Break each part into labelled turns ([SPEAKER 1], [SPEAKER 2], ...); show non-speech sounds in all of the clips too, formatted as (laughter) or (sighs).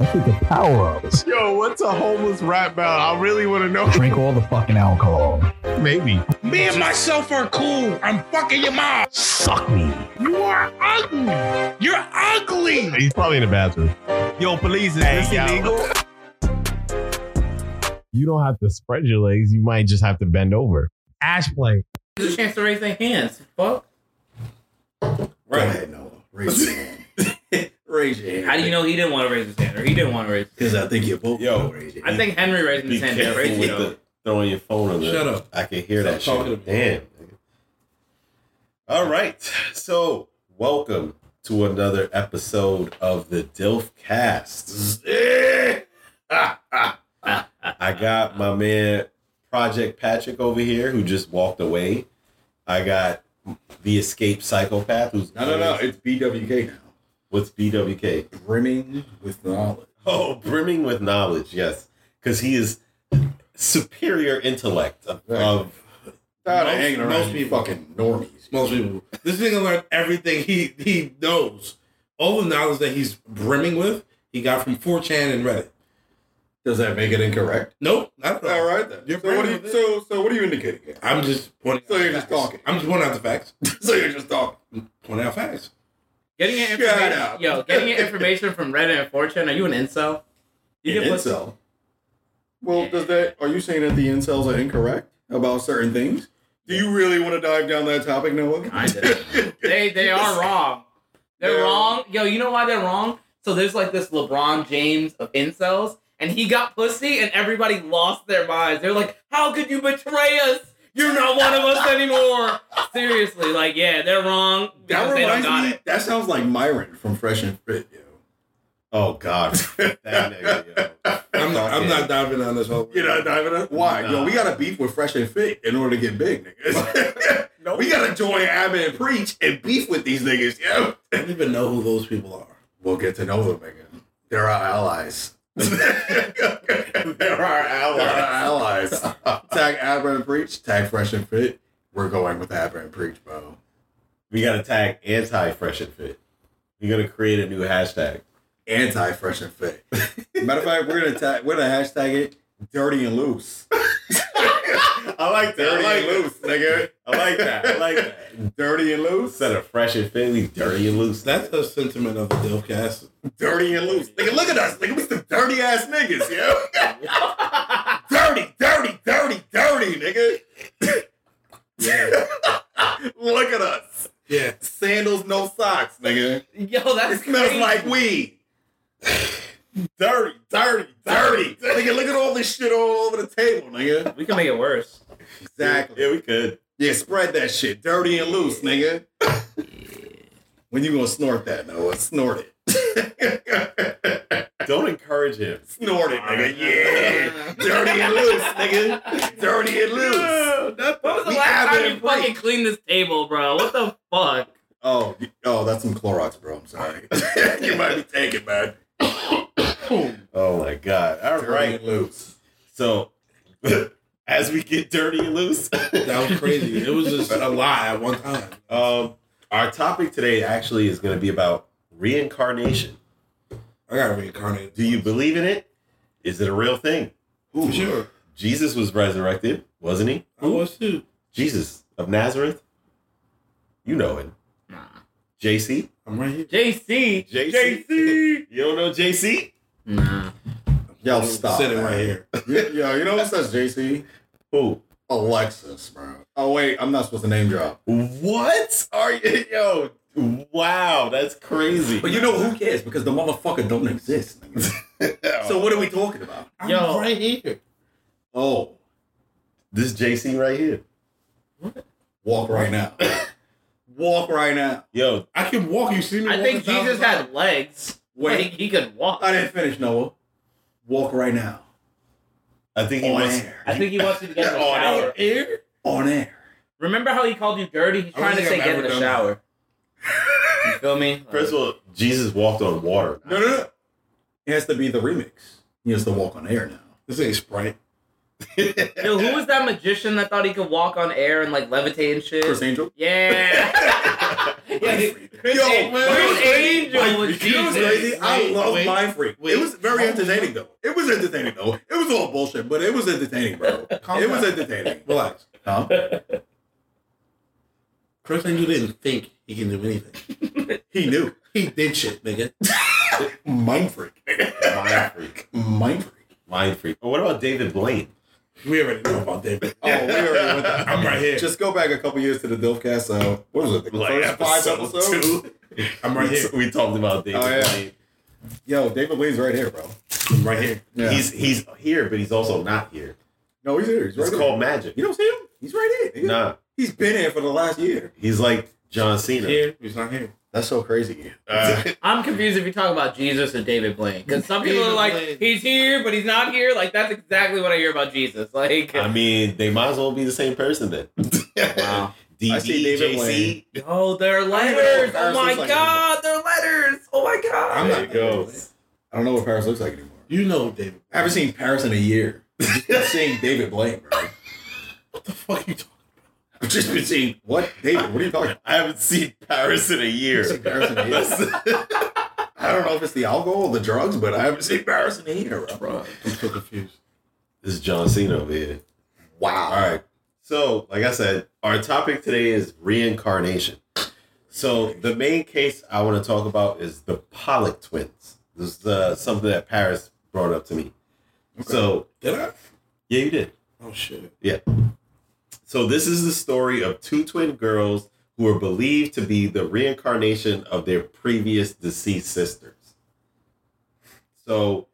[SPEAKER 1] I think the power of us.
[SPEAKER 2] Yo, what's a homeless rap about? I really want to know.
[SPEAKER 1] Drink all the fucking alcohol.
[SPEAKER 2] Maybe.
[SPEAKER 3] Me and myself are cool. I'm fucking your mom.
[SPEAKER 1] Suck me.
[SPEAKER 3] You are ugly. You're ugly.
[SPEAKER 2] He's probably in the bathroom.
[SPEAKER 4] Yo, police, is
[SPEAKER 2] Hey,
[SPEAKER 4] this
[SPEAKER 2] yo.
[SPEAKER 4] illegal?
[SPEAKER 2] You don't have to spread your legs. You might just have to bend over.
[SPEAKER 4] Ash play.
[SPEAKER 5] There's a chance to raise their hands. Fuck.
[SPEAKER 6] Go ahead, Noah. Raise your hand. raise your hand.
[SPEAKER 5] How do you know he didn't want to raise his hand or he didn't want to raise?
[SPEAKER 6] Because I think you're both.
[SPEAKER 7] Yo.
[SPEAKER 6] raise your
[SPEAKER 5] I
[SPEAKER 6] hand.
[SPEAKER 5] think Henry raised
[SPEAKER 7] Be
[SPEAKER 5] his hand. didn't
[SPEAKER 7] careful
[SPEAKER 5] raise
[SPEAKER 7] with
[SPEAKER 5] it, though.
[SPEAKER 7] the, throwing your phone on the.
[SPEAKER 6] Shut up.
[SPEAKER 7] I can hear
[SPEAKER 6] Stop
[SPEAKER 7] that
[SPEAKER 6] talking
[SPEAKER 7] shit.
[SPEAKER 6] to me.
[SPEAKER 7] Damn. nigga. All right. So, welcome to another episode of the DILF Cast. I got my man Project Patrick over here who just walked away. I got the escape psychopath who's
[SPEAKER 6] No, no, no. It's BWK now.
[SPEAKER 7] What's BWK?
[SPEAKER 6] Brimming with knowledge.
[SPEAKER 7] Oh, brimming with knowledge, yes. Because he is superior intellect of,
[SPEAKER 6] Right.
[SPEAKER 7] of
[SPEAKER 6] Tired
[SPEAKER 4] Most-
[SPEAKER 6] of hanging around
[SPEAKER 4] most
[SPEAKER 6] you
[SPEAKER 4] people-
[SPEAKER 6] fucking normies.
[SPEAKER 4] Most people. This nigga learned everything he he knows. All the knowledge that he's brimming with, he got from 4chan and Reddit.
[SPEAKER 6] Does that make it incorrect?
[SPEAKER 4] Nope, not at all.
[SPEAKER 6] All right then.
[SPEAKER 4] You're
[SPEAKER 6] so, what are
[SPEAKER 4] brimming
[SPEAKER 6] you,
[SPEAKER 4] with
[SPEAKER 6] so, so what are you indicating? Here?
[SPEAKER 4] I'm just pointing.
[SPEAKER 6] So
[SPEAKER 4] out
[SPEAKER 6] you're just
[SPEAKER 4] facts.
[SPEAKER 6] talking.
[SPEAKER 4] I'm just pointing out the facts.
[SPEAKER 6] (laughs) So you're just talking.
[SPEAKER 4] Pointing out facts.
[SPEAKER 5] Getting your
[SPEAKER 6] Shut
[SPEAKER 5] information,
[SPEAKER 6] up.
[SPEAKER 5] yo, getting your information from Reddit and Fortune. Are you an incel? You
[SPEAKER 6] An
[SPEAKER 5] can put-
[SPEAKER 6] incel. Well, does that? Are you saying that the incels are incorrect about certain things? Do you really want to dive down that topic, Noah? (laughs)
[SPEAKER 5] Kinda. They they are wrong. They're
[SPEAKER 6] Yeah.
[SPEAKER 5] wrong. Yo, you know why they're wrong? So there's like this LeBron James of incels, and he got pussy, and everybody lost their minds. They're like, "How could you betray us? You're not one of us anymore." Seriously, like, yeah, they're wrong because
[SPEAKER 6] that
[SPEAKER 5] they don't
[SPEAKER 6] reminds
[SPEAKER 5] got
[SPEAKER 6] me.
[SPEAKER 5] it.
[SPEAKER 6] That sounds like Myron from Fresh and Fit. Yo.
[SPEAKER 7] Oh God, (laughs) that nigga, yo.
[SPEAKER 4] I'm not, I'm
[SPEAKER 7] Yeah.
[SPEAKER 4] not diving on this whole.
[SPEAKER 6] You know, diving up. Why?
[SPEAKER 7] Nah.
[SPEAKER 6] Yo, we got to beef with Fresh and Fit in order to get big, niggas. (laughs) no, we got to join Abba and Preach and beef with these niggas. Yo,
[SPEAKER 4] I don't even know who those people are.
[SPEAKER 6] we'll get to know them, nigga. They're our allies. (laughs) They're our allies. They're our allies. (laughs) tag Abba and Preach. Tag Fresh and Fit. We're going with Abba and Preach, bro.
[SPEAKER 7] We gotta tag anti fresh and fit. We're gonna create a new hashtag.
[SPEAKER 6] Anti Fresh and Fit. Matter of fact, we're gonna tag. We're gonna hashtag it. Dirty and loose.
[SPEAKER 7] I like that.
[SPEAKER 6] Dirty
[SPEAKER 7] I like
[SPEAKER 6] and loose, nigga.
[SPEAKER 7] I like that. I like that.
[SPEAKER 6] Dirty and loose.
[SPEAKER 7] Instead of fresh and fit, we dirty and loose.
[SPEAKER 4] That's the sentiment of the Dilfcast.
[SPEAKER 6] dirty and loose. Nigga, look at us. Nigga, we some dirty ass niggas, yo. dirty, dirty, dirty, dirty, nigga. (laughs) look at us.
[SPEAKER 4] Yeah.
[SPEAKER 6] Sandals, no socks, nigga.
[SPEAKER 5] Yo,
[SPEAKER 6] It
[SPEAKER 5] that's
[SPEAKER 6] smells
[SPEAKER 5] crazy.
[SPEAKER 6] like weed. dirty, dirty, dirty. nigga, look at all this shit all over the table, nigga.
[SPEAKER 5] we can make it worse.
[SPEAKER 6] Exactly.
[SPEAKER 7] Yeah, we could.
[SPEAKER 6] Yeah, spread that shit. Dirty and loose, nigga. When you gonna snort that, Noah? Snort it.
[SPEAKER 7] Don't encourage him.
[SPEAKER 6] Snort it, nigga. (laughs) Yeah. Dirty and loose, nigga. Dirty and loose.
[SPEAKER 5] When was the
[SPEAKER 6] We
[SPEAKER 5] last
[SPEAKER 6] have
[SPEAKER 5] time
[SPEAKER 6] it
[SPEAKER 5] you
[SPEAKER 6] in place.
[SPEAKER 5] fucking cleaned this table, bro? What the fuck?
[SPEAKER 6] Oh, y- oh, that's some Clorox, bro. I'm sorry. (laughs) you might be taking, man.
[SPEAKER 7] Oh my God. All right.
[SPEAKER 6] Dirty and loose.
[SPEAKER 7] So (laughs) as we get dirty and loose,
[SPEAKER 4] That was crazy. it was
[SPEAKER 6] (laughs)
[SPEAKER 4] just (laughs) a lie at one time.
[SPEAKER 7] um, our topic today actually is gonna be about reincarnation.
[SPEAKER 4] I got reincarnated.
[SPEAKER 7] Do you believe in it? Is it a real thing?
[SPEAKER 4] For sure.
[SPEAKER 7] Jesus was resurrected, wasn't he?
[SPEAKER 4] I was too.
[SPEAKER 7] Jesus of Nazareth. You know him.
[SPEAKER 5] Nah.
[SPEAKER 7] JC.
[SPEAKER 4] I'm right here.
[SPEAKER 5] JC.
[SPEAKER 7] JC.
[SPEAKER 5] JC.
[SPEAKER 7] You don't know JC?
[SPEAKER 5] Nah.
[SPEAKER 6] Yo,
[SPEAKER 4] I'm
[SPEAKER 6] stop.
[SPEAKER 4] Sitting
[SPEAKER 6] man.
[SPEAKER 4] right here.
[SPEAKER 6] Yo, you know what says JC?
[SPEAKER 7] Who?
[SPEAKER 6] Alexis, bro. Oh, wait. I'm not supposed to name drop.
[SPEAKER 7] What are you? (laughs) Yo, wow, that's crazy.
[SPEAKER 6] But you know who cares because the motherfucker don't exist. nigga. (laughs) so what are we talking about?
[SPEAKER 4] I'm
[SPEAKER 5] Yo.
[SPEAKER 4] right here.
[SPEAKER 6] Oh,
[SPEAKER 7] this JC right here.
[SPEAKER 6] walk right now. (coughs) walk right now.
[SPEAKER 7] Yo,
[SPEAKER 4] I can walk. You see me?
[SPEAKER 5] I think
[SPEAKER 4] walking
[SPEAKER 5] Jesus
[SPEAKER 4] down
[SPEAKER 5] had legs.
[SPEAKER 6] Wait.
[SPEAKER 5] Like, he could walk.
[SPEAKER 6] I didn't finish, Noah. Walk right now.
[SPEAKER 7] I think he
[SPEAKER 6] On
[SPEAKER 7] wants.
[SPEAKER 6] air.
[SPEAKER 5] I think he wants
[SPEAKER 6] (laughs)
[SPEAKER 5] you to get in the
[SPEAKER 7] Oh,
[SPEAKER 4] the-
[SPEAKER 5] shower.
[SPEAKER 4] Out here?
[SPEAKER 6] On air.
[SPEAKER 5] Remember how he called you dirty? He's
[SPEAKER 4] I don't
[SPEAKER 5] trying to
[SPEAKER 4] think
[SPEAKER 5] say
[SPEAKER 4] I've
[SPEAKER 5] get
[SPEAKER 4] ever
[SPEAKER 5] in the
[SPEAKER 4] done
[SPEAKER 5] shower. You feel
[SPEAKER 6] (laughs)
[SPEAKER 5] me?
[SPEAKER 7] First of all, Jesus walked on water.
[SPEAKER 6] No, no, no. It has to be the remix. He has to walk on air now.
[SPEAKER 4] This ain't Sprite.
[SPEAKER 5] Yo, who was that magician that thought he could walk on air and like levitate and shit?
[SPEAKER 6] Chris Angel. (laughs)
[SPEAKER 5] Yeah. (laughs) Chris,
[SPEAKER 6] Yo,
[SPEAKER 5] An-
[SPEAKER 6] man.
[SPEAKER 5] Chris Angel was
[SPEAKER 6] Like, you know what's
[SPEAKER 5] Jesus.
[SPEAKER 6] crazy? I
[SPEAKER 7] Wait,
[SPEAKER 6] love
[SPEAKER 7] wait,
[SPEAKER 6] Mind Freak.
[SPEAKER 7] wait.
[SPEAKER 6] It was very entertaining though. It was entertaining though. It was all bullshit, but it was entertaining, bro.
[SPEAKER 4] Calm
[SPEAKER 6] it was
[SPEAKER 4] down.
[SPEAKER 6] entertaining.
[SPEAKER 4] Relax.
[SPEAKER 6] Huh?
[SPEAKER 4] Chris Angel didn't think he can do anything.
[SPEAKER 6] He knew.
[SPEAKER 4] He did shit, nigga.
[SPEAKER 6] Mind Freak.
[SPEAKER 7] Mind freak.
[SPEAKER 6] Mind Freak.
[SPEAKER 7] Mind freak. Oh, what about David Blaine?
[SPEAKER 4] We already know
[SPEAKER 6] (laughs)
[SPEAKER 4] about David.
[SPEAKER 6] Oh, we already went there.
[SPEAKER 4] I'm right here.
[SPEAKER 6] Just go back a couple years to the Dilfcast. Uh, what was it? The
[SPEAKER 7] Like
[SPEAKER 6] first five
[SPEAKER 7] episode
[SPEAKER 6] episodes.
[SPEAKER 7] two?
[SPEAKER 4] I'm right here.
[SPEAKER 7] We talked about David
[SPEAKER 6] Oh, yeah.
[SPEAKER 7] Blaine.
[SPEAKER 6] Yo, David Blaine's right here, bro.
[SPEAKER 4] I'm right here.
[SPEAKER 7] He's he's here, but he's also not here.
[SPEAKER 6] no, he's here. He's
[SPEAKER 7] It's
[SPEAKER 6] right
[SPEAKER 7] called
[SPEAKER 6] here.
[SPEAKER 7] magic.
[SPEAKER 6] You don't see him? He's right here.
[SPEAKER 7] Nah,
[SPEAKER 6] He's been here for the last year.
[SPEAKER 7] he's like John Cena.
[SPEAKER 4] Here, he's not here.
[SPEAKER 6] That's so crazy.
[SPEAKER 7] Uh,
[SPEAKER 5] I'm confused if you're talking about Jesus or David Blaine. Because some people
[SPEAKER 4] David
[SPEAKER 5] are like,
[SPEAKER 4] Blaine.
[SPEAKER 5] he's here, but he's not here. Like, that's exactly what I hear about Jesus. Like,
[SPEAKER 7] I mean, they might as well be the same
[SPEAKER 6] (laughs)
[SPEAKER 7] person then. (laughs)
[SPEAKER 5] wow.
[SPEAKER 7] DB,
[SPEAKER 6] I see David
[SPEAKER 7] JC.
[SPEAKER 5] Yo, they're letters. Oh my God, they're letters. Oh my God.
[SPEAKER 6] I'm
[SPEAKER 7] There
[SPEAKER 6] not-
[SPEAKER 7] you go.
[SPEAKER 6] I don't know what Paris looks like anymore.
[SPEAKER 4] You know David.
[SPEAKER 6] I haven't seen Paris in a year. Just been seeing David Blaine, bro.
[SPEAKER 4] What the fuck you talking
[SPEAKER 6] I've just been seeing what David? What are you talking? about?
[SPEAKER 7] I haven't seen Paris in a
[SPEAKER 6] I haven't
[SPEAKER 7] year.
[SPEAKER 6] seen Paris in a year. I don't know if it's the alcohol or the drugs, but I haven't seen Paris in a year, bro.
[SPEAKER 4] I'm so confused.
[SPEAKER 7] This is John Cena over here.
[SPEAKER 6] Wow.
[SPEAKER 7] All right. So, like I said, our topic today is reincarnation. So, the main case I want to talk about is the Pollock twins. This is uh, something that Paris brought up to me. So,
[SPEAKER 4] Did I?
[SPEAKER 7] yeah, you did.
[SPEAKER 4] Oh shit.
[SPEAKER 7] So this is the story of two twin girls who were believed to be the reincarnation of their previous deceased sisters. So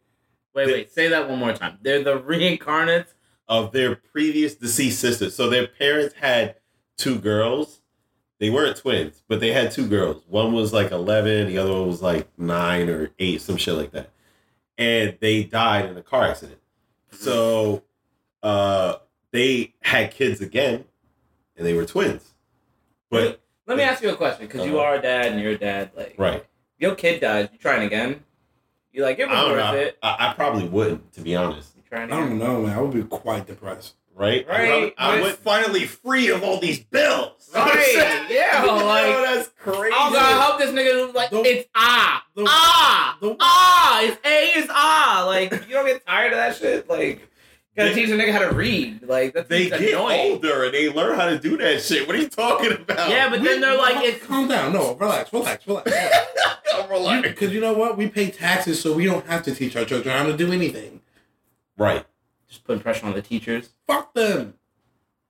[SPEAKER 5] Wait, wait, say that one more time. They're the reincarnates.
[SPEAKER 7] of their previous deceased sisters. So their parents had two girls. They weren't twins, but they had two girls. One was like 11, the other one was like 9 or 8, some shit like that. And they died in a car accident. So uh they had kids again and they were twins. But
[SPEAKER 5] Let me ask you a question, because you
[SPEAKER 7] Uh-huh.
[SPEAKER 5] are a dad and you're a dad. Like,
[SPEAKER 7] right.
[SPEAKER 5] your kid dies. You trying again? You like, it
[SPEAKER 7] I
[SPEAKER 5] was
[SPEAKER 7] don't
[SPEAKER 5] worth
[SPEAKER 7] know.
[SPEAKER 5] it.
[SPEAKER 7] I, I probably wouldn't, to be honest.
[SPEAKER 5] You trying
[SPEAKER 4] I
[SPEAKER 5] again?
[SPEAKER 4] don't know, man. I would be quite depressed.
[SPEAKER 7] Right? I
[SPEAKER 5] Right,
[SPEAKER 7] probably- I,
[SPEAKER 5] but-
[SPEAKER 7] would finally free of all these bills. (laughs)
[SPEAKER 5] Right, yeah, like,
[SPEAKER 7] that's crazy.
[SPEAKER 5] Oh god, I hope this nigga like
[SPEAKER 4] The-
[SPEAKER 5] it's ah
[SPEAKER 4] the-
[SPEAKER 5] ah
[SPEAKER 4] the-
[SPEAKER 5] ah. It's a is ah. Like you don't get tired of that shit. Like gotta
[SPEAKER 7] They-
[SPEAKER 5] teach a nigga how to read. Like that's
[SPEAKER 7] They
[SPEAKER 5] that's
[SPEAKER 7] get
[SPEAKER 5] annoying.
[SPEAKER 7] older and they learn how to do that shit. What are you talking about?
[SPEAKER 5] Yeah, but then they're like it's
[SPEAKER 4] calm down. No, relax, relax, relax. relax.
[SPEAKER 7] I'm relaxed.
[SPEAKER 4] Because you know what? We pay taxes, so we don't have to teach our children how to do anything.
[SPEAKER 7] Right.
[SPEAKER 5] just putting pressure on the teachers.
[SPEAKER 4] Fuck them.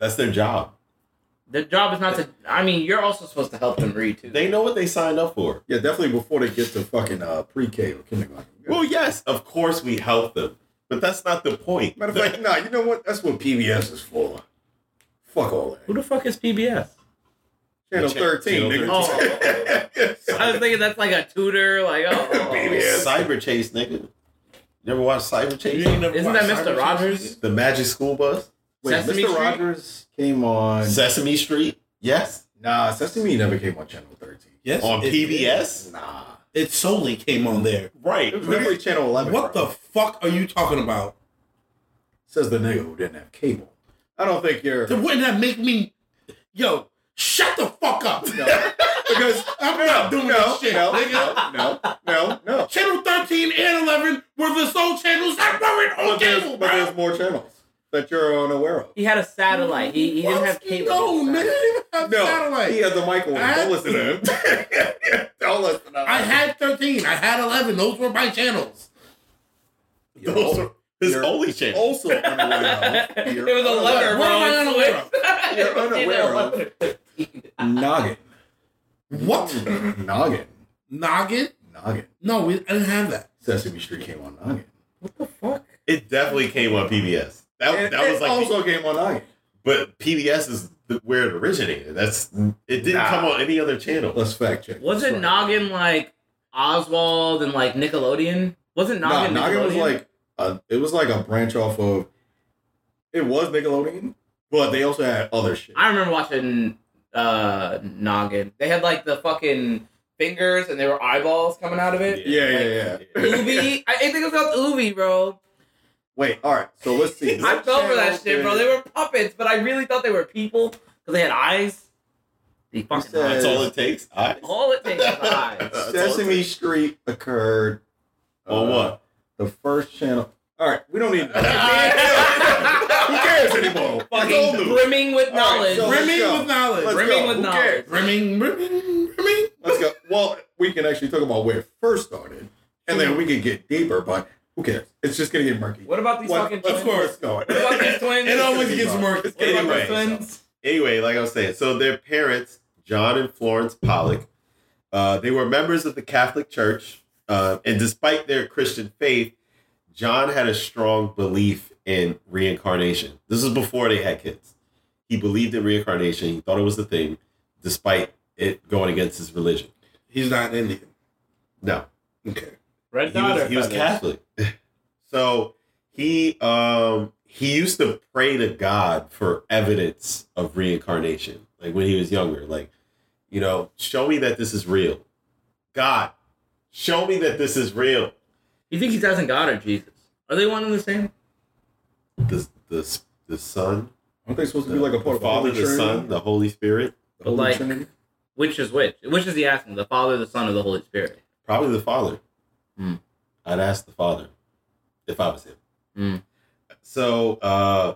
[SPEAKER 7] That's their job.
[SPEAKER 5] Their job is not to. I mean, you're also supposed to help them read too.
[SPEAKER 7] They know what they signed up for.
[SPEAKER 6] Yeah, definitely before they get to fucking uh, pre-K or kindergarten.
[SPEAKER 7] Well, yes, of course we help them. But that's not the point.
[SPEAKER 6] Matter of fact, nah, you know what? That's what PBS is for. Fuck all
[SPEAKER 5] Who
[SPEAKER 6] that.
[SPEAKER 5] the fuck is PBS?
[SPEAKER 6] Channel
[SPEAKER 7] Check-
[SPEAKER 6] 13,
[SPEAKER 7] Channel
[SPEAKER 6] nigga.
[SPEAKER 5] (laughs) I was thinking that's like a tutor. Like oh,
[SPEAKER 6] PBS.
[SPEAKER 7] Cyber Chase, nigga. You ever watch Cyber Chase?
[SPEAKER 4] You ain't never
[SPEAKER 5] isn't that
[SPEAKER 4] watched
[SPEAKER 5] Mr.
[SPEAKER 4] Cyber
[SPEAKER 5] Rogers?
[SPEAKER 4] Chase?
[SPEAKER 7] The Magic School Bus?
[SPEAKER 6] Wait,
[SPEAKER 5] Sesame
[SPEAKER 6] Mr.
[SPEAKER 5] Street?
[SPEAKER 6] Rogers came on.
[SPEAKER 7] Sesame Street? Yes.
[SPEAKER 6] nah, Sesame never came on Channel 13.
[SPEAKER 4] Yes.
[SPEAKER 7] On
[SPEAKER 4] it-
[SPEAKER 7] PBS?
[SPEAKER 6] Nah.
[SPEAKER 4] It solely came on there.
[SPEAKER 7] Right.
[SPEAKER 6] It was definitely Channel 11.
[SPEAKER 4] What
[SPEAKER 6] bro.
[SPEAKER 4] the fuck are you talking about?
[SPEAKER 6] Says the nigga who didn't have cable. I don't think you're.
[SPEAKER 4] Then wouldn't that make me. Yo, shut the fuck up.
[SPEAKER 6] (laughs) No. because
[SPEAKER 4] I'm not doing
[SPEAKER 6] no,
[SPEAKER 4] that shit.
[SPEAKER 6] no,
[SPEAKER 4] nigga.
[SPEAKER 6] no, no, no, no.
[SPEAKER 4] Channel 13 and 11 were the sole channels that weren't on
[SPEAKER 6] But there's,
[SPEAKER 4] cable,
[SPEAKER 6] but there's
[SPEAKER 4] bro.
[SPEAKER 6] more channels that you're unaware of.
[SPEAKER 5] He had a satellite. He, he didn't have cable.
[SPEAKER 4] No,
[SPEAKER 5] (laughs)
[SPEAKER 4] man. I didn't have
[SPEAKER 6] No,
[SPEAKER 4] satellite.
[SPEAKER 7] uh,
[SPEAKER 6] he had the microwave.
[SPEAKER 4] I-
[SPEAKER 6] Don't listen to him. (laughs) Don't listen to him.
[SPEAKER 4] I had 13. I had 11. Those were my channels.
[SPEAKER 6] You're
[SPEAKER 7] Those
[SPEAKER 6] al-
[SPEAKER 7] are his
[SPEAKER 6] you're
[SPEAKER 7] only channel.
[SPEAKER 6] Also unaware of.
[SPEAKER 5] It
[SPEAKER 6] you're
[SPEAKER 5] was a
[SPEAKER 6] unaware
[SPEAKER 5] letter.
[SPEAKER 4] What am I
[SPEAKER 5] wrong
[SPEAKER 4] unaware
[SPEAKER 5] switch. It was either
[SPEAKER 6] unaware
[SPEAKER 5] a
[SPEAKER 6] of.
[SPEAKER 5] letter.
[SPEAKER 6] of Noggin.
[SPEAKER 4] What?
[SPEAKER 6] Noggin.
[SPEAKER 4] Noggin?
[SPEAKER 6] Noggin.
[SPEAKER 4] No, we didn't have that.
[SPEAKER 6] Sesame Street came on Noggin.
[SPEAKER 7] It definitely came on PBS. That,
[SPEAKER 6] And
[SPEAKER 7] that was
[SPEAKER 6] it
[SPEAKER 7] like,
[SPEAKER 6] also came on Noggin.
[SPEAKER 7] but PBS is the, where it originated. That's it didn't
[SPEAKER 6] Nah.
[SPEAKER 7] come on any other channel.
[SPEAKER 6] Let's fact check.
[SPEAKER 5] Was
[SPEAKER 6] That's
[SPEAKER 5] it
[SPEAKER 6] right.
[SPEAKER 5] Noggin like Oswald and like Nickelodeon? Wasn't Noggin?
[SPEAKER 6] nah, Noggin was
[SPEAKER 5] Nickelodeon?
[SPEAKER 6] like a, it was like a branch off of it was Nickelodeon, but they also had other shit.
[SPEAKER 5] I remember watching uh Noggin. They had like the fucking fingers and there were eyeballs coming out of it.
[SPEAKER 6] yeah, yeah, yeah.
[SPEAKER 5] Ubi, I I think it was called Ubi, bro.
[SPEAKER 6] (laughs) Wait, all right. So let's see.
[SPEAKER 5] I
[SPEAKER 6] What
[SPEAKER 5] fell for that
[SPEAKER 6] channel
[SPEAKER 5] shit, bro.
[SPEAKER 6] did-
[SPEAKER 5] They were puppets, but I really thought they were people because they had eyes. The fucking
[SPEAKER 6] said-
[SPEAKER 5] eyes.
[SPEAKER 7] That's all it takes. I,
[SPEAKER 5] All it takes is eyes.
[SPEAKER 6] (laughs)
[SPEAKER 7] That's all it
[SPEAKER 6] Sesame
[SPEAKER 7] takes.
[SPEAKER 6] Street occurred. Oh, uh,
[SPEAKER 7] On what?
[SPEAKER 6] The first channel. All right, we don't (laughs) need.
[SPEAKER 7] Who cares anymore? It's all
[SPEAKER 5] Fucking
[SPEAKER 7] new.
[SPEAKER 5] brimming with
[SPEAKER 6] right,
[SPEAKER 5] knowledge.
[SPEAKER 6] so-
[SPEAKER 4] Brimming
[SPEAKER 6] go.
[SPEAKER 4] with knowledge.
[SPEAKER 6] Let's
[SPEAKER 5] brimming
[SPEAKER 6] go.
[SPEAKER 5] with
[SPEAKER 6] Who
[SPEAKER 5] knowledge.
[SPEAKER 6] cares?
[SPEAKER 4] Brimming, brimming, brimming.
[SPEAKER 6] Let's go. Well, we can actually talk about where it first started, and then we can get deeper. But who cares? It's just gonna get murky.
[SPEAKER 5] What about these fucking twins?
[SPEAKER 6] Of course, going.
[SPEAKER 5] What
[SPEAKER 6] (laughs)
[SPEAKER 5] about these twins?
[SPEAKER 4] It always
[SPEAKER 6] gonna be
[SPEAKER 4] gets
[SPEAKER 6] wrong.
[SPEAKER 4] more.
[SPEAKER 5] What about
[SPEAKER 7] Anyway,
[SPEAKER 5] these twins?
[SPEAKER 7] anyway, like I was saying, so their parents, John and Florence Pollock, uh, they were members of the Catholic Church, uh, and despite their Christian faith, John had a strong belief in reincarnation. This is before they had kids. He believed in reincarnation. He thought it was the thing, despite it going against his religion.
[SPEAKER 4] (laughs) He's not Indian.
[SPEAKER 7] No,
[SPEAKER 4] Okay.
[SPEAKER 5] Red
[SPEAKER 7] he was, he was Catholic. (laughs) So he um he used to pray to God for evidence of reincarnation, like when he was younger, like you know, show me that this is real. God, show me that this is real.
[SPEAKER 5] You think he's asking God or Jesus? Are they one and the same?
[SPEAKER 7] The the the Son,
[SPEAKER 6] Aren't they supposed to be like a part
[SPEAKER 7] the
[SPEAKER 6] of Holy
[SPEAKER 7] Father, the
[SPEAKER 6] Trinity?
[SPEAKER 7] Son, the Holy Spirit,
[SPEAKER 6] The
[SPEAKER 5] But
[SPEAKER 6] Holy
[SPEAKER 5] like-
[SPEAKER 6] Trinity?
[SPEAKER 5] Which is which? Which is he asking? The Father, the Son, or the Holy Spirit?
[SPEAKER 7] probably the Father.
[SPEAKER 5] Hmm.
[SPEAKER 7] I'd ask the Father if I was him.
[SPEAKER 5] Hmm.
[SPEAKER 7] So uh,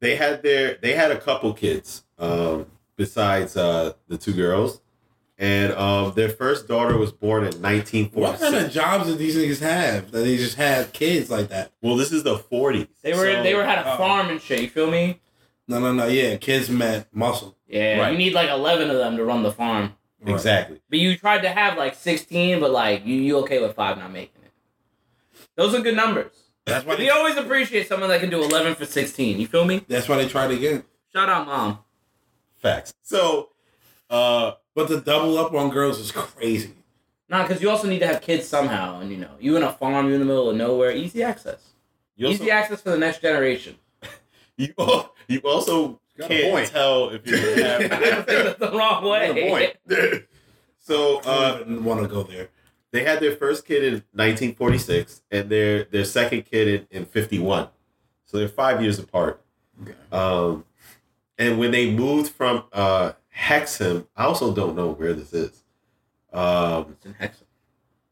[SPEAKER 7] they had their they had a couple kids um, besides uh, the two girls, and um, their first daughter was born in
[SPEAKER 4] What kind of
[SPEAKER 7] 1946.
[SPEAKER 4] jobs did these niggas have that they just had kids like that?
[SPEAKER 7] Well, this is the 40s.
[SPEAKER 5] They were
[SPEAKER 7] so-
[SPEAKER 5] they were had a
[SPEAKER 4] oh.
[SPEAKER 5] farm and shit. You feel me?
[SPEAKER 4] No, no, no. Yeah, kids meant muscle.
[SPEAKER 5] Yeah,
[SPEAKER 7] Right.
[SPEAKER 5] you need like eleven of them to run the farm.
[SPEAKER 7] exactly.
[SPEAKER 5] But you tried to have like sixteen, but like you you okay with five not making it? Those are good numbers.
[SPEAKER 4] That's why.
[SPEAKER 5] We
[SPEAKER 4] They,
[SPEAKER 5] always appreciate someone that can do eleven for sixteen. You feel me?
[SPEAKER 4] that's why they tried again.
[SPEAKER 5] Shout out, mom.
[SPEAKER 7] Facts. So uh,
[SPEAKER 4] But the double up on girls is crazy.
[SPEAKER 5] Nah, because you also need to have kids somehow, and you know you in a farm, you in the middle of nowhere, easy access,
[SPEAKER 7] you also,
[SPEAKER 5] easy access for the next generation.
[SPEAKER 7] you, (laughs) you also
[SPEAKER 6] Got a
[SPEAKER 7] can't
[SPEAKER 6] point.
[SPEAKER 7] tell if you're gonna
[SPEAKER 5] (laughs)
[SPEAKER 7] have-
[SPEAKER 5] I don't think that's the wrong way.
[SPEAKER 7] So
[SPEAKER 4] I
[SPEAKER 7] uh,
[SPEAKER 4] don't even want to go there.
[SPEAKER 7] they had their first kid in 1946 and their their second kid in, in 51 so they're five years apart
[SPEAKER 6] Okay.
[SPEAKER 7] um and when they moved from uh hexham i also don't know where this is um
[SPEAKER 5] It's in Hexham.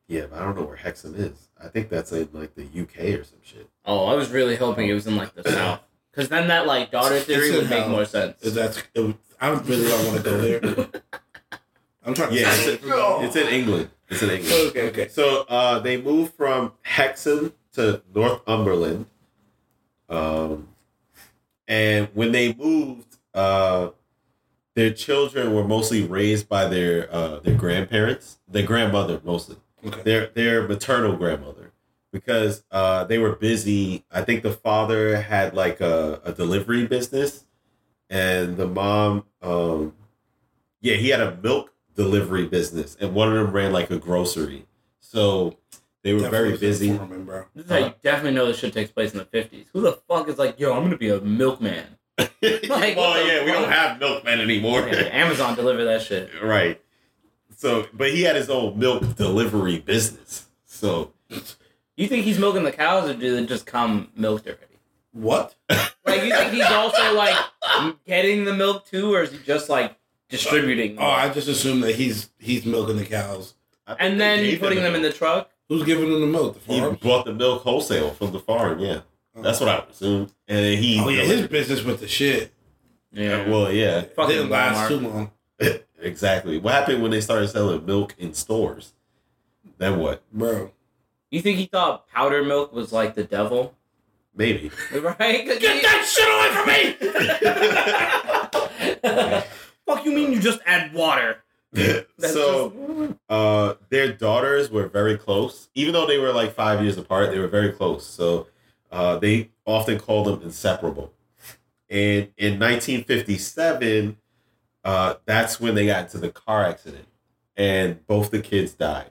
[SPEAKER 7] yeah but i don't know where hexham is i think that's in like the uk or some shit
[SPEAKER 5] Oh, I was really hoping it was in
[SPEAKER 4] (coughs)
[SPEAKER 5] like the south, because then that like daughter
[SPEAKER 4] It's
[SPEAKER 5] theory
[SPEAKER 4] in
[SPEAKER 5] would make
[SPEAKER 4] hell.
[SPEAKER 5] more sense.
[SPEAKER 4] Is that? I really don't want to go there. I'm trying.
[SPEAKER 7] Yeah,
[SPEAKER 4] to
[SPEAKER 7] it's it's in england it's in england
[SPEAKER 4] okay, okay.
[SPEAKER 7] So uh, they moved from Hexham to Northumberland. Um, and when they moved, uh, their children were mostly raised by their uh, their grandparents, their grandmother mostly,
[SPEAKER 4] Okay.
[SPEAKER 7] their their maternal grandmother, because uh, they were busy. I think the father had like a, a delivery business, and the mom, um, yeah, he had a milk delivery business, and one of them ran like a grocery. So they were very busy.
[SPEAKER 4] Foreman, bro.
[SPEAKER 5] this is how you definitely know this shit takes place in the fifties. Who the fuck is like, yo, I'm gonna be a milkman?
[SPEAKER 7] (laughs)
[SPEAKER 5] Like, what
[SPEAKER 7] well,
[SPEAKER 5] the
[SPEAKER 7] yeah, we don't
[SPEAKER 5] fuck?
[SPEAKER 7] have milkmen anymore.
[SPEAKER 4] (laughs)
[SPEAKER 5] Yeah, Amazon deliver that shit.
[SPEAKER 7] (laughs) right. So, but he had his own milk delivery business. So,
[SPEAKER 5] You think he's milking the cows, or do they just come milked already?
[SPEAKER 4] What?
[SPEAKER 5] Like, you think he's also like getting the milk too, or is he just like distributing?
[SPEAKER 4] Oh, I just assume that he's he's milking the cows.
[SPEAKER 7] I think
[SPEAKER 5] and
[SPEAKER 7] they
[SPEAKER 5] then
[SPEAKER 7] gave
[SPEAKER 5] putting
[SPEAKER 7] him
[SPEAKER 5] them in the truck.
[SPEAKER 4] Who's giving them the milk? The
[SPEAKER 7] He
[SPEAKER 4] farm.
[SPEAKER 7] bought the milk wholesale from the farm. Yeah,
[SPEAKER 5] Oh.
[SPEAKER 7] that's what I would assume. And then he,
[SPEAKER 4] Oh yeah, his business with the shit
[SPEAKER 7] Yeah, well, yeah, (laughs)
[SPEAKER 5] Fucking
[SPEAKER 4] didn't last
[SPEAKER 5] Walmart.
[SPEAKER 4] too long.
[SPEAKER 7] exactly. What happened when they started selling milk in stores? Then what?
[SPEAKER 4] Bro.
[SPEAKER 5] you think he thought powder milk was like the devil,
[SPEAKER 7] Maybe.
[SPEAKER 5] (laughs) right? 'Cause he-
[SPEAKER 4] shit away from me!
[SPEAKER 5] Fuck you mean you just add water? (laughs) That's
[SPEAKER 7] so. uh, their daughters were very close, even though they were like five years apart. They were very close, so uh, they often called them inseparable. And in 1957, uh, that's when they got into the car accident, and both the kids died.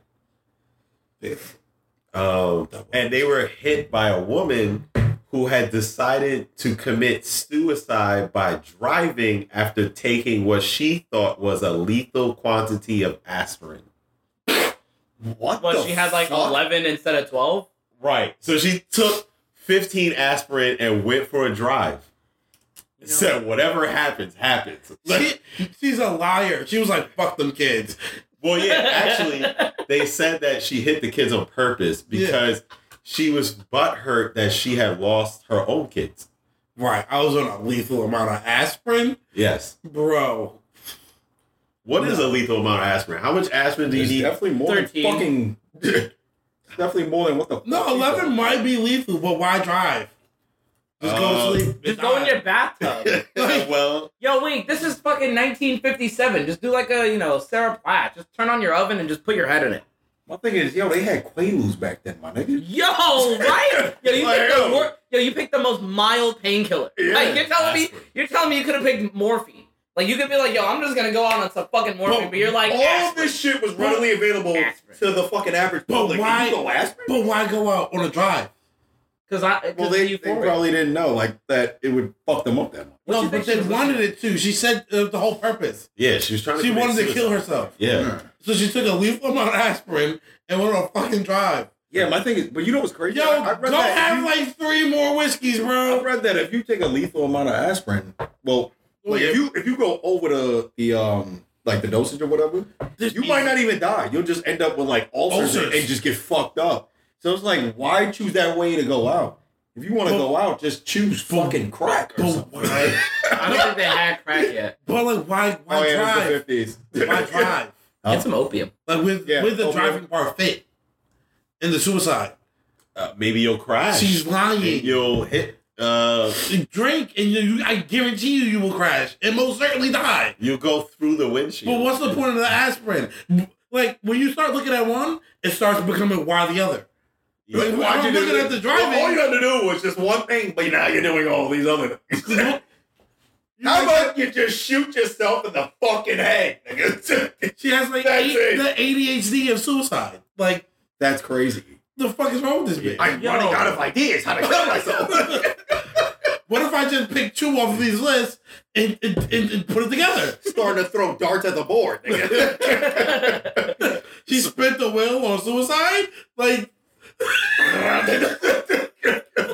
[SPEAKER 7] Um, and they were hit by a woman who had decided to commit suicide by driving after taking what she thought was a lethal quantity of aspirin.
[SPEAKER 6] What?
[SPEAKER 5] But
[SPEAKER 6] the
[SPEAKER 5] she had like
[SPEAKER 6] fuck?
[SPEAKER 5] 11 instead of 12.
[SPEAKER 7] Right. So she took 15 aspirin and went for a drive.
[SPEAKER 5] You know?
[SPEAKER 7] Said whatever happens, happens.
[SPEAKER 4] (laughs) She, she's a liar. She was like, fuck them kids.
[SPEAKER 7] well, yeah, actually, they said that she hit the kids on purpose because she was butthurt that she had lost her own kids.
[SPEAKER 4] Right. I was on a lethal amount of aspirin.
[SPEAKER 7] Yes.
[SPEAKER 4] Bro.
[SPEAKER 7] What is a lethal amount of aspirin? How much aspirin do you
[SPEAKER 6] It's
[SPEAKER 7] need?
[SPEAKER 6] definitely more than
[SPEAKER 5] 13.
[SPEAKER 6] fucking. it's definitely more than what the. fuck
[SPEAKER 4] No,
[SPEAKER 6] you
[SPEAKER 4] 11
[SPEAKER 6] thought.
[SPEAKER 4] might be lethal, but why drive? Just go
[SPEAKER 7] Uh,
[SPEAKER 4] to sleep.
[SPEAKER 5] Just
[SPEAKER 4] It's
[SPEAKER 5] go in
[SPEAKER 4] not-
[SPEAKER 6] (laughs)
[SPEAKER 5] your bathtub.
[SPEAKER 7] (laughs) well,
[SPEAKER 5] Yo, wait, this is fucking 1957. Just do like a, you know, Sarah Platt. Just turn on your oven and just put your head in it.
[SPEAKER 6] My thing is, yo, they had Quaaludes back then, my nigga. (laughs)
[SPEAKER 5] Yo, right? Yo, you
[SPEAKER 7] Like,
[SPEAKER 5] picked the
[SPEAKER 7] yo.
[SPEAKER 5] wor- yo, you picked the most mild painkiller.
[SPEAKER 7] Yeah.
[SPEAKER 5] like you're telling me,
[SPEAKER 7] Aspirin.
[SPEAKER 5] you're telling me you could have picked morphine. Like you could be like, yo, I'm just gonna go out on some fucking morphine, but, you're like,
[SPEAKER 6] all
[SPEAKER 5] aspirin.
[SPEAKER 6] this shit was readily available
[SPEAKER 5] Aspirin.
[SPEAKER 6] to the fucking average
[SPEAKER 4] But
[SPEAKER 6] public.
[SPEAKER 4] why-
[SPEAKER 6] You go aspirin?
[SPEAKER 4] But why go out on a drive?
[SPEAKER 5] Cause I,
[SPEAKER 6] Well,
[SPEAKER 5] cause
[SPEAKER 6] they,
[SPEAKER 5] you
[SPEAKER 6] they probably didn't know like that it would fuck them up that much.
[SPEAKER 5] What you
[SPEAKER 4] no,
[SPEAKER 5] think
[SPEAKER 4] but
[SPEAKER 5] she
[SPEAKER 4] they
[SPEAKER 5] was
[SPEAKER 4] wanted
[SPEAKER 5] looking
[SPEAKER 4] it too. She said uh, the whole purpose.
[SPEAKER 7] yeah, she was trying to.
[SPEAKER 4] She
[SPEAKER 7] commit
[SPEAKER 4] wanted to
[SPEAKER 7] suicide.
[SPEAKER 4] kill herself.
[SPEAKER 7] Yeah.
[SPEAKER 4] So she took a lethal amount of aspirin and went on a fucking drive.
[SPEAKER 6] Yeah, my thing is, but you know what's crazy?
[SPEAKER 4] Yo,
[SPEAKER 6] I, I
[SPEAKER 4] go
[SPEAKER 6] read that
[SPEAKER 4] have
[SPEAKER 6] you-
[SPEAKER 4] like three more whiskeys,
[SPEAKER 6] I
[SPEAKER 4] bro.
[SPEAKER 6] read that if you take a lethal amount of aspirin, well,
[SPEAKER 4] Oh,
[SPEAKER 6] like if you if you go over the the um like the dosage or whatever, you might not even die. You'll just end up with like ulcers,
[SPEAKER 4] Ulcers.
[SPEAKER 6] and just get fucked up. So it's like, why choose that way to go out? If you want to
[SPEAKER 4] But-
[SPEAKER 6] go out, just choose
[SPEAKER 4] but-
[SPEAKER 6] fucking crack or
[SPEAKER 4] (laughs) But
[SPEAKER 6] something.
[SPEAKER 4] why?
[SPEAKER 5] I don't think they had crack yet.
[SPEAKER 4] But like, why? Why
[SPEAKER 6] oh yeah,
[SPEAKER 4] drive?
[SPEAKER 6] it was the
[SPEAKER 4] Why
[SPEAKER 6] fifties. (laughs)
[SPEAKER 4] drive?
[SPEAKER 6] Huh?
[SPEAKER 5] Get some opium.
[SPEAKER 4] Like with
[SPEAKER 6] Yeah,
[SPEAKER 4] with the
[SPEAKER 6] over-
[SPEAKER 4] driving part fit and the suicide.
[SPEAKER 7] Uh, maybe you'll crash.
[SPEAKER 4] She's lying.
[SPEAKER 7] And you'll hit. Uh,
[SPEAKER 4] You drink and you, you, I guarantee you, you will crash and most certainly die.
[SPEAKER 7] you'll go through the windshield.
[SPEAKER 4] But what's the point of the aspirin? Like when you start looking at one, it starts becoming why the other.
[SPEAKER 7] Yeah.
[SPEAKER 4] Like, why I'm looking at the driving.
[SPEAKER 6] Well, all you had to do was just one thing, but now you're doing all these other things.
[SPEAKER 4] You
[SPEAKER 6] How
[SPEAKER 4] like-
[SPEAKER 6] about you just shoot yourself in the fucking head, nigga? (laughs)
[SPEAKER 4] she has like
[SPEAKER 6] That's
[SPEAKER 4] eight,
[SPEAKER 6] it.
[SPEAKER 4] the ADHD of suicide? Like
[SPEAKER 6] That's crazy.
[SPEAKER 4] the fuck is wrong with this bitch?
[SPEAKER 6] I'm
[SPEAKER 5] Yo.
[SPEAKER 6] running out of ideas how to kill myself.
[SPEAKER 4] What if I just pick two off of these lists and, and, and, and put it together?
[SPEAKER 6] Starting to throw darts at the board, nigga.
[SPEAKER 4] She spent the will on suicide? Like,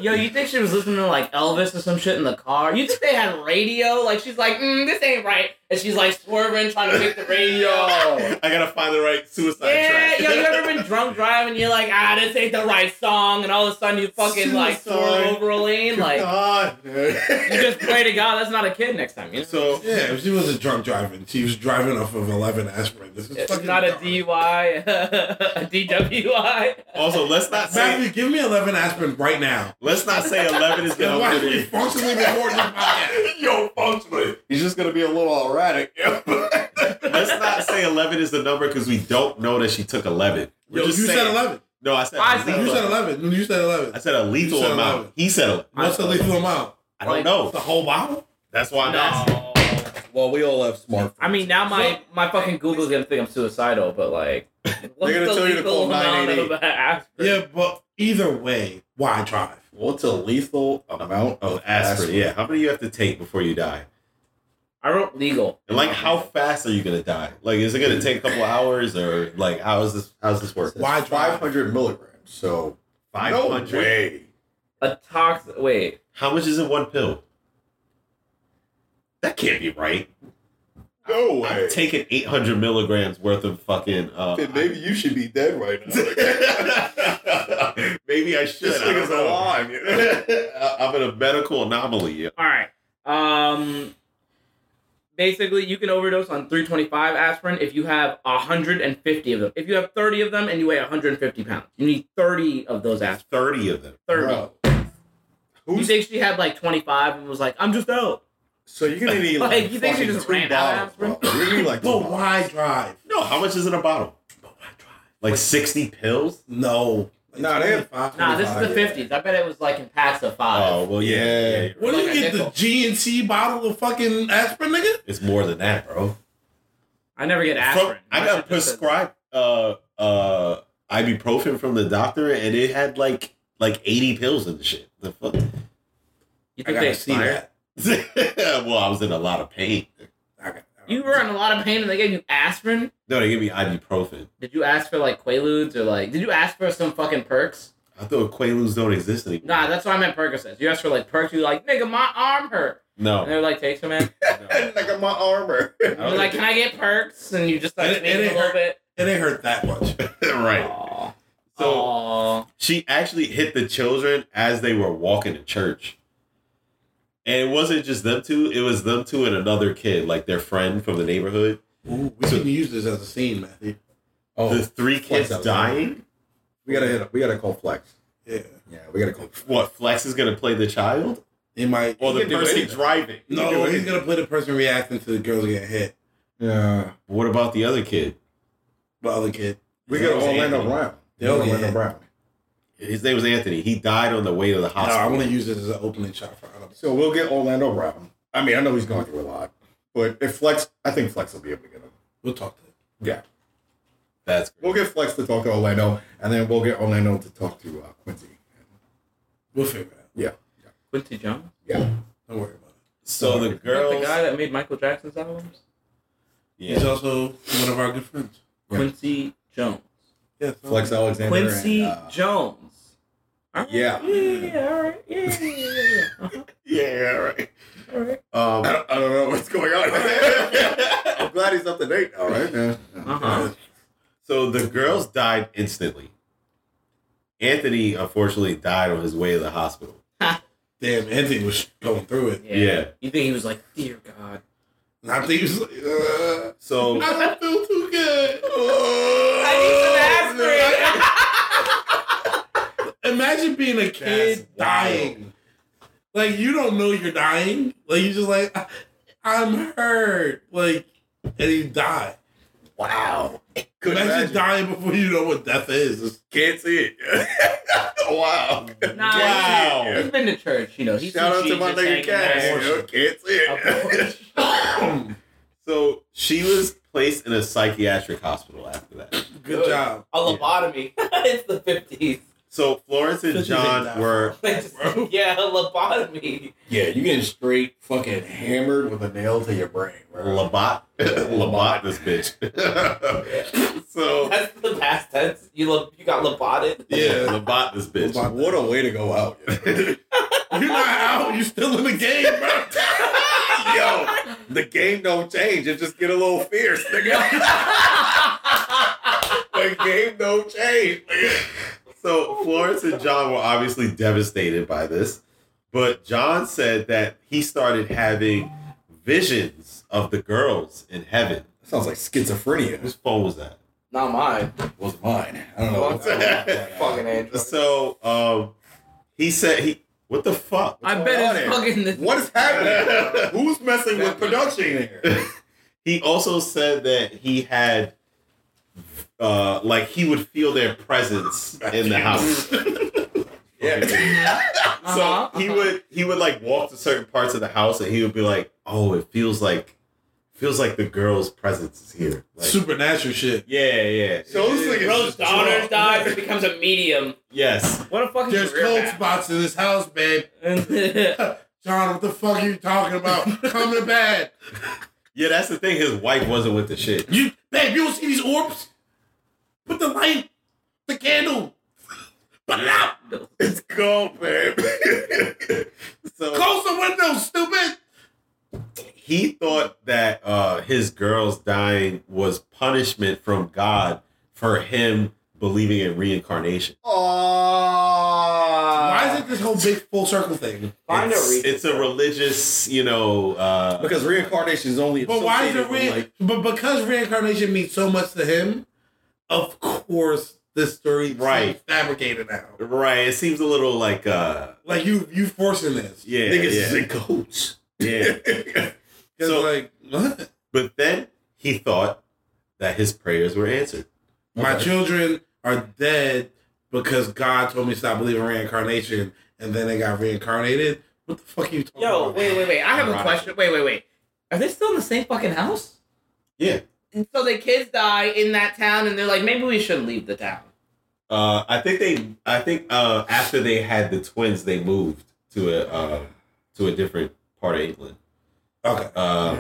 [SPEAKER 5] Yo, you think she was listening to like Elvis or some shit in the car? You think they had radio? Like she's like, mm, this ain't right, and she's like swerving trying to pick the
[SPEAKER 4] (laughs)
[SPEAKER 5] radio.
[SPEAKER 7] I gotta find the right suicide
[SPEAKER 5] Yeah,
[SPEAKER 7] track.
[SPEAKER 5] yo, you ever been drunk driving? You're like, ah, this ain't the right song, and all of a sudden you fucking like
[SPEAKER 7] Suicide.
[SPEAKER 5] swerve over a lane.
[SPEAKER 7] (laughs)
[SPEAKER 4] (laughs)
[SPEAKER 5] Like
[SPEAKER 7] God.
[SPEAKER 5] you just pray to God that's not a kid next time. You know?
[SPEAKER 7] so
[SPEAKER 4] yeah, if she wasn't drunk driving. She was driving off of 11 aspirin. This is
[SPEAKER 5] it's
[SPEAKER 4] fucking
[SPEAKER 5] not a
[SPEAKER 4] dumb.
[SPEAKER 5] DUI, (laughs) a DWI.
[SPEAKER 7] also let's not say
[SPEAKER 4] Matthew, give me 11 aspirin right now.
[SPEAKER 7] let's not say eleven is
[SPEAKER 4] Then
[SPEAKER 7] gonna
[SPEAKER 4] why
[SPEAKER 7] help
[SPEAKER 4] are we
[SPEAKER 7] you.
[SPEAKER 4] functionally recording this
[SPEAKER 7] (laughs)
[SPEAKER 4] podcast?
[SPEAKER 6] (laughs) Yo, functionally. He's just gonna be a little erratic. (laughs)
[SPEAKER 7] Let's not say eleven is the number because we don't know that she took eleven. We're
[SPEAKER 4] Yo, you
[SPEAKER 7] just saying-
[SPEAKER 4] said 11.
[SPEAKER 7] No, I said.
[SPEAKER 5] I
[SPEAKER 7] a
[SPEAKER 5] said
[SPEAKER 7] lethal-
[SPEAKER 4] You said 11. You said 11.
[SPEAKER 7] I said a lethal
[SPEAKER 4] You said
[SPEAKER 7] amount.
[SPEAKER 4] 11.
[SPEAKER 7] He said. 11.
[SPEAKER 4] What's the lethal amount?
[SPEAKER 7] I don't
[SPEAKER 5] Like-
[SPEAKER 7] know.
[SPEAKER 4] The whole bottle?
[SPEAKER 7] That's why I'm asking.
[SPEAKER 5] No.
[SPEAKER 6] Well, we all have smartphones.
[SPEAKER 5] I mean, now my my fucking Google's gonna think I'm suicidal, but like, what's
[SPEAKER 6] gonna
[SPEAKER 5] the
[SPEAKER 6] tell you to
[SPEAKER 5] legal
[SPEAKER 6] call
[SPEAKER 5] amount
[SPEAKER 6] 988.
[SPEAKER 5] of aspirin?
[SPEAKER 4] Yeah, but either way, why drive?
[SPEAKER 6] what's a lethal amount
[SPEAKER 7] Oh, aspirin. Yeah. How many you have to take before you die?
[SPEAKER 5] I wrote legal.
[SPEAKER 7] And like, how fast are you gonna die? Like, is it gonna take a couple hours, or like, how is this? How's this work?
[SPEAKER 4] Why drive?
[SPEAKER 6] 500 milligrams. So,
[SPEAKER 7] Five
[SPEAKER 6] No
[SPEAKER 7] hundred.
[SPEAKER 6] way.
[SPEAKER 5] A tox. Wait,
[SPEAKER 7] How much is in one pill? That can't be right.
[SPEAKER 6] No
[SPEAKER 7] I'm taking 800 milligrams worth of fucking. Uh,
[SPEAKER 6] Then maybe you should be dead right (laughs) now.
[SPEAKER 7] (laughs) maybe I should.
[SPEAKER 6] this
[SPEAKER 7] I don't
[SPEAKER 6] nigga's
[SPEAKER 7] know. (laughs)
[SPEAKER 6] alive. you know?
[SPEAKER 7] I- I'm in a medical anomaly.
[SPEAKER 5] all right. Um, basically, you can overdose on 325 aspirin if you have 150 of them. If you have 30 of them and you weigh 150 pounds, you need 30 of those aspirin.
[SPEAKER 7] 30 of them.
[SPEAKER 5] 30.
[SPEAKER 6] (laughs) Bro.
[SPEAKER 5] you
[SPEAKER 6] Who's,
[SPEAKER 5] think she had like 25 and was like, I'm just out.
[SPEAKER 6] so you're gonna need like,
[SPEAKER 5] Like, you think she
[SPEAKER 6] fucking
[SPEAKER 5] just
[SPEAKER 6] two
[SPEAKER 5] ran out of
[SPEAKER 6] bottles, bro. You're gonna need like two
[SPEAKER 4] But
[SPEAKER 6] bottles.
[SPEAKER 4] why drive?
[SPEAKER 7] No, how much is in a bottle? Like 60 pills?
[SPEAKER 4] No.
[SPEAKER 6] Nah, they have-
[SPEAKER 4] five.
[SPEAKER 5] Nah, this is the
[SPEAKER 6] 25,
[SPEAKER 5] 50s. I bet it was like in packs of five.
[SPEAKER 7] Oh, well, yeah. yeah,
[SPEAKER 6] Yeah.
[SPEAKER 7] you're right.
[SPEAKER 4] What do
[SPEAKER 5] Like
[SPEAKER 4] you
[SPEAKER 5] a
[SPEAKER 4] get the
[SPEAKER 5] nickel.
[SPEAKER 4] GNC bottle of fucking aspirin, nigga?
[SPEAKER 7] It's more than that, bro.
[SPEAKER 5] I never get aspirin.
[SPEAKER 7] From- I
[SPEAKER 5] My
[SPEAKER 7] got
[SPEAKER 5] shit just says-
[SPEAKER 7] prescribed uh, uh, ibuprofen from the doctor, and it had like like 80 pills in the shit. The fuck? (laughs)
[SPEAKER 5] You
[SPEAKER 4] I
[SPEAKER 5] think they
[SPEAKER 4] gotta see
[SPEAKER 5] expired?
[SPEAKER 4] that.
[SPEAKER 7] well, I was in a lot of pain.
[SPEAKER 4] I got- I
[SPEAKER 5] You
[SPEAKER 4] don't-
[SPEAKER 5] were in a lot of pain and they gave you aspirin.
[SPEAKER 7] No, they gave me ibuprofen.
[SPEAKER 5] Did you ask for like Quaaludes or like? Did you ask for some fucking perks?
[SPEAKER 7] I thought Quaaludes don't exist anymore.
[SPEAKER 5] Nah, that's why I meant Percocets. You asked for like perks. You like, nigga, my arm hurt. And (laughs)
[SPEAKER 7] No.
[SPEAKER 5] they're like, "Take some man."
[SPEAKER 7] no.
[SPEAKER 6] (laughs) like I'm my armor.
[SPEAKER 5] And they're like, "Can I get perks?" And you just like
[SPEAKER 4] It- it
[SPEAKER 5] sneak a
[SPEAKER 4] ain't
[SPEAKER 5] little
[SPEAKER 4] hurt.
[SPEAKER 5] bit.
[SPEAKER 4] It ain't hurt that much.
[SPEAKER 7] (laughs) right.
[SPEAKER 5] Aw.
[SPEAKER 7] So
[SPEAKER 5] Aw.
[SPEAKER 7] she actually hit the children as they were walking to church. And it wasn't just them two, it was them two and another kid, like their friend from the neighborhood.
[SPEAKER 4] Ooh, we
[SPEAKER 7] So-
[SPEAKER 4] can use this as a scene, Matthew.
[SPEAKER 7] The
[SPEAKER 6] Oh,
[SPEAKER 7] three kids
[SPEAKER 6] Flex out.
[SPEAKER 7] dying.
[SPEAKER 6] we gotta hit. We gotta call flex.
[SPEAKER 4] Yeah,
[SPEAKER 6] Yeah, we gotta call.
[SPEAKER 7] What, Flex is gonna play the child?
[SPEAKER 4] he might.
[SPEAKER 7] Or
[SPEAKER 6] He
[SPEAKER 7] the
[SPEAKER 6] can do
[SPEAKER 7] person
[SPEAKER 6] anything.
[SPEAKER 7] driving?
[SPEAKER 4] no, he's gonna play the person reacting to the girls getting hit
[SPEAKER 6] Yeah,
[SPEAKER 7] What about the other kid?
[SPEAKER 4] by other kid.
[SPEAKER 6] we
[SPEAKER 7] Yeah,
[SPEAKER 6] got
[SPEAKER 7] it was
[SPEAKER 6] Orlando
[SPEAKER 7] Anthony.
[SPEAKER 6] Brown.
[SPEAKER 4] Yeah, okay.
[SPEAKER 6] Orlando Brown.
[SPEAKER 7] His name was Anthony. He died on the way to the
[SPEAKER 4] No, I
[SPEAKER 7] hospital.
[SPEAKER 4] want to use this as an opening shot for Adam.
[SPEAKER 6] So we'll get Orlando Brown. I mean, I know he's going through a lot, but if Flex, I think Flex will be able to get him.
[SPEAKER 4] We'll talk to him.
[SPEAKER 6] Yeah,
[SPEAKER 7] That's
[SPEAKER 6] we'll get Flex to talk to Orlando, and then we'll get Orlando to talk to uh, Quincy.
[SPEAKER 4] We'll figure it out.
[SPEAKER 6] Yeah,
[SPEAKER 5] Quincy Jones,
[SPEAKER 6] yeah.
[SPEAKER 4] Don't worry about it.
[SPEAKER 7] so the
[SPEAKER 5] Is that
[SPEAKER 7] girls.
[SPEAKER 5] the guy that made Michael Jackson's albums,
[SPEAKER 4] He's
[SPEAKER 7] yeah.
[SPEAKER 4] also one of our good friends.
[SPEAKER 6] Yeah.
[SPEAKER 5] Quincy Jones.
[SPEAKER 4] Yeah, so-
[SPEAKER 6] Flex Alexander. and,
[SPEAKER 5] Quincy
[SPEAKER 6] uh,
[SPEAKER 5] Jones. All right.
[SPEAKER 6] Yeah.
[SPEAKER 5] Yeah, yeah, all right. Yeah, yeah, yeah, yeah. Uh-huh.
[SPEAKER 6] yeah, right.
[SPEAKER 5] All right.
[SPEAKER 6] Um, I, don't, I don't know what's going (laughs) on. I'm glad he's up to date. All right. Yeah.
[SPEAKER 5] Uh-huh.
[SPEAKER 7] So the girls died instantly. Anthony unfortunately died on his way to the hospital.
[SPEAKER 4] Damn, Anthony was going through (laughs) it.
[SPEAKER 5] Yeah.
[SPEAKER 7] Yeah.
[SPEAKER 5] You think he was like, dear God.
[SPEAKER 4] And I think he was like, uh,
[SPEAKER 7] So
[SPEAKER 4] I don't feel too (laughs) good. Oh,
[SPEAKER 5] I need some
[SPEAKER 4] (laughs)
[SPEAKER 5] aspirin.
[SPEAKER 4] Imagine being a kid
[SPEAKER 7] That's wild.
[SPEAKER 4] dying. Like you don't know you're dying. Like you just like "I- I'm hurt. Like and you die.
[SPEAKER 6] Wow. Could
[SPEAKER 4] Imagine,
[SPEAKER 6] imagine.
[SPEAKER 4] dying before you know what death is. It's-
[SPEAKER 6] Can't see it. wow.
[SPEAKER 5] Nah,
[SPEAKER 7] Wow.
[SPEAKER 5] He's been to church, you know. He's
[SPEAKER 6] Shout out to my nigga Cash. yo. Can't see it.
[SPEAKER 7] (laughs) so she was placed in a psychiatric hospital after that.
[SPEAKER 4] good, job.
[SPEAKER 5] A lobotomy. (laughs) it's the (laughs) 50s.
[SPEAKER 7] So Florence and
[SPEAKER 4] Fifties ain't
[SPEAKER 7] John
[SPEAKER 4] that
[SPEAKER 7] were
[SPEAKER 5] They just- yeah, a lobotomy.
[SPEAKER 6] Yeah, you getting straight fucking hammered with a nail to your brain, bro.
[SPEAKER 7] Labat (laughs) Labat this bitch. (laughs) so
[SPEAKER 5] That's the past tense. You lo- you got loboted. (laughs)
[SPEAKER 4] Yeah.
[SPEAKER 7] Labat this bitch.
[SPEAKER 6] What a way to go out. (laughs) yo.
[SPEAKER 4] You're not out, you're still in the game, bro.
[SPEAKER 6] Yo, the game don't change. It just get a little fierce, nigga. the game don't change. nigga.
[SPEAKER 7] So Florence and John were obviously devastated by this, but John said that he started having visions of the girls in heaven.
[SPEAKER 6] Sounds like schizophrenia.
[SPEAKER 7] Whose phone was that?
[SPEAKER 5] Not mine.
[SPEAKER 6] Was mine. I don't know.
[SPEAKER 5] Fuck
[SPEAKER 6] what's that.
[SPEAKER 5] (laughs) Fucking Andrew.
[SPEAKER 7] So um, he said he. What the fuck?
[SPEAKER 5] I
[SPEAKER 6] going on
[SPEAKER 5] bet it's
[SPEAKER 6] here?
[SPEAKER 5] fucking this.
[SPEAKER 6] What
[SPEAKER 5] (laughs)
[SPEAKER 6] is happening? Who's messing with production here?
[SPEAKER 7] He also said that he had, uh, like he would feel their presence in the house.
[SPEAKER 6] Yeah.
[SPEAKER 7] So
[SPEAKER 5] Uh-huh,
[SPEAKER 7] he
[SPEAKER 5] uh-huh.
[SPEAKER 7] would he would like walk to certain parts of the house and he would be like, "Oh, it feels like, feels like the girl's presence is here." Like,
[SPEAKER 4] (laughs) Supernatural shit.
[SPEAKER 7] Yeah, yeah.
[SPEAKER 6] So this nigga
[SPEAKER 5] Rose daughter dies and becomes a medium.
[SPEAKER 7] yes.
[SPEAKER 5] What a fucking
[SPEAKER 4] There's
[SPEAKER 5] career
[SPEAKER 4] cold
[SPEAKER 5] path.
[SPEAKER 4] spots in this house,
[SPEAKER 5] (laughs)
[SPEAKER 4] babe. John, what the fuck are you talking about? Come to bed.
[SPEAKER 7] Yeah, that's the thing. His wife wasn't with the shit.
[SPEAKER 4] You babe, you don't see these orbs? Put the light, the candle. Put it out.
[SPEAKER 6] It's cold, man.
[SPEAKER 7] So
[SPEAKER 4] Close the window, stupid.
[SPEAKER 7] he thought that uh, his girl's dying was punishment from God for him believing in reincarnation.
[SPEAKER 4] Why
[SPEAKER 6] Why
[SPEAKER 4] is it this whole big full circle thing?
[SPEAKER 5] Find a
[SPEAKER 7] It's,
[SPEAKER 5] reason.
[SPEAKER 7] it's a religious, you know. Uh,
[SPEAKER 6] Because reincarnation is only.
[SPEAKER 4] But why is it
[SPEAKER 6] associated with,
[SPEAKER 4] re-
[SPEAKER 6] like-
[SPEAKER 4] but because reincarnation means so much to him, of course this story seems
[SPEAKER 7] Right.
[SPEAKER 4] fabricated now.
[SPEAKER 7] right. It seems a little like. Uh,
[SPEAKER 4] Like you you forcing this.
[SPEAKER 7] Yeah,
[SPEAKER 4] Niggas
[SPEAKER 7] yeah.
[SPEAKER 4] is in cahoots.
[SPEAKER 7] yeah.
[SPEAKER 4] 'Cause
[SPEAKER 7] So-
[SPEAKER 4] like what?
[SPEAKER 7] but then he thought that his prayers were answered.
[SPEAKER 4] My
[SPEAKER 6] Okay.
[SPEAKER 4] children are dead because God told me to stop believing in reincarnation and then they got reincarnated. What the fuck are you talking
[SPEAKER 5] Yo,
[SPEAKER 4] about?
[SPEAKER 5] wait, wait, wait. I have a
[SPEAKER 7] Right.
[SPEAKER 5] question. Wait, wait, wait. Are they still in the same fucking house?
[SPEAKER 7] Yeah.
[SPEAKER 5] And so the kids die in that town, and they're like, maybe we should leave the town.
[SPEAKER 7] Uh, I think they. I think uh, after they had the twins, they moved to a uh, to a different part of England.
[SPEAKER 4] Okay.
[SPEAKER 7] Uh,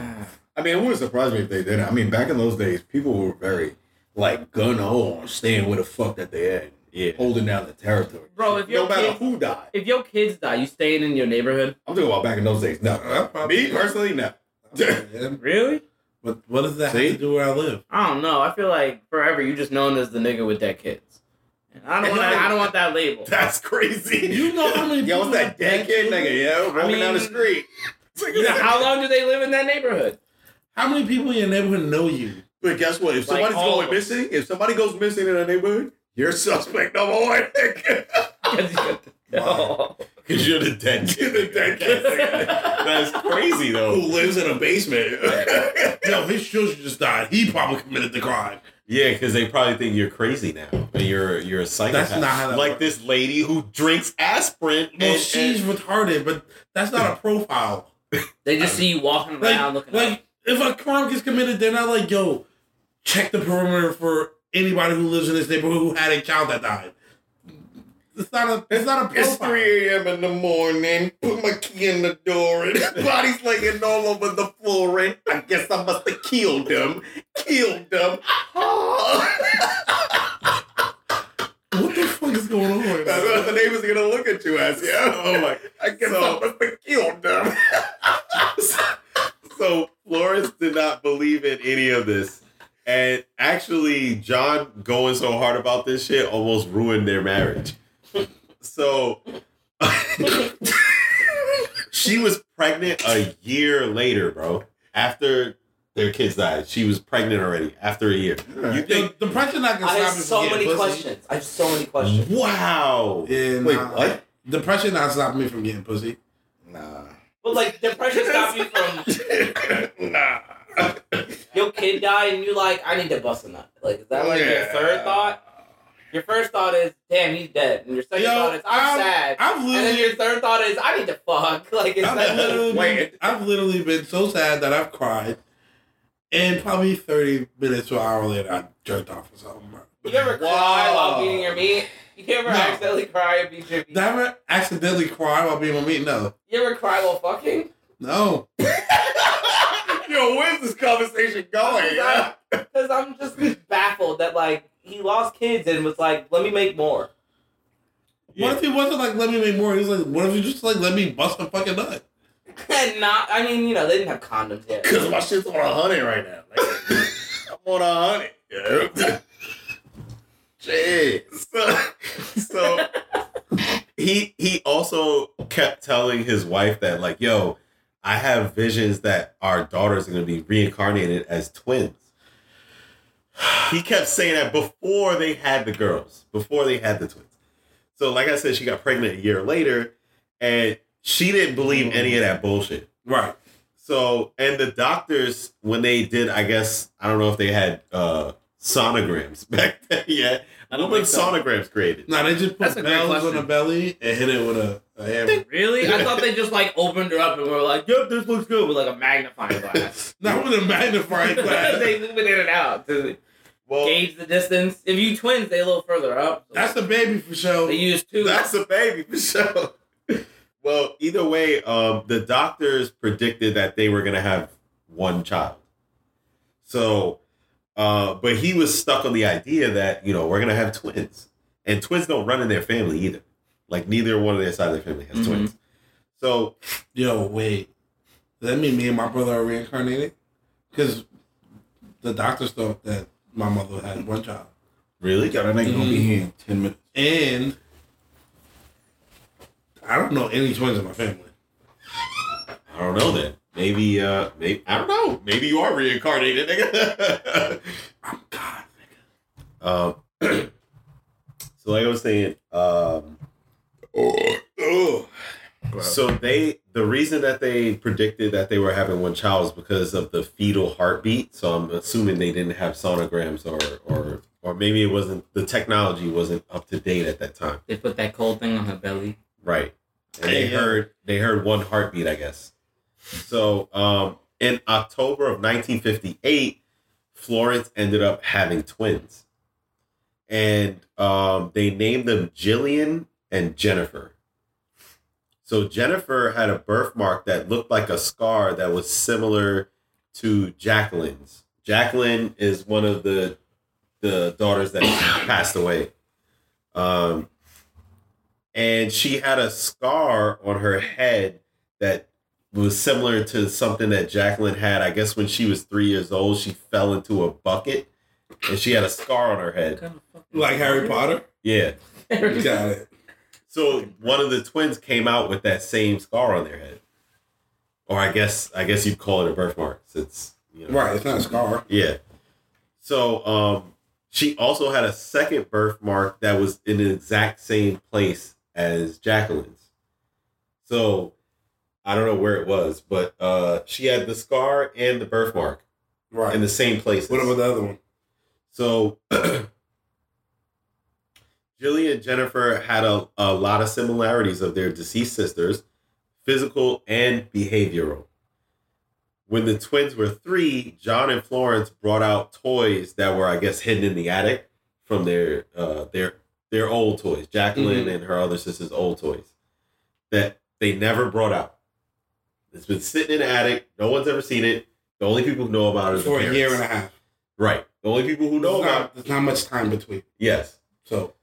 [SPEAKER 6] I mean, it wouldn't surprise me if they didn't. I mean, back in those days, people were very like gun ho on staying where the fuck that they had.
[SPEAKER 7] Yeah.
[SPEAKER 6] holding down the territory.
[SPEAKER 5] Bro, if
[SPEAKER 6] no
[SPEAKER 5] your
[SPEAKER 6] matter
[SPEAKER 5] kids-
[SPEAKER 6] who died,
[SPEAKER 5] If your kids die, you staying in your neighborhood?
[SPEAKER 6] I'm talking about back in those days. No,
[SPEAKER 4] I probably-
[SPEAKER 6] me personally, no.
[SPEAKER 4] Yeah.
[SPEAKER 5] Really?
[SPEAKER 4] But (laughs) what does that
[SPEAKER 6] See?
[SPEAKER 4] have to do where I live?
[SPEAKER 5] I don't know. I feel like forever you just known as the nigga with dead kids. And I don't want. I don't want that label.
[SPEAKER 6] (laughs) That's crazy.
[SPEAKER 7] (laughs)
[SPEAKER 4] You know how
[SPEAKER 6] (laughs)
[SPEAKER 4] many
[SPEAKER 6] Yo, what's
[SPEAKER 4] people
[SPEAKER 6] that dead kid nigga? Yo, walking down the
[SPEAKER 5] mean-
[SPEAKER 6] street.
[SPEAKER 5] You know, how long do they live in that neighborhood?
[SPEAKER 4] How many people in your neighborhood know you?
[SPEAKER 6] But guess what? If
[SPEAKER 5] Like oh.
[SPEAKER 6] somebody's
[SPEAKER 5] all
[SPEAKER 6] going
[SPEAKER 5] of us.
[SPEAKER 6] missing, if somebody goes missing in a neighborhood, you're suspect number one.
[SPEAKER 7] Because you're the dead
[SPEAKER 6] You're
[SPEAKER 7] kid.
[SPEAKER 6] the dead kid.
[SPEAKER 7] That's crazy,
[SPEAKER 6] Who
[SPEAKER 7] though.
[SPEAKER 6] lives in a basement? (laughs)
[SPEAKER 4] No, his children just died. He probably committed the crime.
[SPEAKER 7] Yeah, because they probably think you're crazy now. And you're you're a psychopath.
[SPEAKER 4] not how that
[SPEAKER 7] like
[SPEAKER 4] works.
[SPEAKER 7] this lady who drinks aspirin.
[SPEAKER 4] Well,
[SPEAKER 7] and-
[SPEAKER 4] she's
[SPEAKER 7] (laughs) and-
[SPEAKER 4] retarded, but that's not a profile.
[SPEAKER 5] They just see you walking around
[SPEAKER 4] Like,
[SPEAKER 5] looking
[SPEAKER 4] like if a crime gets committed, they're not like, yo, check the perimeter for anybody who lives in this neighborhood who had a child that died. It's not a. It's not a
[SPEAKER 6] It's
[SPEAKER 4] profile.
[SPEAKER 6] 3 a.m. in the morning. Put my key in the door, and (laughs) his body's laying all over the floor. And I guess I must have killed him. Killed him. (laughs)
[SPEAKER 4] What the fuck is going on? Right
[SPEAKER 6] That's
[SPEAKER 4] now?
[SPEAKER 6] what the neighbors are gonna look at you as. Yeah. Oh my. I guess I must have killed them.
[SPEAKER 7] so Florence did not believe in any of this. And actually, John going so hard about this shit almost ruined their marriage. So (laughs) she was pregnant a year later, bro. After their kids died, she was pregnant already after a year. You think,
[SPEAKER 4] The depression not gonna
[SPEAKER 8] I
[SPEAKER 4] stop
[SPEAKER 8] have
[SPEAKER 4] you from
[SPEAKER 8] so
[SPEAKER 4] getting
[SPEAKER 8] many
[SPEAKER 4] pussy.
[SPEAKER 8] questions. I have so many questions.
[SPEAKER 7] wow.
[SPEAKER 4] Yeah,
[SPEAKER 6] Wait,
[SPEAKER 4] nah.
[SPEAKER 6] what?
[SPEAKER 4] Depression not stopping me from getting pussy.
[SPEAKER 6] Nah.
[SPEAKER 8] But like depression stops you from
[SPEAKER 6] nah.
[SPEAKER 8] your kid died and you're like, I need to bust a nut. Like is that like your
[SPEAKER 6] Yeah.
[SPEAKER 8] third thought? Your first thought is, damn, he's dead. And your second
[SPEAKER 4] Yo,
[SPEAKER 8] thought is, I'm,
[SPEAKER 4] I'm-
[SPEAKER 8] sad.
[SPEAKER 4] I've
[SPEAKER 8] and then
[SPEAKER 4] literally,
[SPEAKER 8] your third thought is, I need to fuck. (laughs) Like it's
[SPEAKER 4] I've
[SPEAKER 8] that
[SPEAKER 4] literally,
[SPEAKER 6] Wait.
[SPEAKER 4] I've literally been so sad that I've cried, and probably thirty minutes to an hour later, I jerked off or something.
[SPEAKER 8] you ever cry
[SPEAKER 6] Wow.
[SPEAKER 8] while beating your meat? You ever
[SPEAKER 4] No.
[SPEAKER 8] accidentally cry and beat your meat?
[SPEAKER 4] Never accidentally cry while being with me. No,
[SPEAKER 8] You ever cry while fucking?
[SPEAKER 4] no.
[SPEAKER 6] Yo, where's this conversation
[SPEAKER 4] (laughs)
[SPEAKER 6] going? Oh, Yeah.
[SPEAKER 8] Because I'm just baffled that like he lost kids and was like, let me make more. (laughs)
[SPEAKER 4] What if he wasn't like, let me make more? He was like, what if he just like, let me bust a fucking nut?
[SPEAKER 8] and not, I mean, you know, they didn't have condoms yet.
[SPEAKER 6] Cause (laughs) my shit's on a hundred right now. (laughs) Like, I'm on a hundred. Yeah. Jeez.
[SPEAKER 7] So, so he he also kept telling his wife that like, yo, I have visions that our daughters are gonna be reincarnated as twins. He kept saying that before they had the girls, before they had the twins. So, like I said, she got pregnant a year later, and she didn't believe any of that bullshit.
[SPEAKER 4] Right.
[SPEAKER 7] So, and the doctors, when they did, I guess, I don't know if they had uh sonograms (laughs) back then yet. I don't think sonograms created.
[SPEAKER 4] No, they just put
[SPEAKER 5] That's a great
[SPEAKER 4] bells on
[SPEAKER 5] question.
[SPEAKER 4] the belly and hit it with a, a hammer.
[SPEAKER 5] at Really? I thought they just like opened her up and were like, yep, this looks good with like a magnifying glass.
[SPEAKER 4] (laughs) Not with a
[SPEAKER 5] (laughs)
[SPEAKER 4] magnifying glass.
[SPEAKER 5] they move it in and out to
[SPEAKER 7] Well,
[SPEAKER 5] gauge the distance. If you twins, they a little further up.
[SPEAKER 4] That's the baby for sure.
[SPEAKER 5] they use two.
[SPEAKER 7] (laughs) that's a baby for sure. Well, either way, um, the doctors predicted that they were gonna have one child. So, uh, but he was stuck on the idea that you know we're gonna have twins, and twins don't run in their family either. Like neither one of their side of their family has
[SPEAKER 5] Mhm.
[SPEAKER 7] twins. So
[SPEAKER 4] Yo, wait. Does that mean me and my brother are reincarnated? Because the doctors thought that my mother had one child.
[SPEAKER 7] really,
[SPEAKER 6] Yo, that nigga gonna be here in ten minutes.
[SPEAKER 4] And I don't know any twins in my family.
[SPEAKER 7] I don't know then. Maybe uh maybe I don't know. Maybe you are reincarnated, nigga. (laughs)
[SPEAKER 4] I'm God.
[SPEAKER 7] um (clears throat) So like I was saying, um
[SPEAKER 6] Oh.
[SPEAKER 7] so they the reason that they predicted that they were having one child is because of the fetal heartbeat. So I'm assuming they didn't have sonograms or or or maybe it wasn't the technology wasn't up to date at that time.
[SPEAKER 5] They put that cold thing on her belly.
[SPEAKER 7] Right. And they
[SPEAKER 4] Yeah.
[SPEAKER 7] heard they heard one heartbeat, I guess. So um in October of 1958, Florence ended up having twins. And um they named them Jillian and Jennifer. So Jennifer had a birthmark that looked like a scar that was similar to Jacqueline's. Jacqueline is one of the the daughters that passed away. Um, and she had a scar on her head that was similar to something that Jacqueline had. I guess when she was three years old, she fell into a bucket and she had a scar on her head.
[SPEAKER 4] Like Harry Potter?
[SPEAKER 7] Yeah.
[SPEAKER 5] (laughs)
[SPEAKER 4] Got it.
[SPEAKER 7] So one of the twins came out with that same scar on their head, or I guess I guess you'd call it a birthmark since you know.
[SPEAKER 4] Right, it's not a scar.
[SPEAKER 7] Yeah. So um, she also had a second birthmark that was in the exact same place as Jacqueline's. So I don't know where it was, but uh, she had the scar and the birthmark
[SPEAKER 4] Right.
[SPEAKER 7] in the same place.
[SPEAKER 4] what about the other one?
[SPEAKER 7] So, (clears throat) Jillian and Jennifer had a, a lot of similarities of their deceased sisters, physical and behavioral. When the twins were three, John and Florence brought out toys that were, I guess, hidden in the attic from their uh, their their old toys, Jacqueline
[SPEAKER 4] Mm-hmm.
[SPEAKER 7] and her other sister's old toys, that they never brought out. It's been sitting in the attic. No one's ever seen it. The only people who know about it is the
[SPEAKER 4] For a year
[SPEAKER 7] parents.
[SPEAKER 4] and a half.
[SPEAKER 7] Right. The only people who know
[SPEAKER 4] There's
[SPEAKER 7] about
[SPEAKER 4] not, there's not much time between.
[SPEAKER 7] yes.
[SPEAKER 4] So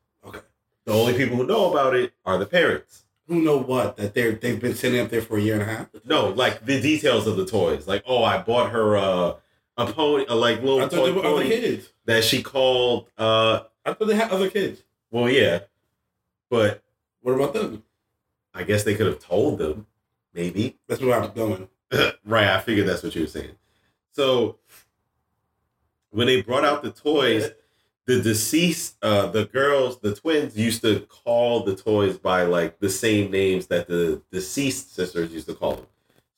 [SPEAKER 7] The only people who know about it are the parents.
[SPEAKER 4] who know what? That they're they've been sitting up there for a year and a half?
[SPEAKER 7] No, like the details of the toys. Like, oh, I bought her uh, a pony, a like
[SPEAKER 4] I
[SPEAKER 7] little
[SPEAKER 4] thought they
[SPEAKER 7] toy
[SPEAKER 4] were other
[SPEAKER 7] pony
[SPEAKER 4] kids.
[SPEAKER 7] that she called. uh
[SPEAKER 4] I thought they had other kids.
[SPEAKER 7] Well, yeah, but
[SPEAKER 4] What about them?
[SPEAKER 7] I guess they could have told them, maybe.
[SPEAKER 4] That's where I'm going.
[SPEAKER 7] right, I figured that's what you were saying. So when they brought out the toys, the deceased, uh, the girls, the twins used to call the toys by like the same names that the deceased sisters used to call them.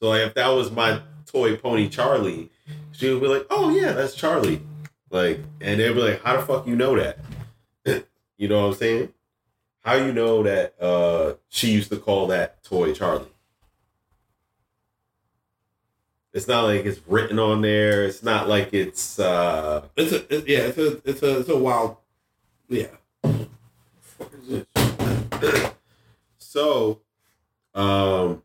[SPEAKER 7] So like, if that was my toy pony Charlie, she would be like, "Oh yeah, that's Charlie," like, and they'd be like, "How the fuck you know that?" (laughs) you know what I'm saying? How you know that uh, she used to call that toy Charlie? It's not like it's written on there. It's not like it's uh
[SPEAKER 4] It's a it, yeah, it's a it's a it's a wild yeah.
[SPEAKER 7] so um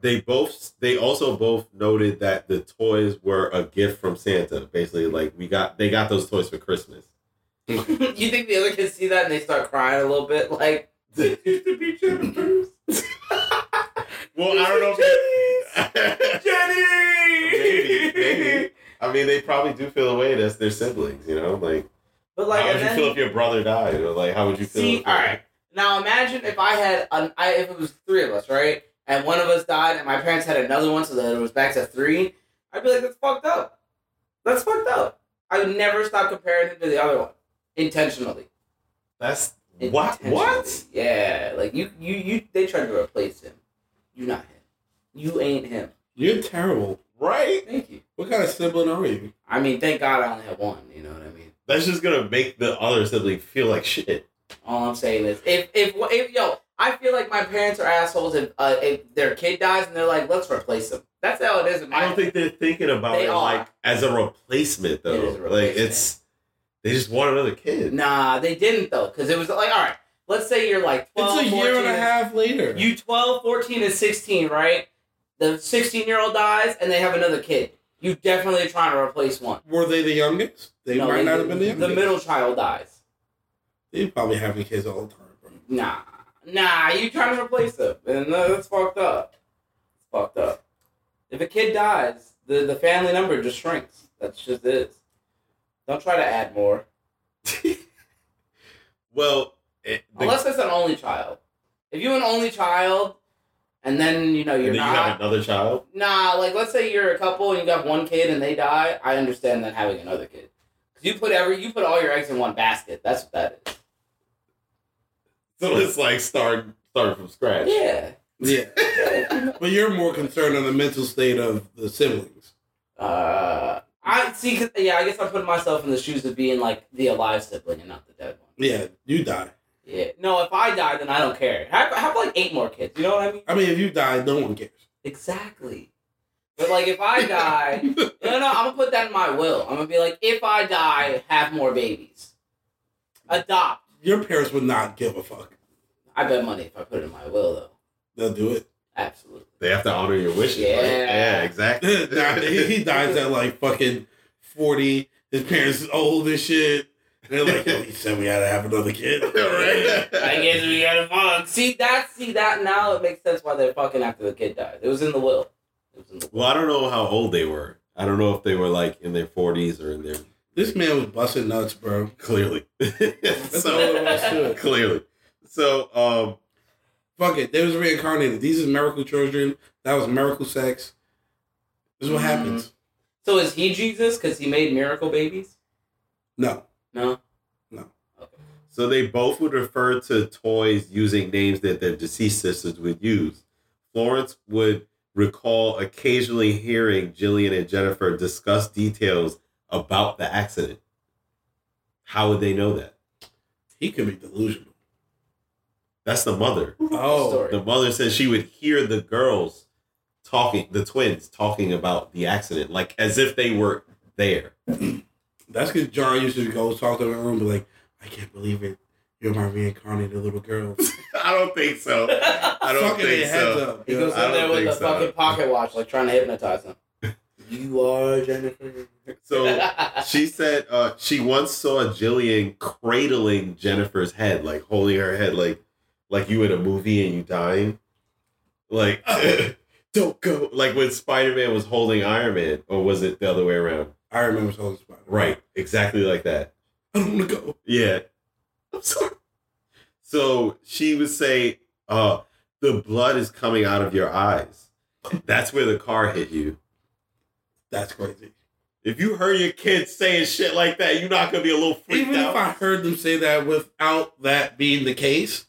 [SPEAKER 7] they both they also both noted that the toys were a gift from Santa. Basically like we got they got those toys
[SPEAKER 5] (laughs)
[SPEAKER 7] for Christmas.
[SPEAKER 5] you think the other kids see that and they start crying a little bit?
[SPEAKER 4] (laughs)
[SPEAKER 5] Like, it used to be (laughs) Jennifer's.
[SPEAKER 7] Well, I don't know if
[SPEAKER 5] Jenny!
[SPEAKER 7] (laughs) maybe, maybe. I mean they probably do feel away that's their siblings, you know? Like,
[SPEAKER 5] But like,
[SPEAKER 7] how would
[SPEAKER 5] and
[SPEAKER 7] you
[SPEAKER 5] then,
[SPEAKER 7] feel if your brother died? Or like how would you feel
[SPEAKER 5] see,
[SPEAKER 7] if
[SPEAKER 5] all right. Now imagine if I had, an, I, if it was three of us, right? And one of us died, and my parents had another one, so that it was back to three. I'd be like, that's fucked up. That's fucked up. I would never stop comparing him to the other one intentionally.
[SPEAKER 7] that's what
[SPEAKER 5] Intentionally.
[SPEAKER 7] what?
[SPEAKER 5] Yeah, like you, you, you. They tried to replace him. You not him. You ain't him.
[SPEAKER 4] You're terrible.
[SPEAKER 7] Right?
[SPEAKER 5] Thank you.
[SPEAKER 4] What kind of sibling are you?
[SPEAKER 5] I mean, thank God I only have one. You know what I mean.
[SPEAKER 7] That's just gonna make the other sibling feel like shit.
[SPEAKER 5] All I'm saying is, if if if yo, I feel like my parents are assholes if uh, if their kid dies and they're like, let's replace him. That's how it is. In my
[SPEAKER 7] I don't think they're thinking about
[SPEAKER 5] They
[SPEAKER 7] it
[SPEAKER 5] are.
[SPEAKER 7] like as a replacement though.
[SPEAKER 5] It is a
[SPEAKER 7] Like
[SPEAKER 5] replacement.
[SPEAKER 7] it's they just want another kid.
[SPEAKER 5] Nah, they didn't though, because it was like, all right, let's say you're like 12,
[SPEAKER 4] it's a year
[SPEAKER 5] 14,
[SPEAKER 4] and a half later.
[SPEAKER 5] You 12, 14, and 16, right? The 16 year old dies and they have another kid. You definitely are trying to replace one.
[SPEAKER 4] were they the youngest? They
[SPEAKER 5] No,
[SPEAKER 4] might
[SPEAKER 5] they-
[SPEAKER 4] not have been the youngest.
[SPEAKER 5] The middle child dies.
[SPEAKER 4] They probably having kids all the time, bro.
[SPEAKER 5] Nah, nah, you trying to replace them, and uh, that's fucked up. It's fucked up. If a kid dies, the the family number just shrinks. That's just it. Don't try to add more,
[SPEAKER 7] Well, it, the,
[SPEAKER 5] unless it's an only child. If you're an only child, and then you know
[SPEAKER 7] and
[SPEAKER 5] you're
[SPEAKER 7] then you
[SPEAKER 5] not.
[SPEAKER 7] have another child. (laughs)
[SPEAKER 5] Nah, like let's say you're a couple and you got one kid and they die. I understand then having another kid. Cause you put every you put all your eggs in one basket. That's what that is.
[SPEAKER 7] So it's like start starting from scratch.
[SPEAKER 5] Yeah.
[SPEAKER 4] Yeah. (laughs) but you're more concerned on the mental state of the siblings.
[SPEAKER 5] Uh, I see. 'cause- yeah, I guess I put myself in the shoes of being like the alive sibling and not the dead one.
[SPEAKER 4] Yeah, you die.
[SPEAKER 5] Yeah. No, if I die, then I don't care. Have, have like eight more kids. You know what I mean?
[SPEAKER 4] I mean, if you die, no one cares.
[SPEAKER 5] Exactly. But like, if I
[SPEAKER 7] (laughs)
[SPEAKER 5] die, no, no, I'm gonna put that in my will. I'm gonna be like, if I die, have more babies. Adopt.
[SPEAKER 4] Your parents would not give a fuck.
[SPEAKER 5] I bet money if I put it in my will though.
[SPEAKER 4] They'll do it. (laughs)
[SPEAKER 5] Absolutely.
[SPEAKER 7] They have to honor your wishes. right?
[SPEAKER 5] Yeah. (laughs)
[SPEAKER 7] yeah exactly. (laughs)
[SPEAKER 4] Nah, he he dies at like fucking 40. His parents is old and shit. They're like, "Yo, he said we had to have another
[SPEAKER 7] (laughs)
[SPEAKER 4] kid.
[SPEAKER 5] I guess we got a mom. See that? See that? Now it makes sense why they're fucking after the kid died. It was in the will. It was in the will.
[SPEAKER 7] Well, I don't know how old they were. I don't know if they were like in their 40s or in their
[SPEAKER 4] This man was busting nuts, bro.
[SPEAKER 7] clearly. (laughs)
[SPEAKER 4] That's all
[SPEAKER 5] (laughs)
[SPEAKER 4] it
[SPEAKER 7] so
[SPEAKER 4] was
[SPEAKER 7] (laughs)
[SPEAKER 4] to it.
[SPEAKER 7] clearly. So um
[SPEAKER 4] Fuck it. They was reincarnated. These is miracle children. That was miracle sex. This is
[SPEAKER 7] Mm-hmm.
[SPEAKER 4] what happens.
[SPEAKER 5] So is he Jesus because he made miracle babies?
[SPEAKER 4] No.
[SPEAKER 5] No.
[SPEAKER 7] So they both would refer to toys using names that their deceased sisters would use. Florence would recall occasionally hearing Jillian and Jennifer discuss details about the accident. How would they know that?
[SPEAKER 4] He could be delusional.
[SPEAKER 7] That's the mother.
[SPEAKER 4] Oh.
[SPEAKER 7] The mother said she would hear the girls talking, the twins talking about the accident, like as if they were there.
[SPEAKER 4] That's because John used to go talk to her in the room and be like, I can't believe it. You're my reincarnated little girl.
[SPEAKER 7] I don't think so. (laughs) I don't
[SPEAKER 4] Fucking
[SPEAKER 7] think
[SPEAKER 4] their heads
[SPEAKER 7] so.
[SPEAKER 4] up.
[SPEAKER 5] (laughs) He
[SPEAKER 4] yo.
[SPEAKER 5] goes
[SPEAKER 7] I
[SPEAKER 5] in there
[SPEAKER 7] don't
[SPEAKER 5] with
[SPEAKER 7] think
[SPEAKER 5] a
[SPEAKER 7] so.
[SPEAKER 5] fucking pocket watch, like trying to hypnotize
[SPEAKER 7] (laughs)
[SPEAKER 5] him. you are Jennifer.
[SPEAKER 7] So
[SPEAKER 5] (laughs)
[SPEAKER 7] she said uh, she once saw Jillian cradling Jennifer's head, like holding her head, like like you in a movie and you dying, like (laughs) don't go, like when Spider Man was holding Iron Man, or was it the other way around?
[SPEAKER 4] I remember holding spot.
[SPEAKER 7] Right, exactly like that.
[SPEAKER 4] I don't want to go.
[SPEAKER 7] Yeah, I'm sorry. So she would say, uh, "The blood is coming out of your eyes. That's where the car hit you."
[SPEAKER 4] That's crazy.
[SPEAKER 7] If you heard your kids saying shit like that, you're not gonna be a little freaked
[SPEAKER 4] Even
[SPEAKER 7] out.
[SPEAKER 4] if I heard them say that without that being the case,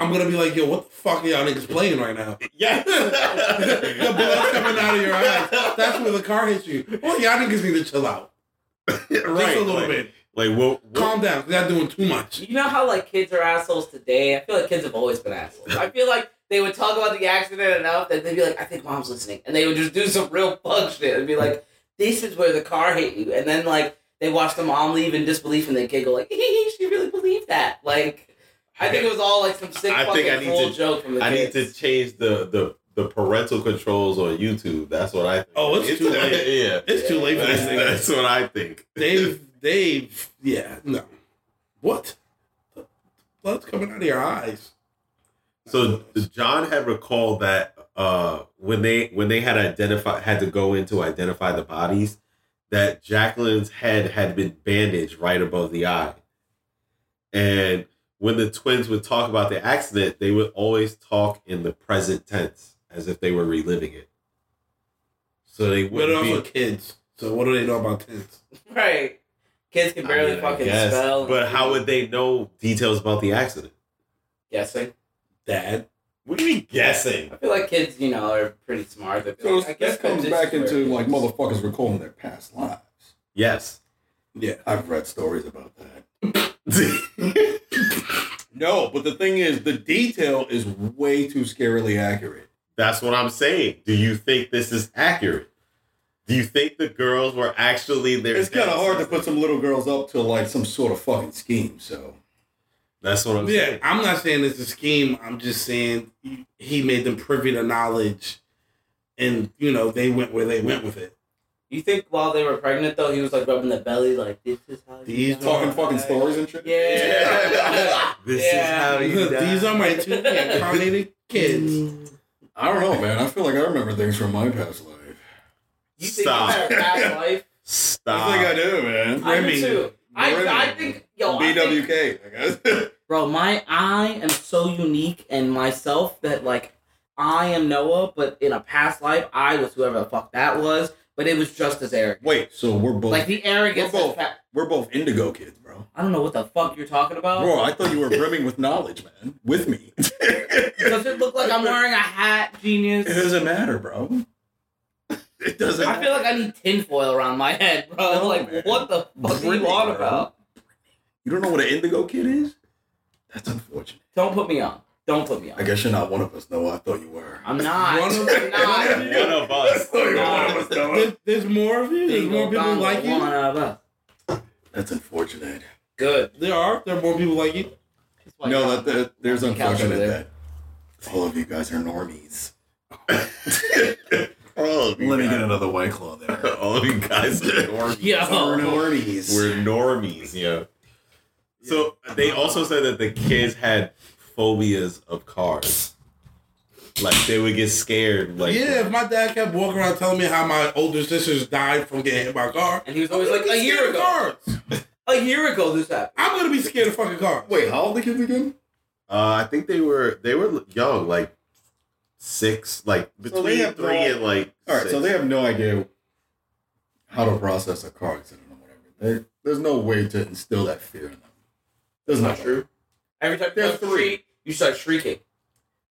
[SPEAKER 4] I'm gonna be like, yo, what the fuck are y'all niggas playing right now?
[SPEAKER 7] Yeah.
[SPEAKER 4] (laughs) the blood's coming out of your eyes. That's where the car hits you. Well, y'all niggas need to chill out.
[SPEAKER 7] (laughs) right.
[SPEAKER 4] Just a little
[SPEAKER 7] like,
[SPEAKER 4] bit.
[SPEAKER 7] (laughs) Like what? what-
[SPEAKER 4] Calm down. 'cause Y'all doing too much.
[SPEAKER 5] You know how like kids are assholes today. I feel like kids have always been assholes. I feel like they would talk about the accident enough that they'd be like, "I think mom's listening," and they would just do some real punk shit and be like, "This is where the car hit you," and then like they watch the mom leave in disbelief and they giggle like, (laughs) "She really believed that." Like, I think it was all like some sick
[SPEAKER 7] I
[SPEAKER 5] fucking
[SPEAKER 7] think I need
[SPEAKER 5] troll
[SPEAKER 7] to-
[SPEAKER 5] joke from the
[SPEAKER 7] I need
[SPEAKER 5] kids.
[SPEAKER 7] to change the the the parental controls on YouTube. That's what I. Think.
[SPEAKER 4] Oh, it's too
[SPEAKER 7] (laughs)
[SPEAKER 4] late.
[SPEAKER 7] yeah.
[SPEAKER 4] It's too late for
[SPEAKER 7] That's,
[SPEAKER 4] this nigga.
[SPEAKER 7] that's what I think.
[SPEAKER 4] They've, they've, yeah, no. What? Blood's coming out of your eyes.
[SPEAKER 7] So John had recalled that uh, when they when they had identified had to go in to identify the bodies, that Jacqueline's head had been bandaged right above the eye, and when the twins would talk about the accident, they would always talk in the present tense as if they were reliving it. So they
[SPEAKER 4] But
[SPEAKER 7] wouldn't
[SPEAKER 4] also
[SPEAKER 7] be.
[SPEAKER 4] kids. So what do they know about tents?
[SPEAKER 5] (laughs) right? Kids can barely
[SPEAKER 7] I mean, I
[SPEAKER 5] fucking
[SPEAKER 7] guess,
[SPEAKER 5] spell.
[SPEAKER 7] But how would they know details about the accident?
[SPEAKER 5] guessing?
[SPEAKER 4] Dad.
[SPEAKER 7] What do you mean guessing?
[SPEAKER 5] I feel like kids, you know, are pretty smart. They're
[SPEAKER 6] So
[SPEAKER 5] like, I guess
[SPEAKER 6] this comes
[SPEAKER 5] this
[SPEAKER 6] back
[SPEAKER 5] is where
[SPEAKER 6] into
[SPEAKER 5] it
[SPEAKER 6] like
[SPEAKER 5] is.
[SPEAKER 6] motherfuckers recalling their past lives.
[SPEAKER 7] Yes.
[SPEAKER 6] I've read stories about
[SPEAKER 5] (laughs)
[SPEAKER 6] that. no, but the thing is, the detail is way too scarily accurate.
[SPEAKER 7] That's what I'm saying. Do you think this is accurate? Do you think the girls were actually there?
[SPEAKER 6] It's kind of hard to put some little girls up to like some sort of fucking scheme. So
[SPEAKER 7] That's what I'm
[SPEAKER 4] Yeah,
[SPEAKER 7] saying.
[SPEAKER 4] I'm not saying it's a scheme. I'm just saying he made them privy to knowledge, and you know they went where they went with it.
[SPEAKER 5] You think while they were pregnant though, he was like rubbing the belly, like this is how you
[SPEAKER 4] These
[SPEAKER 5] die.
[SPEAKER 6] talking fucking stories and shit.
[SPEAKER 5] Yeah.
[SPEAKER 7] (laughs) This
[SPEAKER 5] Yeah.
[SPEAKER 7] is how you die.
[SPEAKER 4] (laughs) These are my
[SPEAKER 7] (laughs)
[SPEAKER 4] two incarnated kids.
[SPEAKER 6] I don't know, man. I feel like I remember things from my past life.
[SPEAKER 5] you think
[SPEAKER 7] Stop.
[SPEAKER 5] you had a past life?
[SPEAKER 7] Stop.
[SPEAKER 6] I think I do, man.
[SPEAKER 5] I do
[SPEAKER 4] Remy.
[SPEAKER 5] too. I,
[SPEAKER 6] Remy.
[SPEAKER 5] I think yo, I think-
[SPEAKER 6] BWK, I guess. (laughs)
[SPEAKER 5] bro, my I am so unique and myself that like I am Noah, but in a past life I was whoever the fuck that was, but it was just as arrogant.
[SPEAKER 6] Wait, so we're both
[SPEAKER 5] Like the arrogance.
[SPEAKER 6] We're both-
[SPEAKER 5] is fa-
[SPEAKER 6] we're both indigo kids, bro.
[SPEAKER 5] I don't know what the fuck you're talking about.
[SPEAKER 6] Bro, I thought you were brimming with knowledge, man. With me. (laughs)
[SPEAKER 5] Does it look like I'm wearing a hat, genius?
[SPEAKER 6] (laughs) It doesn't matter, bro. It doesn't.
[SPEAKER 5] I feel like I need tinfoil around my head, bro.
[SPEAKER 6] No,
[SPEAKER 5] like,
[SPEAKER 6] man.
[SPEAKER 5] what the fuck are
[SPEAKER 6] Brimming,
[SPEAKER 5] you on
[SPEAKER 6] bro.
[SPEAKER 5] about?
[SPEAKER 6] You don't know what an indigo kid is? That's unfortunate.
[SPEAKER 5] Don't put me on. Don't put me on.
[SPEAKER 6] I guess you're not one of us, Noah. I thought you were.
[SPEAKER 5] I'm not.
[SPEAKER 4] One of-
[SPEAKER 5] I'm not.
[SPEAKER 7] One (laughs) of us.
[SPEAKER 6] thought you
[SPEAKER 5] were
[SPEAKER 6] (laughs)
[SPEAKER 5] one
[SPEAKER 6] of us,
[SPEAKER 4] There's, there's more of you. There's
[SPEAKER 5] Single
[SPEAKER 4] more people
[SPEAKER 5] dongle, One
[SPEAKER 4] like you.
[SPEAKER 5] of us.
[SPEAKER 6] That's unfortunate.
[SPEAKER 5] Good.
[SPEAKER 4] There are. There are more people like you.
[SPEAKER 5] That's why
[SPEAKER 6] No,
[SPEAKER 5] John-
[SPEAKER 6] that, that there's
[SPEAKER 5] Couch over
[SPEAKER 6] unfortunate
[SPEAKER 5] there.
[SPEAKER 6] that all of you guys are normies.
[SPEAKER 7] Oh,
[SPEAKER 6] Let me get
[SPEAKER 7] (laughs)
[SPEAKER 6] another white claw there.
[SPEAKER 7] Oh, you guys
[SPEAKER 6] (laughs)
[SPEAKER 7] are normies.
[SPEAKER 6] We're
[SPEAKER 9] Yo.
[SPEAKER 6] normies.
[SPEAKER 7] We're normies, yo. So they also said that the kids had phobias of cars. Like they would get scared. Like
[SPEAKER 4] yeah, if my dad kept walking around telling me how my older sisters died from getting hit by a car,
[SPEAKER 5] And he was always like, a
[SPEAKER 4] I'm gonna be
[SPEAKER 5] year
[SPEAKER 4] scared of
[SPEAKER 5] ago.
[SPEAKER 4] cars.
[SPEAKER 5] A year ago this happened.
[SPEAKER 4] I'm gonna be scared of fucking cars.
[SPEAKER 5] (laughs)
[SPEAKER 6] Wait, how old the kids again?
[SPEAKER 7] uh, I think they were they were young, like six, like between
[SPEAKER 6] have
[SPEAKER 7] three
[SPEAKER 6] no-
[SPEAKER 7] and like.
[SPEAKER 6] All right, so
[SPEAKER 7] six.
[SPEAKER 6] they have no idea how to process a car accident or whatever. There, there's no way to instill that fear in them. There's not
[SPEAKER 5] That's not
[SPEAKER 6] true.
[SPEAKER 5] true. Every time you
[SPEAKER 6] There's
[SPEAKER 5] cross the street, you start shrieking.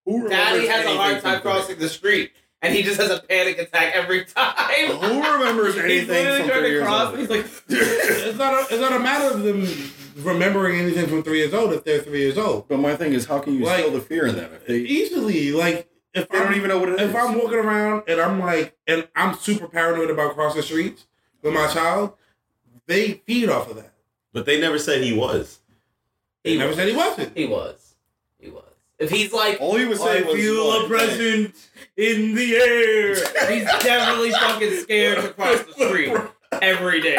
[SPEAKER 6] Who remembers
[SPEAKER 5] Daddy has a
[SPEAKER 6] anything from
[SPEAKER 5] hard time
[SPEAKER 6] three?
[SPEAKER 5] crossing the street, and he just has a panic attack every time.
[SPEAKER 6] Who remembers
[SPEAKER 5] (laughs) He's
[SPEAKER 6] anything from
[SPEAKER 5] literally trying
[SPEAKER 6] three
[SPEAKER 5] to
[SPEAKER 6] years
[SPEAKER 5] cross,
[SPEAKER 6] old?
[SPEAKER 5] and he's like, (laughs)
[SPEAKER 4] It's not. A, it's not a matter of them remembering anything from three years old if they're three years old.
[SPEAKER 6] (laughs) But my thing is, how can you
[SPEAKER 4] Like-
[SPEAKER 6] instill the fear in them if they,
[SPEAKER 4] Easily, like if
[SPEAKER 6] they don't
[SPEAKER 4] I'm-
[SPEAKER 6] even know what it is?
[SPEAKER 4] if I'm walking around and I'm like, and I'm super paranoid about crossing streets with my child, they feed off of that.
[SPEAKER 7] but they never said he was.
[SPEAKER 4] They never said he wasn't.
[SPEAKER 5] He was. He was. If he's like,
[SPEAKER 6] all he was
[SPEAKER 5] I
[SPEAKER 6] saying was,
[SPEAKER 5] feel
[SPEAKER 6] like, (laughs)
[SPEAKER 5] a present in the air. He's definitely fucking scared to cross
[SPEAKER 6] (laughs)
[SPEAKER 5] the street every day.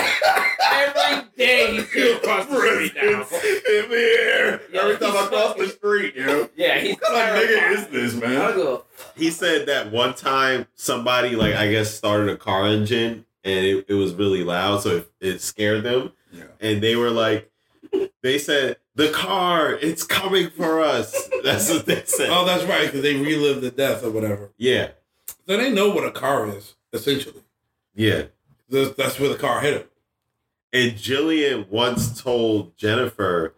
[SPEAKER 5] Every day he's scared to cross the street now.
[SPEAKER 6] in the air.
[SPEAKER 5] Yeah,
[SPEAKER 6] Every time I
[SPEAKER 5] he's
[SPEAKER 6] cross the
[SPEAKER 5] fucking-
[SPEAKER 6] street, you know?
[SPEAKER 5] Yeah, he's
[SPEAKER 6] What kind of nigga is
[SPEAKER 5] terrified.
[SPEAKER 6] this,
[SPEAKER 5] I
[SPEAKER 6] man?
[SPEAKER 5] don't give a
[SPEAKER 7] He said that one time somebody like I guess started a car engine and it, it was really loud, so it, it scared them.
[SPEAKER 6] Yeah.
[SPEAKER 7] and they were like, they said, the car, it's coming for us. (laughs) That's what they said.
[SPEAKER 4] Oh, that's right, because they relived the death or whatever.
[SPEAKER 7] yeah,
[SPEAKER 4] So they know what a car is essentially.
[SPEAKER 7] yeah.
[SPEAKER 4] That's, that's where the car hit him.
[SPEAKER 7] And Jillian once told Jennifer,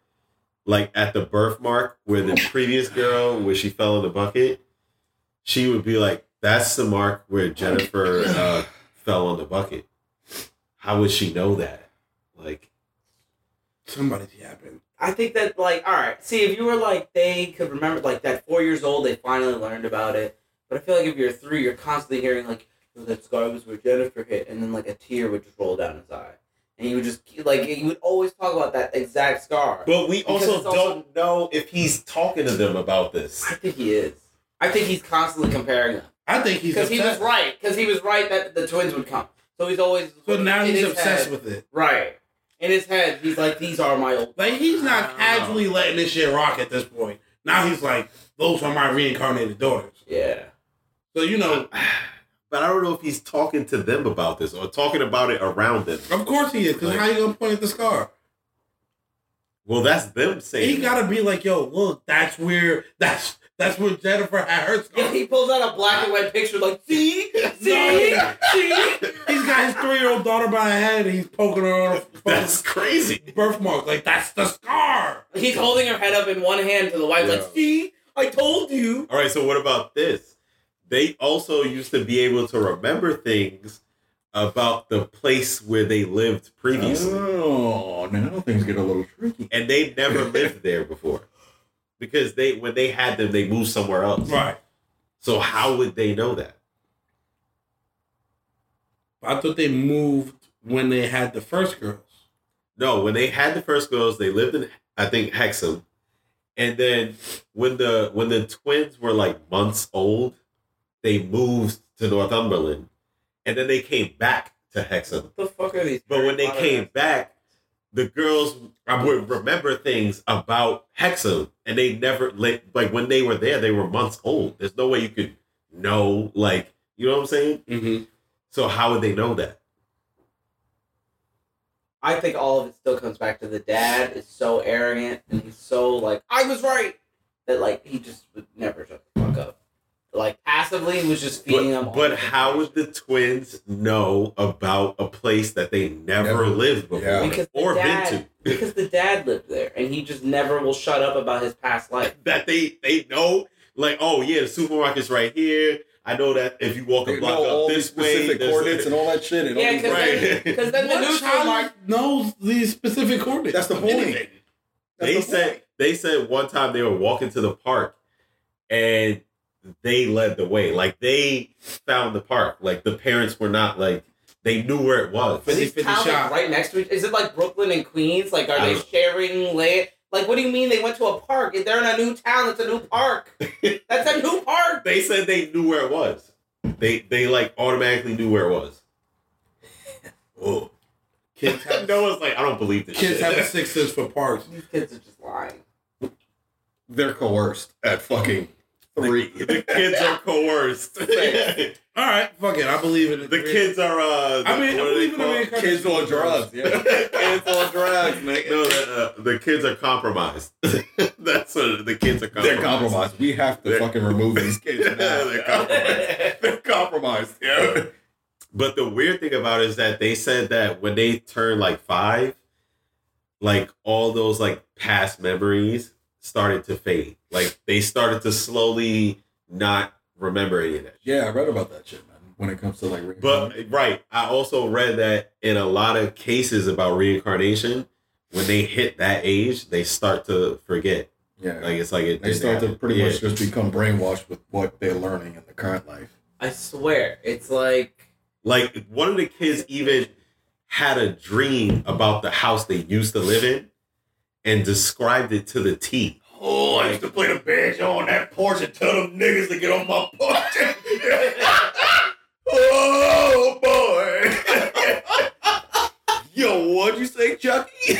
[SPEAKER 7] like at the birthmark where the previous girl, where she fell in the bucket, she would be like, that's the mark where Jennifer uh, fell on the bucket. How would she know that? Like,
[SPEAKER 4] Somebody's yapping.
[SPEAKER 5] I think that like all right. See, if you were like they could remember like that four years old, they finally learned about it. But I feel like if you're three, you're constantly hearing like "Oh, that scar was where Jennifer hit, and then like a tear would just roll down his eye, and you would just like you would always talk about that exact scar.
[SPEAKER 7] but we
[SPEAKER 5] Because
[SPEAKER 7] also
[SPEAKER 5] it's also-
[SPEAKER 7] don't know if he's talking to them about this.
[SPEAKER 5] I think he is. I think he's constantly comparing them
[SPEAKER 4] I think he's
[SPEAKER 5] because he was
[SPEAKER 4] obsessed.
[SPEAKER 5] right. Because he was right that the twins would come. So he's always
[SPEAKER 4] So now
[SPEAKER 5] in
[SPEAKER 4] he's
[SPEAKER 5] his
[SPEAKER 4] obsessed
[SPEAKER 5] head-
[SPEAKER 4] with it.
[SPEAKER 5] right in his head. He's like these are my old. (laughs)
[SPEAKER 4] Like he's not casually letting this shit rock at this point. Now he's like, those are my reincarnated daughters.
[SPEAKER 5] Yeah.
[SPEAKER 4] So you know,
[SPEAKER 7] But I don't know if he's talking to them about this or talking about it around them.
[SPEAKER 4] of course he is. Because how you gonna point at the scar?
[SPEAKER 7] Well, that's them saying.
[SPEAKER 4] He gotta be like, yo, look, that's where that's that's where Jennifer had her scar.
[SPEAKER 5] Yeah, he pulls out a black and white picture, like,
[SPEAKER 4] (laughs)
[SPEAKER 5] see, see,
[SPEAKER 4] No.
[SPEAKER 5] see.
[SPEAKER 4] He's got his three year old daughter by the head and he's poking her on her
[SPEAKER 7] That's crazy.
[SPEAKER 4] fucking birthmark. Like, that's the scar.
[SPEAKER 5] He's holding her head up in one hand to the wife, like,
[SPEAKER 7] Yeah.
[SPEAKER 5] see, I told you.
[SPEAKER 7] All right, so what about this? They also used to be able to remember things about the place where they lived previously,
[SPEAKER 6] Oh, now things get a little tricky.
[SPEAKER 7] and they never lived there before because they when they had them, they moved somewhere else.
[SPEAKER 4] Right.
[SPEAKER 7] So how would they know that?
[SPEAKER 4] I thought they moved when they had the first girls.
[SPEAKER 7] No, when they had the first girls, they lived in I think Hexham, and then when the when the twins were like months old, they moved to Northumberland, and then they came back to Hexham.
[SPEAKER 5] What the fuck are these?
[SPEAKER 7] But when they
[SPEAKER 5] Harry
[SPEAKER 7] came
[SPEAKER 5] Potter
[SPEAKER 7] back, the girls would remember things about Hexham, and they never like like when they were there, they were months old. There's no way you could know like you know what I'm saying.
[SPEAKER 4] Mm-hmm.
[SPEAKER 7] So how would they know that?
[SPEAKER 5] guys? I think all of it still comes back to the dad is so arrogant and he's so like, I was right. That like he just would never shut the fuck up. Like passively was just feeding them.
[SPEAKER 7] But,
[SPEAKER 5] all
[SPEAKER 7] but
[SPEAKER 5] the
[SPEAKER 7] how would the twins know about a place that they never
[SPEAKER 6] Never-
[SPEAKER 7] lived before
[SPEAKER 6] yeah.
[SPEAKER 5] Because the
[SPEAKER 7] or
[SPEAKER 5] dad,
[SPEAKER 7] been to?
[SPEAKER 5] because the dad lived there and he just never will shut up about his past life.
[SPEAKER 7] That they they know, like, oh yeah, the supermarket's right here. I know that if you walk a
[SPEAKER 6] They
[SPEAKER 7] block
[SPEAKER 6] know all
[SPEAKER 7] up
[SPEAKER 6] these
[SPEAKER 7] this way,
[SPEAKER 6] specific
[SPEAKER 7] there's-
[SPEAKER 6] coordinates and all that shit. and all
[SPEAKER 5] Yeah,
[SPEAKER 6] these-
[SPEAKER 5] because
[SPEAKER 7] Right.
[SPEAKER 5] then, 'cause then the
[SPEAKER 4] What
[SPEAKER 5] newsroom
[SPEAKER 4] child
[SPEAKER 5] mark
[SPEAKER 4] knows these specific coordinates?
[SPEAKER 6] That's the
[SPEAKER 4] of
[SPEAKER 6] point.
[SPEAKER 4] anything?
[SPEAKER 6] That's
[SPEAKER 7] they
[SPEAKER 6] the
[SPEAKER 7] said
[SPEAKER 6] point.
[SPEAKER 7] they said one time they were walking to the park and they led the way. Like they found the park. Like the parents were not like they knew where it was.
[SPEAKER 5] Are these
[SPEAKER 4] 50-50
[SPEAKER 5] towns like,
[SPEAKER 4] shot.
[SPEAKER 5] right next to each? Is it like Brooklyn and Queens? Like, are
[SPEAKER 7] I
[SPEAKER 5] they
[SPEAKER 7] don't-
[SPEAKER 5] sharing land? Like, what do you mean they went to a park?
[SPEAKER 7] (laughs)
[SPEAKER 5] If They're in a new town. That's a new park. That's a new park.
[SPEAKER 7] They said they knew where it was. They they like automatically knew where it
[SPEAKER 4] (laughs)
[SPEAKER 7] was. Whoa. (laughs)
[SPEAKER 4] Kids have,
[SPEAKER 7] no one's like, I don't believe this
[SPEAKER 4] kids
[SPEAKER 7] shit.
[SPEAKER 4] have a sixth sense for parks.
[SPEAKER 8] These kids are just lying.
[SPEAKER 6] They're coerced at fucking three.
[SPEAKER 7] (laughs) the kids are coerced.
[SPEAKER 6] Same.
[SPEAKER 4] All right, fuck it. I believe in
[SPEAKER 7] (laughs)
[SPEAKER 4] it.
[SPEAKER 7] The kids are uh
[SPEAKER 4] I mean, I
[SPEAKER 7] what are they
[SPEAKER 4] believe in
[SPEAKER 7] called?
[SPEAKER 4] America.
[SPEAKER 6] Kids on drugs. Yeah.
[SPEAKER 4] (laughs)
[SPEAKER 6] Kids on drugs, nigga.
[SPEAKER 7] No, the, uh, the kids are compromised. (laughs) That's what the kids are compromised.
[SPEAKER 6] They're compromised. We have to
[SPEAKER 7] They're-
[SPEAKER 6] fucking remove these (laughs) kids now.
[SPEAKER 7] They're compromised.
[SPEAKER 6] They're compromised. Yeah.
[SPEAKER 7] But the weird thing about it is that they said that when they turn like five, like all those like past memories started to fade. Like they started to slowly not remember any of that.
[SPEAKER 6] (laughs) Yeah, I read about that shit, man. When it comes to like, reincarnation.
[SPEAKER 7] But right, I also read that in a lot of cases about reincarnation, when they hit that age, they start to forget.
[SPEAKER 6] yeah,
[SPEAKER 7] Like it's like it.
[SPEAKER 6] they
[SPEAKER 7] didn't
[SPEAKER 6] start to
[SPEAKER 7] happen.
[SPEAKER 6] pretty
[SPEAKER 7] Yeah.
[SPEAKER 6] much just become brainwashed with what they're learning in the current life.
[SPEAKER 8] I swear, it's like
[SPEAKER 7] Like one of the kids even had a dream about the house they used to live in and described it to the T.
[SPEAKER 6] Oh, I used to play the banjo on that porch and tell them niggas to get on my porch. (laughs) oh boy. (laughs) Yo, what'd you say, Chucky? (laughs)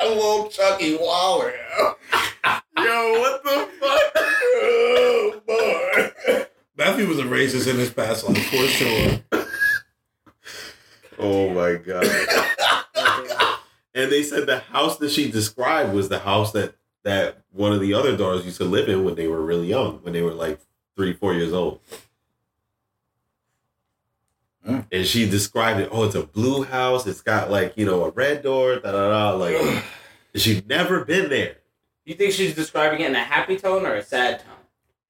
[SPEAKER 6] I love Chucky Waller. (laughs) Yo, what the fuck? Oh boy.
[SPEAKER 4] Matthew was a racist in his past life for sure.
[SPEAKER 7] Oh my god. (laughs) and they said the house that she described was the house that that one of the other daughters used to live in when they were really young, when they were like three, four years old.
[SPEAKER 6] Hmm.
[SPEAKER 7] And she described it. Oh, it's a blue house. It's got like you know a red door. Da da da. (sighs) Like she'd never been there.
[SPEAKER 8] you think she's describing it in a happy tone or a sad tone?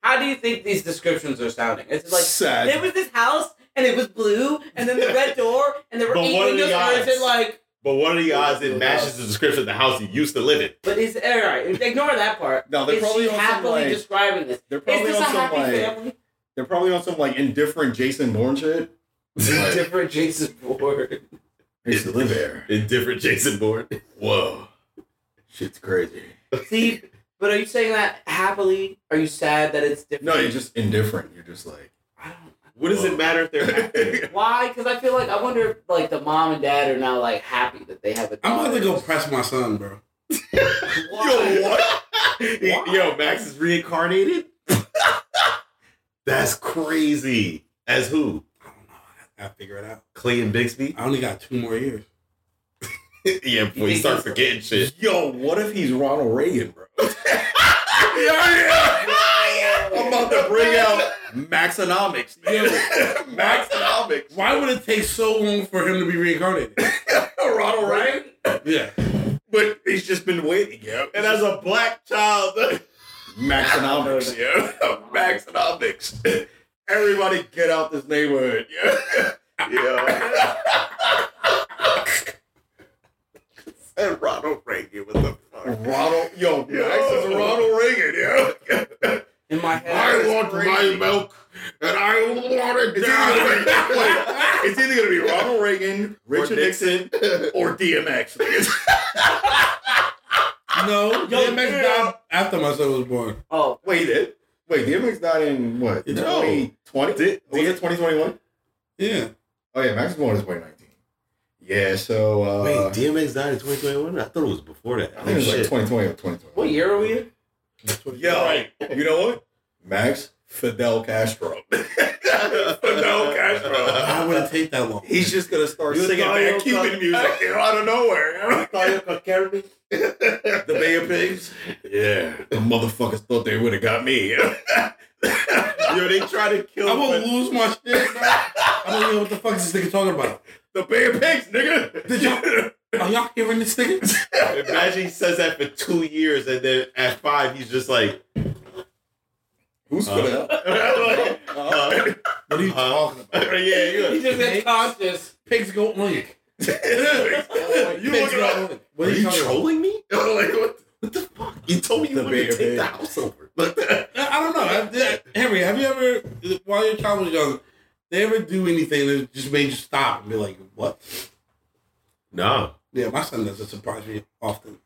[SPEAKER 8] How do you think these descriptions are sounding? It's like
[SPEAKER 6] Sad.
[SPEAKER 8] there was this house and it was blue and then the red door and there were
[SPEAKER 7] But
[SPEAKER 8] eight
[SPEAKER 7] what are the
[SPEAKER 8] windows or is
[SPEAKER 7] odds?
[SPEAKER 8] it like
[SPEAKER 7] But what are the odds it matches the description of the house you used to live in?
[SPEAKER 8] but is all right, ignore that part.
[SPEAKER 6] No, they're
[SPEAKER 8] is
[SPEAKER 6] probably
[SPEAKER 8] she
[SPEAKER 6] on some,
[SPEAKER 8] happily
[SPEAKER 6] like-
[SPEAKER 8] describing this?
[SPEAKER 6] They're
[SPEAKER 8] Is
[SPEAKER 6] probably
[SPEAKER 8] this a
[SPEAKER 6] on some
[SPEAKER 8] happy
[SPEAKER 6] like
[SPEAKER 8] family?
[SPEAKER 6] they're probably on some like indifferent Jason Bourne shit. Like,
[SPEAKER 8] Different Jason Bourne.
[SPEAKER 6] I used to live there.
[SPEAKER 7] In different Jason Bourne.
[SPEAKER 6] Whoa. Shit's crazy.
[SPEAKER 8] See, but are you saying that happily? Are you sad that it's different?
[SPEAKER 6] No, you're just indifferent. You're just like
[SPEAKER 8] I don't.
[SPEAKER 7] What does it matter if they're (laughs) happy?
[SPEAKER 8] Why? Because I feel like I wonder if like the mom and dad are now like happy that they have a.
[SPEAKER 4] I'm about to go
[SPEAKER 8] daughter.
[SPEAKER 4] press my son, bro.
[SPEAKER 8] Why?
[SPEAKER 6] (laughs)
[SPEAKER 7] what? Yo, Max is reincarnated? (laughs) That's crazy. As who?
[SPEAKER 4] I don't know. I gotta figure it out.
[SPEAKER 7] Clayton Bixby?
[SPEAKER 4] I only got two more years.
[SPEAKER 7] yeah, before you start forgetting shit.
[SPEAKER 6] Yo, what if he's Ronald Reagan, bro? I'm about to bring out Maxonomics. man. (laughs) Maxonomics.
[SPEAKER 4] Why would it take so long for him to be reincarnated?
[SPEAKER 6] Ronald Reagan?
[SPEAKER 4] (laughs) Yeah.
[SPEAKER 6] But he's just been waiting, yo.
[SPEAKER 7] And as a black
[SPEAKER 6] (laughs)
[SPEAKER 7] child,
[SPEAKER 6] Maxonomics, yo. Maxonomics. Everybody get out this neighborhood, yo. (laughs) yo.
[SPEAKER 7] and Ronald Reagan, what the fuck?
[SPEAKER 6] Ronald, yo, Max is Ronald Reagan, yo.
[SPEAKER 8] In my head.
[SPEAKER 6] want my milk, and I want it down. It's either gonna be Ronald (laughs) Reagan, Richard Nixon, or DMX.
[SPEAKER 4] No,
[SPEAKER 8] Yo,
[SPEAKER 4] DMX
[SPEAKER 8] yeah.
[SPEAKER 4] died after my son was born.
[SPEAKER 8] oh,
[SPEAKER 6] (laughs) wait, it, wait, DMX died in what?
[SPEAKER 4] No.
[SPEAKER 6] 2020?
[SPEAKER 7] Did-
[SPEAKER 6] was it 2021?
[SPEAKER 4] Yeah.
[SPEAKER 6] Oh yeah, Max was born in 2019. Yeah, so uh,
[SPEAKER 7] Wait, DMX died in 2021? I thought it was before that.
[SPEAKER 6] I think it was like 2020 or 2021.
[SPEAKER 8] what year are we in?
[SPEAKER 6] Yo, you know what? Max Fidel Castro. (laughs) Fidel (laughs)
[SPEAKER 4] Why would it take (laughs) that long?
[SPEAKER 6] He's just gonna start
[SPEAKER 7] You
[SPEAKER 6] singing
[SPEAKER 7] thought
[SPEAKER 6] bad
[SPEAKER 7] you
[SPEAKER 6] Cuban
[SPEAKER 7] got-
[SPEAKER 6] music you know, out of nowhere. (laughs)
[SPEAKER 7] Caribbean?
[SPEAKER 6] the Bay of Pigs. Yeah, the motherfuckers thought they would have got (laughs) me.
[SPEAKER 7] Yo, they tried to kill
[SPEAKER 4] I will
[SPEAKER 7] him.
[SPEAKER 4] lose my shit, bro. I don't even know what the fuck is this nigga talking about.
[SPEAKER 6] the Bay of Pigs,
[SPEAKER 4] Did y'all-
[SPEAKER 6] (laughs) nigga.
[SPEAKER 4] Are y'all hearing this nigga?
[SPEAKER 7] Imagine he says that for two years, and then at five, he's just like, (laughs) uh,
[SPEAKER 6] Who's Uh-huh. Fidel?
[SPEAKER 7] huh?
[SPEAKER 4] What are you
[SPEAKER 7] Huh?
[SPEAKER 4] talking about?
[SPEAKER 7] uh-huh. (laughs) yeah, you
[SPEAKER 8] He just gets
[SPEAKER 4] Pigs?
[SPEAKER 8] conscious.
[SPEAKER 4] Pigs go oink.
[SPEAKER 7] (laughs)
[SPEAKER 6] you
[SPEAKER 4] Pigs
[SPEAKER 6] looking
[SPEAKER 4] go
[SPEAKER 6] up?
[SPEAKER 4] oink. What are you talking about?
[SPEAKER 7] me? (laughs) like, what, what the fuck? You told me you
[SPEAKER 6] The
[SPEAKER 7] wanted to
[SPEAKER 6] bigger
[SPEAKER 7] take the
[SPEAKER 6] bag.
[SPEAKER 7] house over. (laughs) Like,
[SPEAKER 4] I I don't know. I- I- Henry, have you ever, while your child was young, they ever do anything that just made you stop and be like, what?
[SPEAKER 7] no,
[SPEAKER 4] Yeah, my son doesn't surprise me often.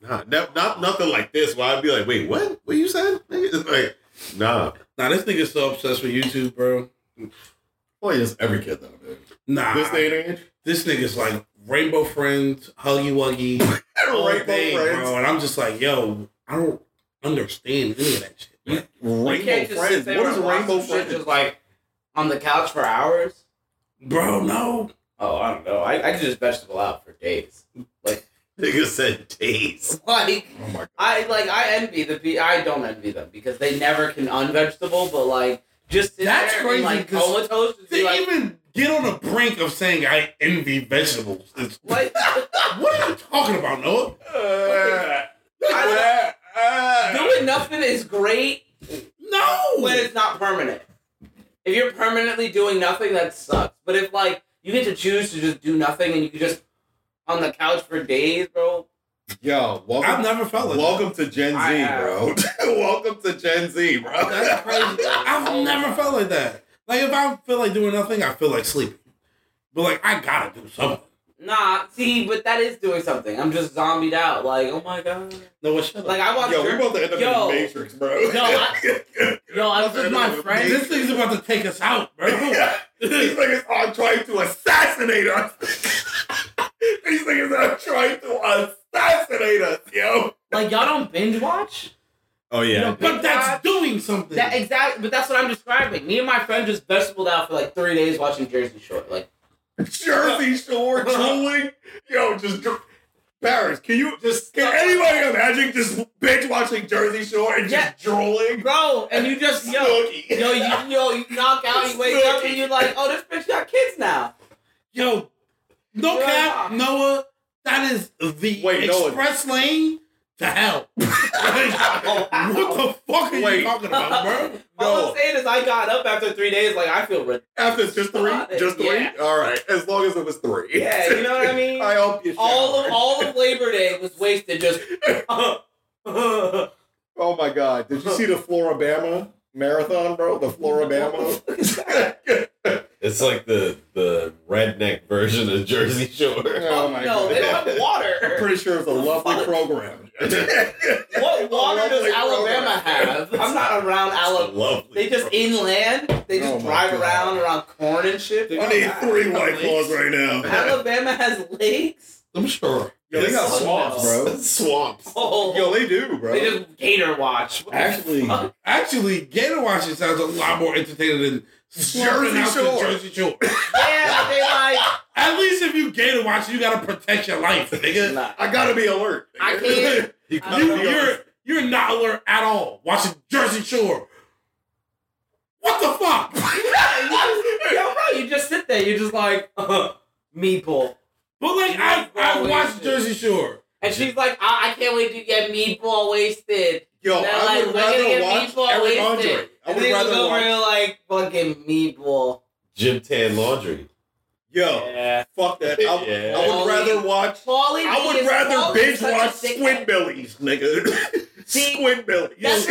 [SPEAKER 7] nah, no, not nothing like this. Where I'd be like, wait, what? What you said? Like, nah.
[SPEAKER 4] Nah, this nigga's so obsessed with YouTube, bro.
[SPEAKER 6] Boy, it's every kid though, dude.
[SPEAKER 4] Nah,
[SPEAKER 6] This day and age,
[SPEAKER 4] this nigga's like Rainbow Friends, Huggy Wuggy, whole
[SPEAKER 6] Rainbow
[SPEAKER 4] thing,
[SPEAKER 6] Friends.
[SPEAKER 4] bro. And I'm just like, yo, I don't understand any of that shit. Like,
[SPEAKER 6] Rainbow
[SPEAKER 5] you can't just sit
[SPEAKER 6] Friends.
[SPEAKER 5] there
[SPEAKER 6] What is
[SPEAKER 5] and watch
[SPEAKER 6] Rainbow
[SPEAKER 5] some shit
[SPEAKER 6] Friends?
[SPEAKER 5] just like on the couch for hours.
[SPEAKER 4] bro, no.
[SPEAKER 5] Oh, I don't know. I, I could just vegetable out for days.
[SPEAKER 7] Nigga said days.
[SPEAKER 5] (laughs) Like
[SPEAKER 6] oh my god.
[SPEAKER 5] I like I envy the pe- I don't envy them because they never can unvegetable, but like just sit
[SPEAKER 4] That's
[SPEAKER 5] there
[SPEAKER 4] crazy,
[SPEAKER 5] and, like
[SPEAKER 4] 'cause
[SPEAKER 5] comatose and be
[SPEAKER 4] To
[SPEAKER 5] like,
[SPEAKER 4] even get on the brink of saying I envy vegetables. It's,
[SPEAKER 5] like
[SPEAKER 4] what are you talking about,
[SPEAKER 6] Uh,
[SPEAKER 4] Noah?
[SPEAKER 5] I-
[SPEAKER 6] uh.
[SPEAKER 5] doing nothing is great
[SPEAKER 4] No.
[SPEAKER 5] when it's not permanent. If you're permanently doing nothing, that sucks. But if like you get to choose to just do nothing and you can just on the couch for days, bro.
[SPEAKER 6] Yo, welcome.
[SPEAKER 4] I've never felt like
[SPEAKER 6] Welcome to Gen Z,
[SPEAKER 5] I
[SPEAKER 6] bro. (laughs)
[SPEAKER 5] have.
[SPEAKER 6] welcome to Gen Z, bro.
[SPEAKER 4] that. That's crazy. (laughs) I've never felt like that. Like if I feel like doing nothing, I feel like sleeping. But like I gotta do something.
[SPEAKER 5] Nah, see, but that is doing something. I'm just zombied out. Like, oh my god.
[SPEAKER 4] No, what shut up.
[SPEAKER 5] Like I watched.
[SPEAKER 6] Yo, we
[SPEAKER 5] Jer-
[SPEAKER 6] about to end up
[SPEAKER 5] Yo.
[SPEAKER 6] in the Matrix, bro.
[SPEAKER 5] Yo,
[SPEAKER 6] (laughs)
[SPEAKER 5] I- yo, I
[SPEAKER 6] About
[SPEAKER 5] was
[SPEAKER 6] to
[SPEAKER 5] with
[SPEAKER 6] end
[SPEAKER 5] my
[SPEAKER 6] up in the
[SPEAKER 5] friend.
[SPEAKER 6] Matrix.
[SPEAKER 4] this thing's about to take us
[SPEAKER 6] (laughs)
[SPEAKER 4] out, bro.
[SPEAKER 5] (laughs)
[SPEAKER 6] These niggas are trying to assassinate us. (laughs) These niggas are trying to assassinate us, yo.
[SPEAKER 5] like y'all don't binge watch.
[SPEAKER 7] Oh
[SPEAKER 5] You
[SPEAKER 7] yeah.
[SPEAKER 5] don't binge
[SPEAKER 4] But
[SPEAKER 5] watch?
[SPEAKER 4] that's doing something.
[SPEAKER 5] That exactly, but that's what I'm describing. Me and my friend just vegetabled out for like three days watching Jersey Shore. Like,
[SPEAKER 6] Jersey Shore
[SPEAKER 5] Uh-huh.
[SPEAKER 6] drooling. Yo, just dr- Paris, can you just can anybody imagine just binge watching Jersey Shore and just drooling?
[SPEAKER 5] bro, and you just yo,
[SPEAKER 6] Snooki.
[SPEAKER 5] yo, you, yo, you knock out, you wake up, and you're like, oh, this bitch got
[SPEAKER 6] (laughs)
[SPEAKER 5] kids now.
[SPEAKER 4] Yo, no
[SPEAKER 5] Yeah.
[SPEAKER 4] cap, Noah. That is the
[SPEAKER 6] Wait, Noah.
[SPEAKER 4] express lane to hell. (laughs)
[SPEAKER 5] Oh, wow.
[SPEAKER 4] What the fuck are
[SPEAKER 6] Wait.
[SPEAKER 4] you talking about, bro?
[SPEAKER 5] All
[SPEAKER 6] No.
[SPEAKER 5] I'm saying is, I got up after three days. Like, I feel ridiculous.
[SPEAKER 6] After just three, just three.
[SPEAKER 5] Yeah.
[SPEAKER 6] (laughs) All right, as long as it was three.
[SPEAKER 5] Yeah, you know what I
[SPEAKER 6] (laughs)
[SPEAKER 5] mean.
[SPEAKER 6] I hope you. Showered.
[SPEAKER 5] all of all of Labor Day was wasted. Just
[SPEAKER 6] Oh my God! Did you see the Floribama marathon, bro? The Floribama.
[SPEAKER 7] It's like the the redneck version of Jersey Shore.
[SPEAKER 6] (laughs)
[SPEAKER 7] (laughs)
[SPEAKER 6] oh my
[SPEAKER 5] (laughs) no, they
[SPEAKER 6] God!
[SPEAKER 5] don't
[SPEAKER 6] (laughs)
[SPEAKER 5] have
[SPEAKER 6] I'm
[SPEAKER 5] water.
[SPEAKER 6] pretty sure it's a lovely program.
[SPEAKER 5] What water does
[SPEAKER 6] Lovely
[SPEAKER 5] Alabama
[SPEAKER 6] (laughs)
[SPEAKER 5] have? I'm not around Alabama.
[SPEAKER 7] Lovely.
[SPEAKER 5] They just
[SPEAKER 7] bro.
[SPEAKER 5] inland. They just
[SPEAKER 6] Oh my
[SPEAKER 5] drive
[SPEAKER 6] God.
[SPEAKER 5] around around corn and shit.
[SPEAKER 6] I need three white claws right now.
[SPEAKER 5] Alabama has lakes.
[SPEAKER 4] I'm sure.
[SPEAKER 6] Yo, they got
[SPEAKER 5] It's
[SPEAKER 6] swamps, bro.
[SPEAKER 7] swamps.
[SPEAKER 5] Oh,
[SPEAKER 6] Yo, they do, bro.
[SPEAKER 5] they just gator (laughs) watch. What the
[SPEAKER 6] Actually,
[SPEAKER 5] fuck?
[SPEAKER 4] (laughs) Actually, Gator Watching sounds a lot more entertaining than Jersey
[SPEAKER 6] Jersey
[SPEAKER 4] out Shore.
[SPEAKER 6] Shore.
[SPEAKER 4] Jersey Shore.
[SPEAKER 5] yeah, they like.
[SPEAKER 4] At least if you Gator Watch, you gotta protect your life, nigga.
[SPEAKER 5] Nah.
[SPEAKER 6] I gotta be alert. (laughs)
[SPEAKER 5] I can't. Uh,
[SPEAKER 7] You
[SPEAKER 5] I
[SPEAKER 4] you,
[SPEAKER 5] don't (laughs) know.
[SPEAKER 4] you're you're not alert at all watching Jersey Shore. What the fuck? (laughs)
[SPEAKER 5] Yeah, you just, yo, bro, you just sit there. You're just like (laughs) uh, meatball,
[SPEAKER 4] But like, I I watched Jersey Shore.
[SPEAKER 5] and she's like, I, I can't wait to get meatball wasted.
[SPEAKER 6] Yo,
[SPEAKER 5] And they're
[SPEAKER 6] I
[SPEAKER 5] like,
[SPEAKER 6] would
[SPEAKER 5] we're gonna
[SPEAKER 6] rather
[SPEAKER 5] get
[SPEAKER 6] watch
[SPEAKER 5] meatball
[SPEAKER 6] Eric
[SPEAKER 5] wasted.
[SPEAKER 6] Andre. I
[SPEAKER 5] And
[SPEAKER 6] would
[SPEAKER 5] they look
[SPEAKER 6] rather
[SPEAKER 5] over
[SPEAKER 6] watch.
[SPEAKER 5] and like fucking meatball.
[SPEAKER 7] Jim Tan Laundry.
[SPEAKER 6] Yo,
[SPEAKER 5] Yeah,
[SPEAKER 6] fuck
[SPEAKER 5] (laughs)
[SPEAKER 6] that. I
[SPEAKER 7] Yeah.
[SPEAKER 6] I would rather watch.
[SPEAKER 5] Paulie.
[SPEAKER 6] I
[SPEAKER 5] D
[SPEAKER 6] would
[SPEAKER 5] is-
[SPEAKER 6] rather
[SPEAKER 5] Paulie is
[SPEAKER 6] binge
[SPEAKER 5] such a
[SPEAKER 6] watch
[SPEAKER 5] dickhead.
[SPEAKER 6] Squidbillies, nigga.
[SPEAKER 4] (laughs)
[SPEAKER 5] See, That's the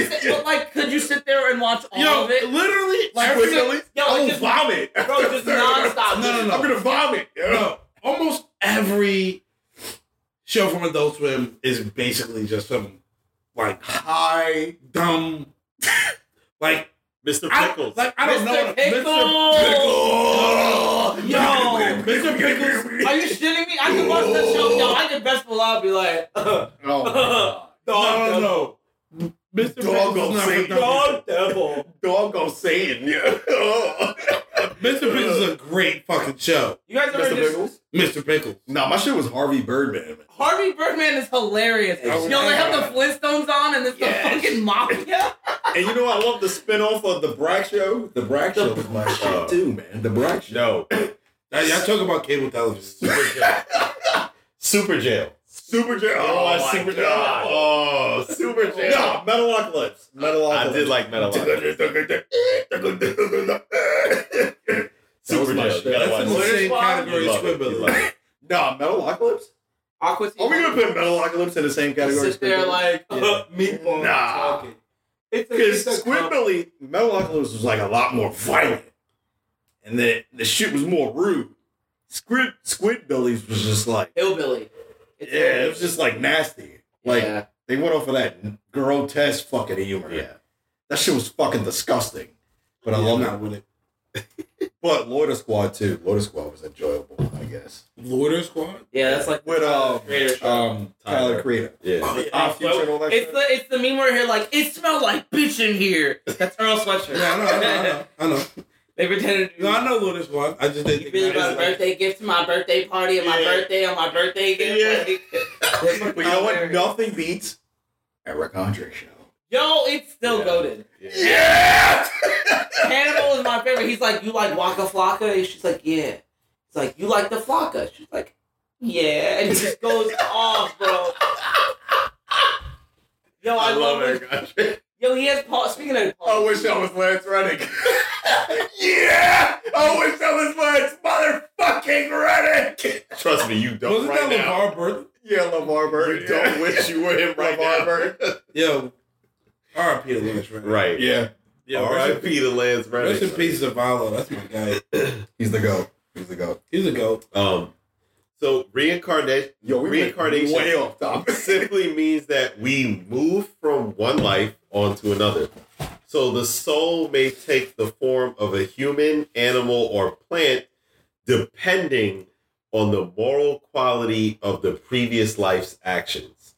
[SPEAKER 5] thing.
[SPEAKER 6] Squidbillies.
[SPEAKER 5] But like, could you sit there and watch all
[SPEAKER 4] Yo,
[SPEAKER 5] of it?
[SPEAKER 4] literally,
[SPEAKER 6] Like
[SPEAKER 4] every-
[SPEAKER 6] Squidbillies?
[SPEAKER 5] Yo,
[SPEAKER 6] I
[SPEAKER 5] like,
[SPEAKER 6] will
[SPEAKER 5] just-
[SPEAKER 6] vomit.
[SPEAKER 5] Bro,
[SPEAKER 4] (laughs)
[SPEAKER 5] just nonstop.
[SPEAKER 4] No, no, no.
[SPEAKER 6] I'm gonna vomit. yo.
[SPEAKER 4] no, almost every show from Adult Swim is basically just some like
[SPEAKER 6] Hi,
[SPEAKER 4] dumb, (laughs) like
[SPEAKER 7] Mr.
[SPEAKER 4] I,
[SPEAKER 7] Pickles.
[SPEAKER 4] like I don't know.
[SPEAKER 5] Mr.
[SPEAKER 4] what a-
[SPEAKER 5] Pickles.
[SPEAKER 4] Yo, (laughs) Mr. Pickles.
[SPEAKER 5] Are you shitting me? I could watch that show. Yo, I could best pull out and be like, (laughs) uh,
[SPEAKER 6] Oh, my
[SPEAKER 5] (laughs)
[SPEAKER 6] God.
[SPEAKER 4] No, no, no. Mr. Pickles
[SPEAKER 6] Doggone
[SPEAKER 4] is not for
[SPEAKER 6] Satan.
[SPEAKER 4] dumb.
[SPEAKER 5] God devil.
[SPEAKER 6] dog go saying, yeah. Oh.
[SPEAKER 4] Mr. Pickles is a great fucking show.
[SPEAKER 5] You guys ever
[SPEAKER 6] Mr.
[SPEAKER 5] just
[SPEAKER 6] Pickles?
[SPEAKER 4] Mr. Pickles.
[SPEAKER 6] No, my shit was Harvey Birdman.
[SPEAKER 5] Harvey Birdman is hilarious.
[SPEAKER 6] Oh,
[SPEAKER 5] Yo, they
[SPEAKER 6] yeah.
[SPEAKER 5] have the Flintstones on and it's
[SPEAKER 6] Yes.
[SPEAKER 5] the fucking mafia.
[SPEAKER 6] And you know, I love the spinoff of the Brack Show. The Brack Show was my shit too, man. The Brack Show. (clears throat)
[SPEAKER 7] no.
[SPEAKER 4] Now, y'all talk (laughs) about cable television.
[SPEAKER 7] Super jail. Super jail.
[SPEAKER 6] Super Jam.
[SPEAKER 7] Oh, my God. Oh,
[SPEAKER 6] Oh, Super Jam. No, Metalocalypse.
[SPEAKER 7] I did like Metalocalypse.
[SPEAKER 6] Metalocalypse. That was
[SPEAKER 7] Super
[SPEAKER 6] my
[SPEAKER 7] jail.
[SPEAKER 6] shit.
[SPEAKER 7] You gotta
[SPEAKER 6] That's
[SPEAKER 7] watch
[SPEAKER 4] That's in the
[SPEAKER 7] it.
[SPEAKER 4] same category
[SPEAKER 7] You love it. You
[SPEAKER 4] as
[SPEAKER 7] love
[SPEAKER 4] Squidbillies.
[SPEAKER 7] it.
[SPEAKER 6] Nah, Metalocalypse?
[SPEAKER 5] Aqua
[SPEAKER 6] Are we gonna put Metalocalypse in the same category? as
[SPEAKER 5] Sit there
[SPEAKER 6] Squidbillies?
[SPEAKER 5] like, (laughs)
[SPEAKER 6] Yeah.
[SPEAKER 5] uh, meatball.
[SPEAKER 6] Nah.
[SPEAKER 5] talking. It's a,
[SPEAKER 6] Because
[SPEAKER 5] it's a
[SPEAKER 6] Squidbilly, Metalocalypse was like a lot more violent, and the the shit was more rude. Squid Squidbillies was just like,
[SPEAKER 5] Hillbilly. It's
[SPEAKER 6] yeah, it was just like nasty. Like
[SPEAKER 5] Yeah.
[SPEAKER 6] they went off of that grotesque fucking humor.
[SPEAKER 7] Yeah.
[SPEAKER 6] That shit was fucking disgusting. But I love
[SPEAKER 4] not
[SPEAKER 6] that.
[SPEAKER 4] with it.
[SPEAKER 6] But Loader Squad too. Loader Squad was enjoyable, I guess.
[SPEAKER 4] Loader Squad?
[SPEAKER 5] Yeah, that's like
[SPEAKER 6] With um,
[SPEAKER 5] creator show.
[SPEAKER 6] um Tyler Creator.
[SPEAKER 7] Yeah.
[SPEAKER 6] Our future and all that
[SPEAKER 5] It's
[SPEAKER 6] shit.
[SPEAKER 5] the it's the meme where here like it smells like bitch in here. That's Earl Sweatshirt.
[SPEAKER 4] Yeah, I know, I know, I know. I know.
[SPEAKER 5] they pretended to do.
[SPEAKER 4] No, I know Loader Squad. I just didn't
[SPEAKER 5] You
[SPEAKER 4] think
[SPEAKER 5] really
[SPEAKER 4] that
[SPEAKER 5] got a
[SPEAKER 4] is-
[SPEAKER 5] birthday gift to my birthday party and my
[SPEAKER 6] Yeah.
[SPEAKER 5] birthday on my birthday gift.
[SPEAKER 6] Yeah.
[SPEAKER 5] Like, they're
[SPEAKER 6] But you know what?
[SPEAKER 5] hilarious.
[SPEAKER 6] Nothing beats Eric Andre show.
[SPEAKER 5] Yo, it's still
[SPEAKER 7] Yeah.
[SPEAKER 5] goaded.
[SPEAKER 6] Yeah.
[SPEAKER 5] (laughs) Hannibal is my favorite. He's like, you like Waka Flocka? And she's like, yeah. He's like, you like the Flocka? She's like, yeah. And he just goes off, bro. Yo, I, love, it.
[SPEAKER 4] (laughs)
[SPEAKER 6] Andre.
[SPEAKER 5] Yo, he has Paul. Speaking of Paul,
[SPEAKER 6] I wish I was Lance Reddick. yeah. I wish I was Lance motherfucking Reddick.
[SPEAKER 7] Trust me, you don't
[SPEAKER 6] Oh,
[SPEAKER 4] Wasn't
[SPEAKER 7] right
[SPEAKER 4] that
[SPEAKER 7] now.
[SPEAKER 4] LeVar Burton?
[SPEAKER 6] Yeah, Lamar Bird.
[SPEAKER 7] You don't wish you were him right now.
[SPEAKER 4] Yo, R.I.P. to Lynch, right?
[SPEAKER 7] Right.
[SPEAKER 6] Yeah.
[SPEAKER 4] Yeah, rest,
[SPEAKER 7] R.I.P. to Lance
[SPEAKER 4] in, rest in
[SPEAKER 7] Reddick.
[SPEAKER 4] peace, Zavala. That's my guy.
[SPEAKER 6] He's the goat. He's the goat.
[SPEAKER 4] He's a goat.
[SPEAKER 7] Um, so reincarnation
[SPEAKER 6] Yo, we went
[SPEAKER 7] Reincarnation.
[SPEAKER 6] Way off topic.
[SPEAKER 7] simply means that we move from one life onto another. So the soul may take the form of a human, animal, or plant, depending on the moral quality of the previous life's actions.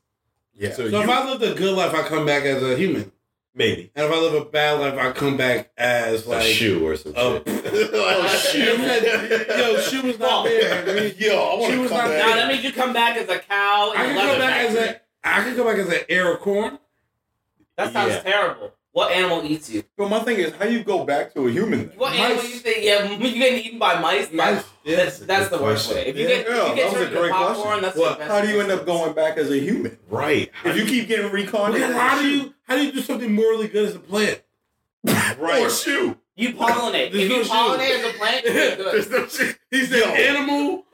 [SPEAKER 6] Yeah.
[SPEAKER 7] So,
[SPEAKER 4] So
[SPEAKER 7] you,
[SPEAKER 4] if I lived a good life, I come back as a human.
[SPEAKER 7] maybe
[SPEAKER 4] And if I live a bad life, I come back as like
[SPEAKER 7] a shoe or some
[SPEAKER 4] a-
[SPEAKER 7] (laughs) shit.
[SPEAKER 4] I'm not- Yo, she was
[SPEAKER 5] (laughs)
[SPEAKER 4] not there.
[SPEAKER 6] Yo, I
[SPEAKER 7] (laughs)
[SPEAKER 4] She
[SPEAKER 6] want to
[SPEAKER 4] was
[SPEAKER 6] come
[SPEAKER 4] not
[SPEAKER 5] Nah,
[SPEAKER 6] back.
[SPEAKER 5] that means you come back as a cow.
[SPEAKER 4] I
[SPEAKER 5] And
[SPEAKER 4] can
[SPEAKER 5] a leather
[SPEAKER 4] come back as
[SPEAKER 5] factory.
[SPEAKER 4] a I can come back as an heir of corn.
[SPEAKER 5] That sounds
[SPEAKER 7] Yeah.
[SPEAKER 5] terrible. What animal eats you?
[SPEAKER 6] (laughs) But my thing is, how you go back to a human?
[SPEAKER 5] What
[SPEAKER 4] Mice.
[SPEAKER 5] animal you think? Yeah, (laughs) you getting eaten by mice.
[SPEAKER 4] Mice. Yeah.
[SPEAKER 5] That's, that's the
[SPEAKER 7] Good
[SPEAKER 5] worst
[SPEAKER 7] question.
[SPEAKER 5] way. If you
[SPEAKER 4] Yeah.
[SPEAKER 5] get,
[SPEAKER 6] Yeah,
[SPEAKER 5] if you
[SPEAKER 6] that
[SPEAKER 5] get
[SPEAKER 6] was a
[SPEAKER 5] turned into
[SPEAKER 6] great
[SPEAKER 5] popcorn,
[SPEAKER 6] question.
[SPEAKER 5] that's
[SPEAKER 4] What-
[SPEAKER 5] the best
[SPEAKER 6] How do you
[SPEAKER 5] way.
[SPEAKER 6] end up going back as a human?
[SPEAKER 7] right.
[SPEAKER 6] If you keep getting recon,
[SPEAKER 4] Well, how do you how do you do something morally good as
[SPEAKER 6] (laughs)
[SPEAKER 4] a plant?
[SPEAKER 6] Or shoe. (laughs)
[SPEAKER 5] You pollinate.
[SPEAKER 4] There's
[SPEAKER 5] if
[SPEAKER 4] no
[SPEAKER 5] you
[SPEAKER 4] shoe.
[SPEAKER 5] pollinate as a plant, you're good.
[SPEAKER 4] He's an animal.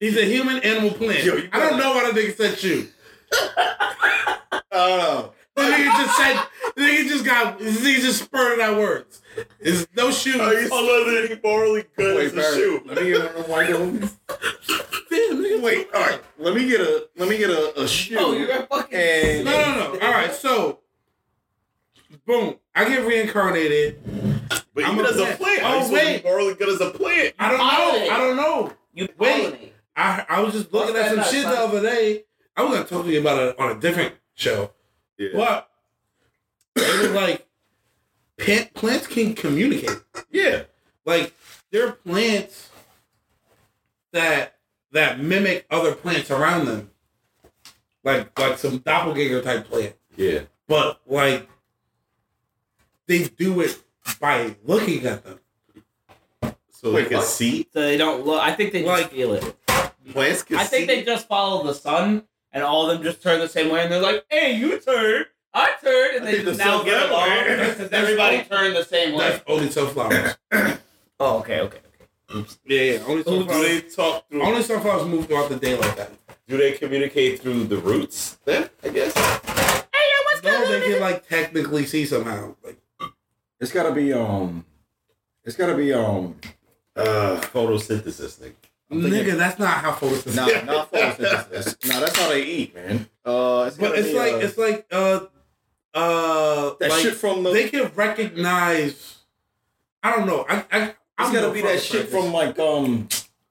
[SPEAKER 4] He's a human animal plant.
[SPEAKER 6] Yo, you
[SPEAKER 4] I don't
[SPEAKER 6] gotta-
[SPEAKER 4] know why the nigga said shoe.
[SPEAKER 6] Oh,
[SPEAKER 4] The nigga just said the nigga just got the nigga just spurted out words. It's no shoe.
[SPEAKER 6] Oh, love that morally good
[SPEAKER 7] as a shoe.
[SPEAKER 6] Let me get a white one.
[SPEAKER 4] Damn,
[SPEAKER 6] (laughs)
[SPEAKER 4] nigga.
[SPEAKER 6] Wait, all right. Let me get a let me get a, a shoe.
[SPEAKER 5] Oh, you're a fucking.
[SPEAKER 6] And-
[SPEAKER 4] No, no, no. All right, so boom, I get reincarnated.
[SPEAKER 7] But
[SPEAKER 4] I'm
[SPEAKER 7] even
[SPEAKER 4] a
[SPEAKER 7] as a
[SPEAKER 4] plant.
[SPEAKER 7] plant,
[SPEAKER 4] Oh,
[SPEAKER 7] I'm supposed to
[SPEAKER 4] wait.
[SPEAKER 7] be morally good as a plant.
[SPEAKER 4] I don't know. I don't know.
[SPEAKER 5] You
[SPEAKER 4] Wait.
[SPEAKER 5] pollinate.
[SPEAKER 4] I I was just looking
[SPEAKER 5] What's
[SPEAKER 4] at some
[SPEAKER 5] that
[SPEAKER 4] shit the
[SPEAKER 5] about?
[SPEAKER 4] other day. I was gonna talk to you about it on a different show,
[SPEAKER 7] Yeah.
[SPEAKER 4] but it was like plant, plants can communicate.
[SPEAKER 7] Yeah.
[SPEAKER 4] Like there are plants that that mimic other plants around them, like like some doppelganger type plant.
[SPEAKER 7] Yeah.
[SPEAKER 4] But like they do it by looking at them.
[SPEAKER 7] So
[SPEAKER 6] Wait,
[SPEAKER 7] they can
[SPEAKER 6] what?
[SPEAKER 7] see.
[SPEAKER 5] So they don't look. I think they just
[SPEAKER 4] Like-
[SPEAKER 5] feel it.
[SPEAKER 7] Plants can
[SPEAKER 5] I think
[SPEAKER 7] see.
[SPEAKER 5] they just follow the sun, and all of them just turn the same way, and they're like, "Hey, you turn, I turn," and
[SPEAKER 6] I
[SPEAKER 5] they
[SPEAKER 6] think
[SPEAKER 5] just
[SPEAKER 6] the
[SPEAKER 5] now
[SPEAKER 6] sun's
[SPEAKER 5] get
[SPEAKER 6] that
[SPEAKER 5] along
[SPEAKER 6] way.
[SPEAKER 5] (laughs) because everybody turned the same way.
[SPEAKER 4] That's only sunflowers.
[SPEAKER 5] Oh, okay, okay.
[SPEAKER 4] yeah, yeah, only
[SPEAKER 7] do
[SPEAKER 4] sunflowers.
[SPEAKER 7] they talk through?
[SPEAKER 4] Only sunflowers move throughout the day like that.
[SPEAKER 7] Do they communicate through the roots? Then I guess.
[SPEAKER 4] No, they can like technically see somehow. Like
[SPEAKER 6] It's gotta be um. It's gotta be um. Uh,
[SPEAKER 7] Photosynthesis, nigga.
[SPEAKER 6] I'm thinking-
[SPEAKER 4] nigga, that's not how photosynthesis. (laughs)
[SPEAKER 6] nah, not photosynthesis. nah, that's how they eat, man. Uh, it's
[SPEAKER 4] but
[SPEAKER 6] gotta
[SPEAKER 4] it's
[SPEAKER 6] be,
[SPEAKER 4] like
[SPEAKER 6] uh,
[SPEAKER 4] it's like uh uh
[SPEAKER 6] that
[SPEAKER 4] like,
[SPEAKER 6] shit from the.
[SPEAKER 4] they can recognize. I don't know. I I
[SPEAKER 6] It's
[SPEAKER 4] I'm
[SPEAKER 6] gotta
[SPEAKER 4] no
[SPEAKER 6] be that
[SPEAKER 4] photosynthesis.
[SPEAKER 6] shit from like um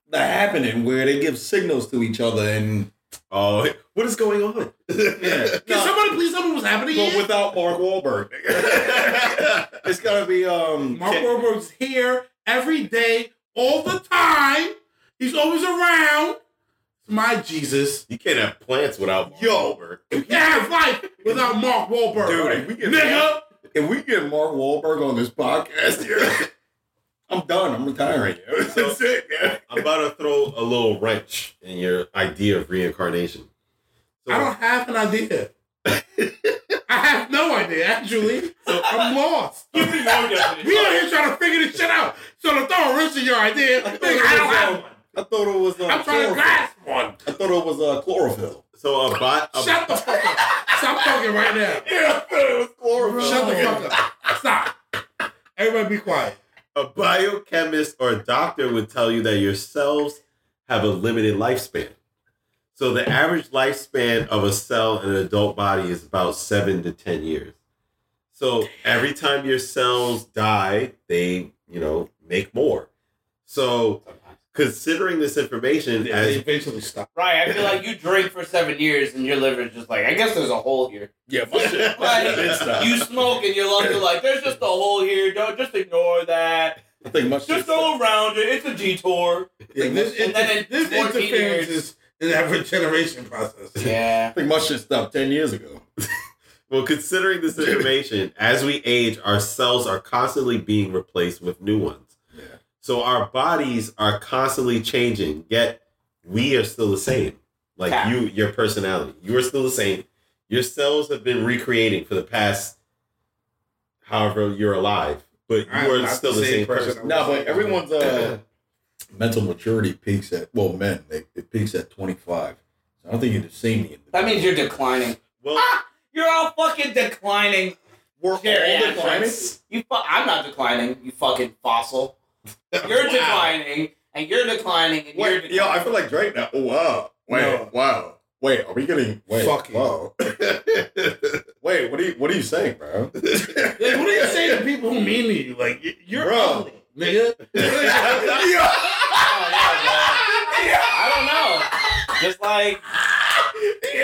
[SPEAKER 6] the happening where they give signals to each other and
[SPEAKER 7] Oh, what is going on?
[SPEAKER 6] (laughs) yeah.
[SPEAKER 4] Can somebody please tell me what's happening?
[SPEAKER 6] but
[SPEAKER 4] Here?
[SPEAKER 6] without Mark Wahlberg. it's gotta be um
[SPEAKER 4] Mark Wahlberg's here every day, all the time. He's always around. It's my Jesus.
[SPEAKER 7] (laughs) you can't have plants without Mark
[SPEAKER 6] Yo.
[SPEAKER 7] Wahlberg.
[SPEAKER 4] You can't have life without Mark Wahlberg,
[SPEAKER 6] Dude, if we get
[SPEAKER 4] nigga.
[SPEAKER 6] if we get Mark Wahlberg on this podcast, yeah, (laughs) I'm done. I'm retiring. yo. That's it. yeah. (laughs)
[SPEAKER 7] I'm about to throw a little wrench in your idea of reincarnation. So,
[SPEAKER 4] I don't have an (laughs) idea. I have no idea, actually. I'm lost. (laughs) We
[SPEAKER 5] Give me your definition.
[SPEAKER 4] out here trying to figure this shit out. So to (laughs) throw a wrench in your idea,
[SPEAKER 6] I
[SPEAKER 4] nigga,
[SPEAKER 6] thought it
[SPEAKER 4] (laughs) I don't have
[SPEAKER 6] was, um,
[SPEAKER 4] one.
[SPEAKER 6] I thought it was uh,
[SPEAKER 4] I'm trying to
[SPEAKER 6] chlorophyll.
[SPEAKER 4] grasp one.
[SPEAKER 6] I thought it was uh, chlorophyll.
[SPEAKER 7] so a bot. A,
[SPEAKER 4] Shut the fuck up. Stop talking right (laughs) now.
[SPEAKER 6] Yeah, I thought it was chlorophyll.
[SPEAKER 4] Shut the fuck up. Stop. Everybody be quiet.
[SPEAKER 7] a biochemist or a doctor would tell you that your cells have a limited lifespan. So the average lifespan of a cell in an adult body is about seven to ten years. So every time your cells die, they, you know, make more. So considering this information
[SPEAKER 4] Yeah, they
[SPEAKER 7] as
[SPEAKER 4] eventually stop.
[SPEAKER 5] Right, I feel like you drink for seven years and your liver is just like, I guess there's a hole here.
[SPEAKER 6] Yeah, my (laughs) shit.
[SPEAKER 5] Right.
[SPEAKER 6] my shit been stopped.
[SPEAKER 5] You smoke and your lungs are like, there's just a hole here. Don't just ignore that.
[SPEAKER 6] I think my shit
[SPEAKER 5] Just go around it. It's a detour.
[SPEAKER 6] Yeah,
[SPEAKER 4] Like, this
[SPEAKER 5] And then in
[SPEAKER 4] this
[SPEAKER 5] 14
[SPEAKER 4] interference
[SPEAKER 5] years-
[SPEAKER 4] is in that regeneration process.
[SPEAKER 5] Yeah.
[SPEAKER 6] I think my shit stopped ten years ago.
[SPEAKER 7] well, considering this information, as we age, our cells are constantly being replaced with new ones.
[SPEAKER 6] Yeah.
[SPEAKER 7] So our bodies are constantly changing, yet we are still the same. Like
[SPEAKER 5] Yeah.
[SPEAKER 7] you, your personality, you are still the same. Your cells have been recreating for the past however you're alive, but you
[SPEAKER 4] I'm
[SPEAKER 7] are
[SPEAKER 4] not
[SPEAKER 7] still the same, person.
[SPEAKER 6] No, but everyone's (clears throat) uh, mental maturity peaks at well, men they, it peaks at twenty five. So I don't think you've seen me. In the
[SPEAKER 5] That means you're declining.
[SPEAKER 7] Well,
[SPEAKER 5] Ah, you're all fucking declining.
[SPEAKER 6] we're
[SPEAKER 5] Geriatrics. You fu- I'm not declining. You fucking fossil. You're
[SPEAKER 6] Wow.
[SPEAKER 5] declining, and you're declining, and you're
[SPEAKER 6] Wait,
[SPEAKER 5] declining.
[SPEAKER 6] yo, I feel like Drake now. Oh, wow. Wait,
[SPEAKER 4] No.
[SPEAKER 6] wow. Wait, are we getting wait?
[SPEAKER 4] Fuck you.
[SPEAKER 6] wow. (laughs) wait, what are you what are you saying, bro?
[SPEAKER 4] Like, what do you
[SPEAKER 6] (laughs)
[SPEAKER 4] say to people who mean to you? Like, y- you're
[SPEAKER 6] Bro.
[SPEAKER 4] ugly, (laughs) nigga.
[SPEAKER 5] (laughs) I don't know. Just like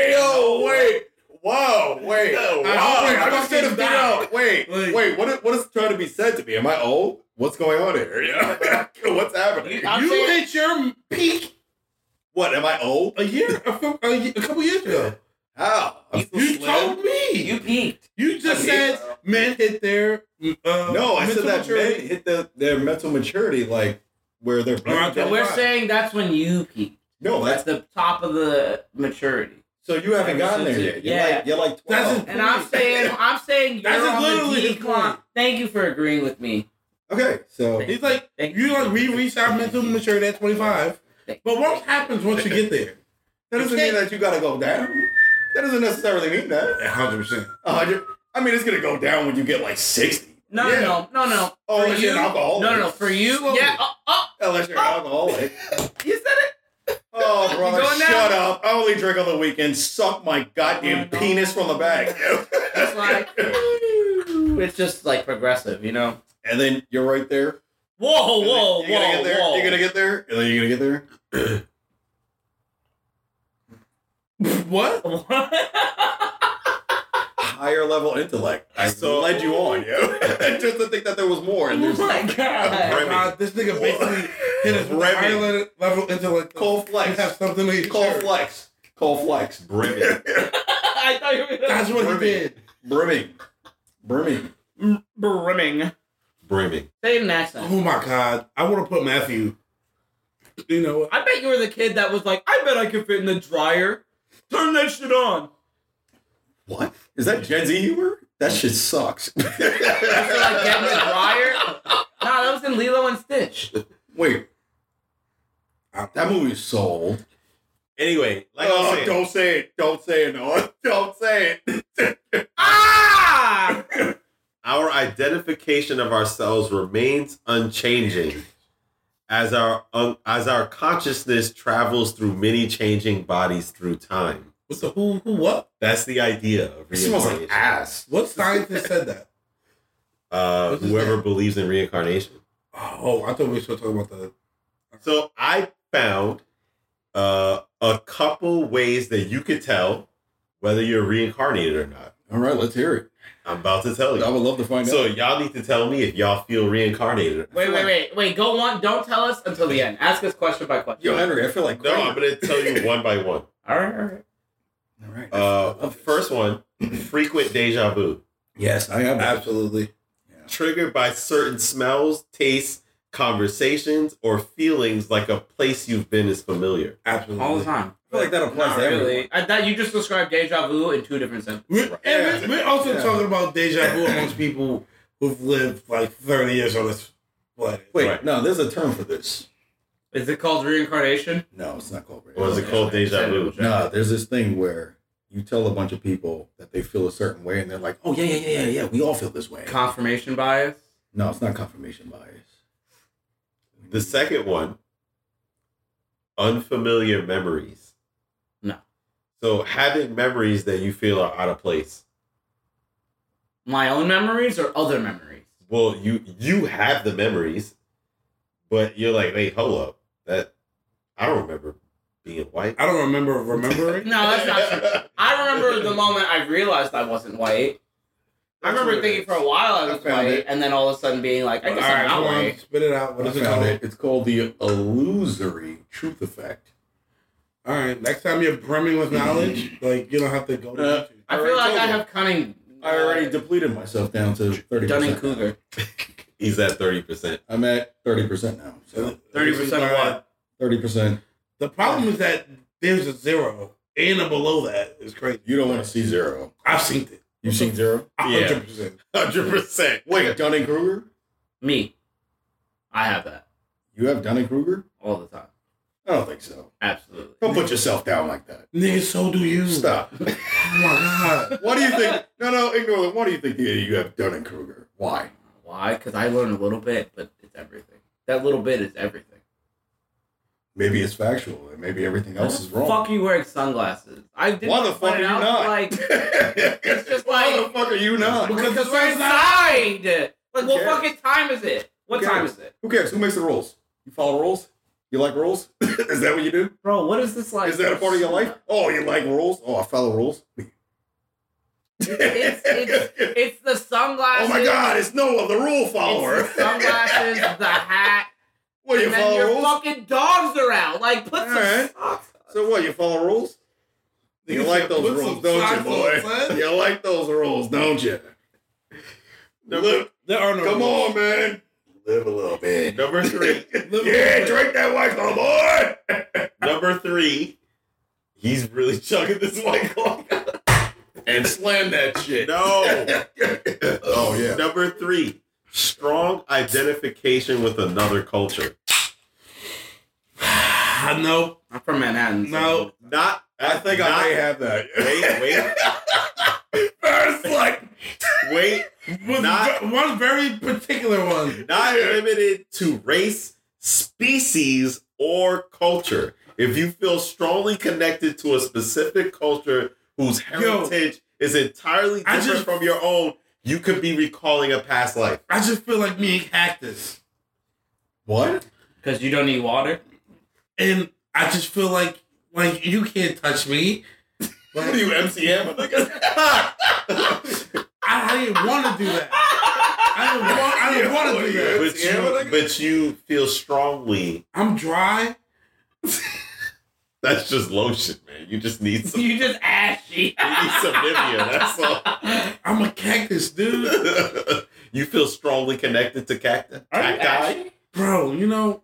[SPEAKER 6] Yo, wait. Wow, wait.
[SPEAKER 4] No,
[SPEAKER 6] I-
[SPEAKER 4] wow.
[SPEAKER 6] wait, I'm just trying to
[SPEAKER 4] Fucking
[SPEAKER 6] figure
[SPEAKER 4] die.
[SPEAKER 6] out. Wait,
[SPEAKER 4] Like-
[SPEAKER 6] wait, what is, what is trying to be said to me? Am I old? What's going on here? (laughs) Yeah. What's happening?
[SPEAKER 5] I'm
[SPEAKER 4] you
[SPEAKER 5] saying-
[SPEAKER 4] hit your peak
[SPEAKER 6] What, am I old?
[SPEAKER 4] a year, a, few- a, ye- a couple years ago.
[SPEAKER 6] How? I'm still
[SPEAKER 4] You
[SPEAKER 6] slim.
[SPEAKER 4] told me.
[SPEAKER 5] you
[SPEAKER 4] You,
[SPEAKER 5] peaked.
[SPEAKER 4] just
[SPEAKER 6] I mean, uh,
[SPEAKER 4] said men hit their. mm, Uh,
[SPEAKER 6] No, I said
[SPEAKER 4] mental
[SPEAKER 6] that
[SPEAKER 4] maturity.
[SPEAKER 6] men hit the, their mental maturity, like where they're.
[SPEAKER 4] Around
[SPEAKER 5] And
[SPEAKER 4] That's
[SPEAKER 5] we're
[SPEAKER 4] right.
[SPEAKER 5] saying that's when you peaked.
[SPEAKER 6] no,
[SPEAKER 5] That's
[SPEAKER 6] that's
[SPEAKER 5] the top of the maturity.
[SPEAKER 6] so you haven't gotten there yet. You're
[SPEAKER 5] Yeah.
[SPEAKER 6] like you're like
[SPEAKER 4] That's
[SPEAKER 6] twelve.
[SPEAKER 4] his-
[SPEAKER 5] And I'm saying, I'm saying you're
[SPEAKER 4] That's
[SPEAKER 5] on
[SPEAKER 4] literally
[SPEAKER 5] the
[SPEAKER 4] his
[SPEAKER 5] decline.
[SPEAKER 4] point.
[SPEAKER 5] Thank you for agreeing with me.
[SPEAKER 6] okay, so
[SPEAKER 4] He's like,
[SPEAKER 5] Thank
[SPEAKER 4] (laughs) you like we reach our mental maturity at 25,
[SPEAKER 5] Thank
[SPEAKER 4] but what happens once you get there? (laughs)
[SPEAKER 6] That doesn't mean that you gotta go down. That doesn't necessarily mean that.
[SPEAKER 4] 100. percent
[SPEAKER 6] A hundred. I mean, it's gonna go down when you get like sixty.
[SPEAKER 5] No,
[SPEAKER 6] Yeah.
[SPEAKER 5] no, no, no, no.
[SPEAKER 6] Oh,
[SPEAKER 5] For
[SPEAKER 6] unless
[SPEAKER 5] you,
[SPEAKER 6] you're an
[SPEAKER 5] no,
[SPEAKER 6] alcoholic.
[SPEAKER 5] no, no. For you,
[SPEAKER 6] Slowly.
[SPEAKER 5] yeah. Oh, oh,
[SPEAKER 6] Unless you're an alcoholic.
[SPEAKER 5] you said it.
[SPEAKER 6] Oh, brother,
[SPEAKER 5] going down?
[SPEAKER 6] shut up. I only drink on the weekend. Suck my goddamn
[SPEAKER 5] Oh, no.
[SPEAKER 6] penis from the bag.
[SPEAKER 5] It's like it's just like progressive, you know.
[SPEAKER 6] (laughs) and then you're right there.
[SPEAKER 10] Whoa,
[SPEAKER 6] And then
[SPEAKER 10] whoa,
[SPEAKER 6] you're gonna
[SPEAKER 10] whoa,
[SPEAKER 6] get there.
[SPEAKER 10] whoa.
[SPEAKER 6] You're gonna get there. And then you're gonna get there.
[SPEAKER 5] (laughs)
[SPEAKER 4] What?
[SPEAKER 6] higher level intellect. I
[SPEAKER 7] So-
[SPEAKER 6] led you on, yo. (laughs) Just to think that there was more. And there's
[SPEAKER 5] Oh my
[SPEAKER 4] (laughs)
[SPEAKER 5] god.
[SPEAKER 7] Remy.
[SPEAKER 4] God, this nigga basically (laughs) hit us with a
[SPEAKER 6] Remy.
[SPEAKER 4] higher le- level intellect.
[SPEAKER 6] cold
[SPEAKER 4] You have
[SPEAKER 6] flex.
[SPEAKER 4] something to eat.
[SPEAKER 6] Cold flex. Cold flex.
[SPEAKER 7] brimming.
[SPEAKER 5] I thought you were gonna-
[SPEAKER 4] That's what he
[SPEAKER 6] Remy.
[SPEAKER 4] did.
[SPEAKER 6] (laughs) Brimming. Brimming.
[SPEAKER 10] brimming.
[SPEAKER 7] brimming.
[SPEAKER 5] Say it in an accent.
[SPEAKER 4] Oh my god, I want to put Matthew. You know what?
[SPEAKER 10] I bet you were the kid that was like, I bet I could fit in the dryer. Turn that shit on.
[SPEAKER 6] What? Is that Gen Z humor? That shit sucks. (laughs)
[SPEAKER 5] I feel like getting the dryer. Nah, that was in Lilo and Stitch.
[SPEAKER 6] Wait. That movie's so old.
[SPEAKER 7] Anyway, like I was saying,
[SPEAKER 6] don't say it. Don't say it, no. (laughs) Don't say it.
[SPEAKER 10] Ah!
[SPEAKER 7] our identification of ourselves remains unchanging as our as our consciousness travels through many changing bodies through time.
[SPEAKER 4] What the who? Who? What?
[SPEAKER 7] That's the idea of
[SPEAKER 6] It smells like
[SPEAKER 7] reincarnation.
[SPEAKER 6] ass.
[SPEAKER 4] What scientist said that?
[SPEAKER 7] Uh,
[SPEAKER 4] What's his
[SPEAKER 7] whoever
[SPEAKER 4] name?
[SPEAKER 7] believes in reincarnation.
[SPEAKER 4] Oh, I thought we were still talking about the.
[SPEAKER 7] So I found uh, a couple ways that you could tell whether you're reincarnated or not.
[SPEAKER 6] All right, let's hear it.
[SPEAKER 7] I'm about to tell
[SPEAKER 6] I
[SPEAKER 7] you.
[SPEAKER 6] would love to find
[SPEAKER 7] So
[SPEAKER 6] out.
[SPEAKER 7] y'all need to tell me if y'all feel reincarnated. or not.
[SPEAKER 10] Wait,
[SPEAKER 5] Wait,
[SPEAKER 10] wait,
[SPEAKER 5] wait, wait, wait. Go on. Don't tell us until the end. Ask us question by question.
[SPEAKER 6] Yo, Henry, I feel like
[SPEAKER 7] No, I'm gonna tell
[SPEAKER 4] (laughs)
[SPEAKER 7] you one by one.
[SPEAKER 5] All right, all right.
[SPEAKER 6] All right.
[SPEAKER 7] Uh, first one, frequent deja vu,
[SPEAKER 6] Yes, I have.
[SPEAKER 4] Absolutely.
[SPEAKER 7] triggered by certain smells, tastes, conversations, or feelings like a place you've been is familiar.
[SPEAKER 4] Absolutely.
[SPEAKER 5] All the time.
[SPEAKER 6] I feel like that applies
[SPEAKER 5] Not
[SPEAKER 6] to everyone.
[SPEAKER 5] really. I thought you just described deja vu in two different sentences.
[SPEAKER 4] We're, and we're, we're also
[SPEAKER 6] Yeah.
[SPEAKER 4] talking about deja vu amongst people who've lived like 30 years on this planet.
[SPEAKER 6] Wait,
[SPEAKER 7] Right.
[SPEAKER 6] no, there's a term for this.
[SPEAKER 5] (laughs) Is it called reincarnation?
[SPEAKER 6] No, it's not called rape.
[SPEAKER 7] Or is it called deja vu?
[SPEAKER 6] No, there's this thing where you tell a bunch of people that they feel a certain way, and they're like, "Oh yeah, yeah, yeah, yeah, yeah, we all feel this way."
[SPEAKER 5] Confirmation bias.
[SPEAKER 6] No, it's not confirmation bias.
[SPEAKER 7] The second one, unfamiliar memories.
[SPEAKER 5] No.
[SPEAKER 7] So having memories that you feel are out of place.
[SPEAKER 5] my own memories or other memories?
[SPEAKER 7] Well, you you have the memories, but you're like, wait, hold up, that I don't remember being white.
[SPEAKER 4] I don't remember remembering.
[SPEAKER 5] No, that's not true.
[SPEAKER 7] (laughs)
[SPEAKER 5] I remember the moment I realized I wasn't white. I remember thinking for a while I was
[SPEAKER 6] I found
[SPEAKER 5] white,
[SPEAKER 6] it.
[SPEAKER 5] and then all of a sudden being like, (laughs) I
[SPEAKER 4] All
[SPEAKER 5] guess
[SPEAKER 4] right,
[SPEAKER 5] I'm not
[SPEAKER 4] come on,
[SPEAKER 5] white.
[SPEAKER 4] spit it out. What
[SPEAKER 6] I
[SPEAKER 4] is it
[SPEAKER 6] found
[SPEAKER 4] called?
[SPEAKER 6] it. It's called the illusory truth effect.
[SPEAKER 4] All right, next time you're brimming with
[SPEAKER 6] (laughs)
[SPEAKER 4] knowledge, like you don't have to go. to
[SPEAKER 6] Uh,
[SPEAKER 4] YouTube.
[SPEAKER 5] I
[SPEAKER 6] already
[SPEAKER 5] feel like
[SPEAKER 6] told
[SPEAKER 5] I
[SPEAKER 6] you.
[SPEAKER 5] have cunning. uh,
[SPEAKER 6] I already depleted myself down to 30%.
[SPEAKER 5] Dunning Cougar.
[SPEAKER 7] He's at thirty percent.
[SPEAKER 6] I'm at 30% now. So
[SPEAKER 4] 30% of what?
[SPEAKER 6] 30%.
[SPEAKER 4] The problem is that there's a zero and a below that is crazy.
[SPEAKER 6] You don't want to see zero.
[SPEAKER 4] I've seen it.
[SPEAKER 6] You've seen zero?
[SPEAKER 4] A
[SPEAKER 7] Yeah.
[SPEAKER 4] hundred percent.
[SPEAKER 7] Hundred percent.
[SPEAKER 6] Wait, Dunning Kruger?
[SPEAKER 5] Me. I have that
[SPEAKER 6] You have Dunning Kruger?
[SPEAKER 5] all the time.
[SPEAKER 6] I don't think so.
[SPEAKER 5] Absolutely.
[SPEAKER 6] Don't put yourself down like that.
[SPEAKER 4] Nigga, so do you.
[SPEAKER 6] Stop.
[SPEAKER 4] Oh my god.
[SPEAKER 6] (laughs) What do you think? No, no, ignore that. What do you think that you have Dunning Kruger? Why?
[SPEAKER 5] Why? Because I learn a little bit, but it's everything. That little bit is everything.
[SPEAKER 6] Maybe it's factual, and maybe everything else is wrong.
[SPEAKER 5] Why the Fuck are you wearing sunglasses. I didn't
[SPEAKER 6] Why the fuck
[SPEAKER 5] point
[SPEAKER 6] are
[SPEAKER 5] it
[SPEAKER 6] you
[SPEAKER 5] out,
[SPEAKER 6] not? (laughs)
[SPEAKER 5] Like
[SPEAKER 6] it's
[SPEAKER 5] just
[SPEAKER 6] (laughs) why
[SPEAKER 5] like-
[SPEAKER 6] the fuck are you not?
[SPEAKER 5] because
[SPEAKER 4] the
[SPEAKER 5] we're
[SPEAKER 4] sun's
[SPEAKER 5] inside. Like what
[SPEAKER 6] cares?
[SPEAKER 5] fucking time is it? What
[SPEAKER 6] Who
[SPEAKER 5] time
[SPEAKER 6] cares?
[SPEAKER 5] is it,
[SPEAKER 6] Who cares? Who makes the rules? You follow rules? You like rules? (coughs) is that what you do?
[SPEAKER 5] bro? What is this like?
[SPEAKER 6] Is that a part of your life? Oh, you like rules? Oh, I follow rules.
[SPEAKER 5] It's it's it's
[SPEAKER 6] (laughs)
[SPEAKER 5] the
[SPEAKER 6] oh
[SPEAKER 5] sunglasses.
[SPEAKER 6] my God! It's Noah, the rule follower.
[SPEAKER 5] It's the sunglasses, the hat,
[SPEAKER 6] (laughs) what you
[SPEAKER 5] and then
[SPEAKER 6] follow
[SPEAKER 5] your
[SPEAKER 6] rules?
[SPEAKER 5] fucking dogs are out. Like put some.
[SPEAKER 6] Alright.
[SPEAKER 5] (laughs)
[SPEAKER 6] So what? You follow rules? You
[SPEAKER 4] Nigga
[SPEAKER 6] like
[SPEAKER 4] said,
[SPEAKER 6] those
[SPEAKER 4] "Put
[SPEAKER 6] rules,
[SPEAKER 4] some
[SPEAKER 6] don't you,
[SPEAKER 4] socks
[SPEAKER 6] boy?
[SPEAKER 4] on, son."
[SPEAKER 6] You like those rules, don't you? Look,
[SPEAKER 4] There are no.
[SPEAKER 6] come
[SPEAKER 4] rules.
[SPEAKER 6] on, man. Live a little bit. (laughs)
[SPEAKER 7] Number three.
[SPEAKER 4] Live
[SPEAKER 6] Yeah, drink that white claw, boy.
[SPEAKER 7] Number three. He's really chugging this white claw.
[SPEAKER 6] And slam that shit.
[SPEAKER 7] (laughs) No.
[SPEAKER 6] oh yeah.
[SPEAKER 7] Number three. Strong identification with another culture.
[SPEAKER 4] Ah, no,
[SPEAKER 5] I'm from Manhattan. so-
[SPEAKER 4] no.
[SPEAKER 7] Not.
[SPEAKER 6] I think
[SPEAKER 7] not,
[SPEAKER 6] I may have that.
[SPEAKER 7] Wait, wait,
[SPEAKER 6] (laughs) First, like,
[SPEAKER 7] wait.
[SPEAKER 4] With
[SPEAKER 7] Not-
[SPEAKER 4] ve- one very particular one.
[SPEAKER 7] Not limited to race, species, or culture. If you feel strongly connected to a specific culture whose heritage is entirely
[SPEAKER 4] I
[SPEAKER 7] different
[SPEAKER 4] just-
[SPEAKER 7] from your own, you could be recalling a past life.
[SPEAKER 4] I just feel like being hacked this,
[SPEAKER 6] what?
[SPEAKER 5] Because you don't need water.
[SPEAKER 4] and I just feel like like you can't touch me.
[SPEAKER 6] What are you,
[SPEAKER 7] (laughs)
[SPEAKER 6] MCM?
[SPEAKER 4] I, I didn't want to do that. I didn't want. I didn't want
[SPEAKER 6] (laughs)
[SPEAKER 4] to do that.
[SPEAKER 7] But you, but you feel strongly
[SPEAKER 4] I'm dry.
[SPEAKER 7] That's just lotion, man. You just need some.
[SPEAKER 5] You just
[SPEAKER 6] (laughs)
[SPEAKER 5] ashy.
[SPEAKER 7] you need
[SPEAKER 5] (laughs)
[SPEAKER 7] some Nivea. That's
[SPEAKER 4] I'm a cactus, dude.
[SPEAKER 7] all. (laughs) you feel strongly connected to cacti. Cacti.
[SPEAKER 5] Ashy?
[SPEAKER 4] Bro, you know.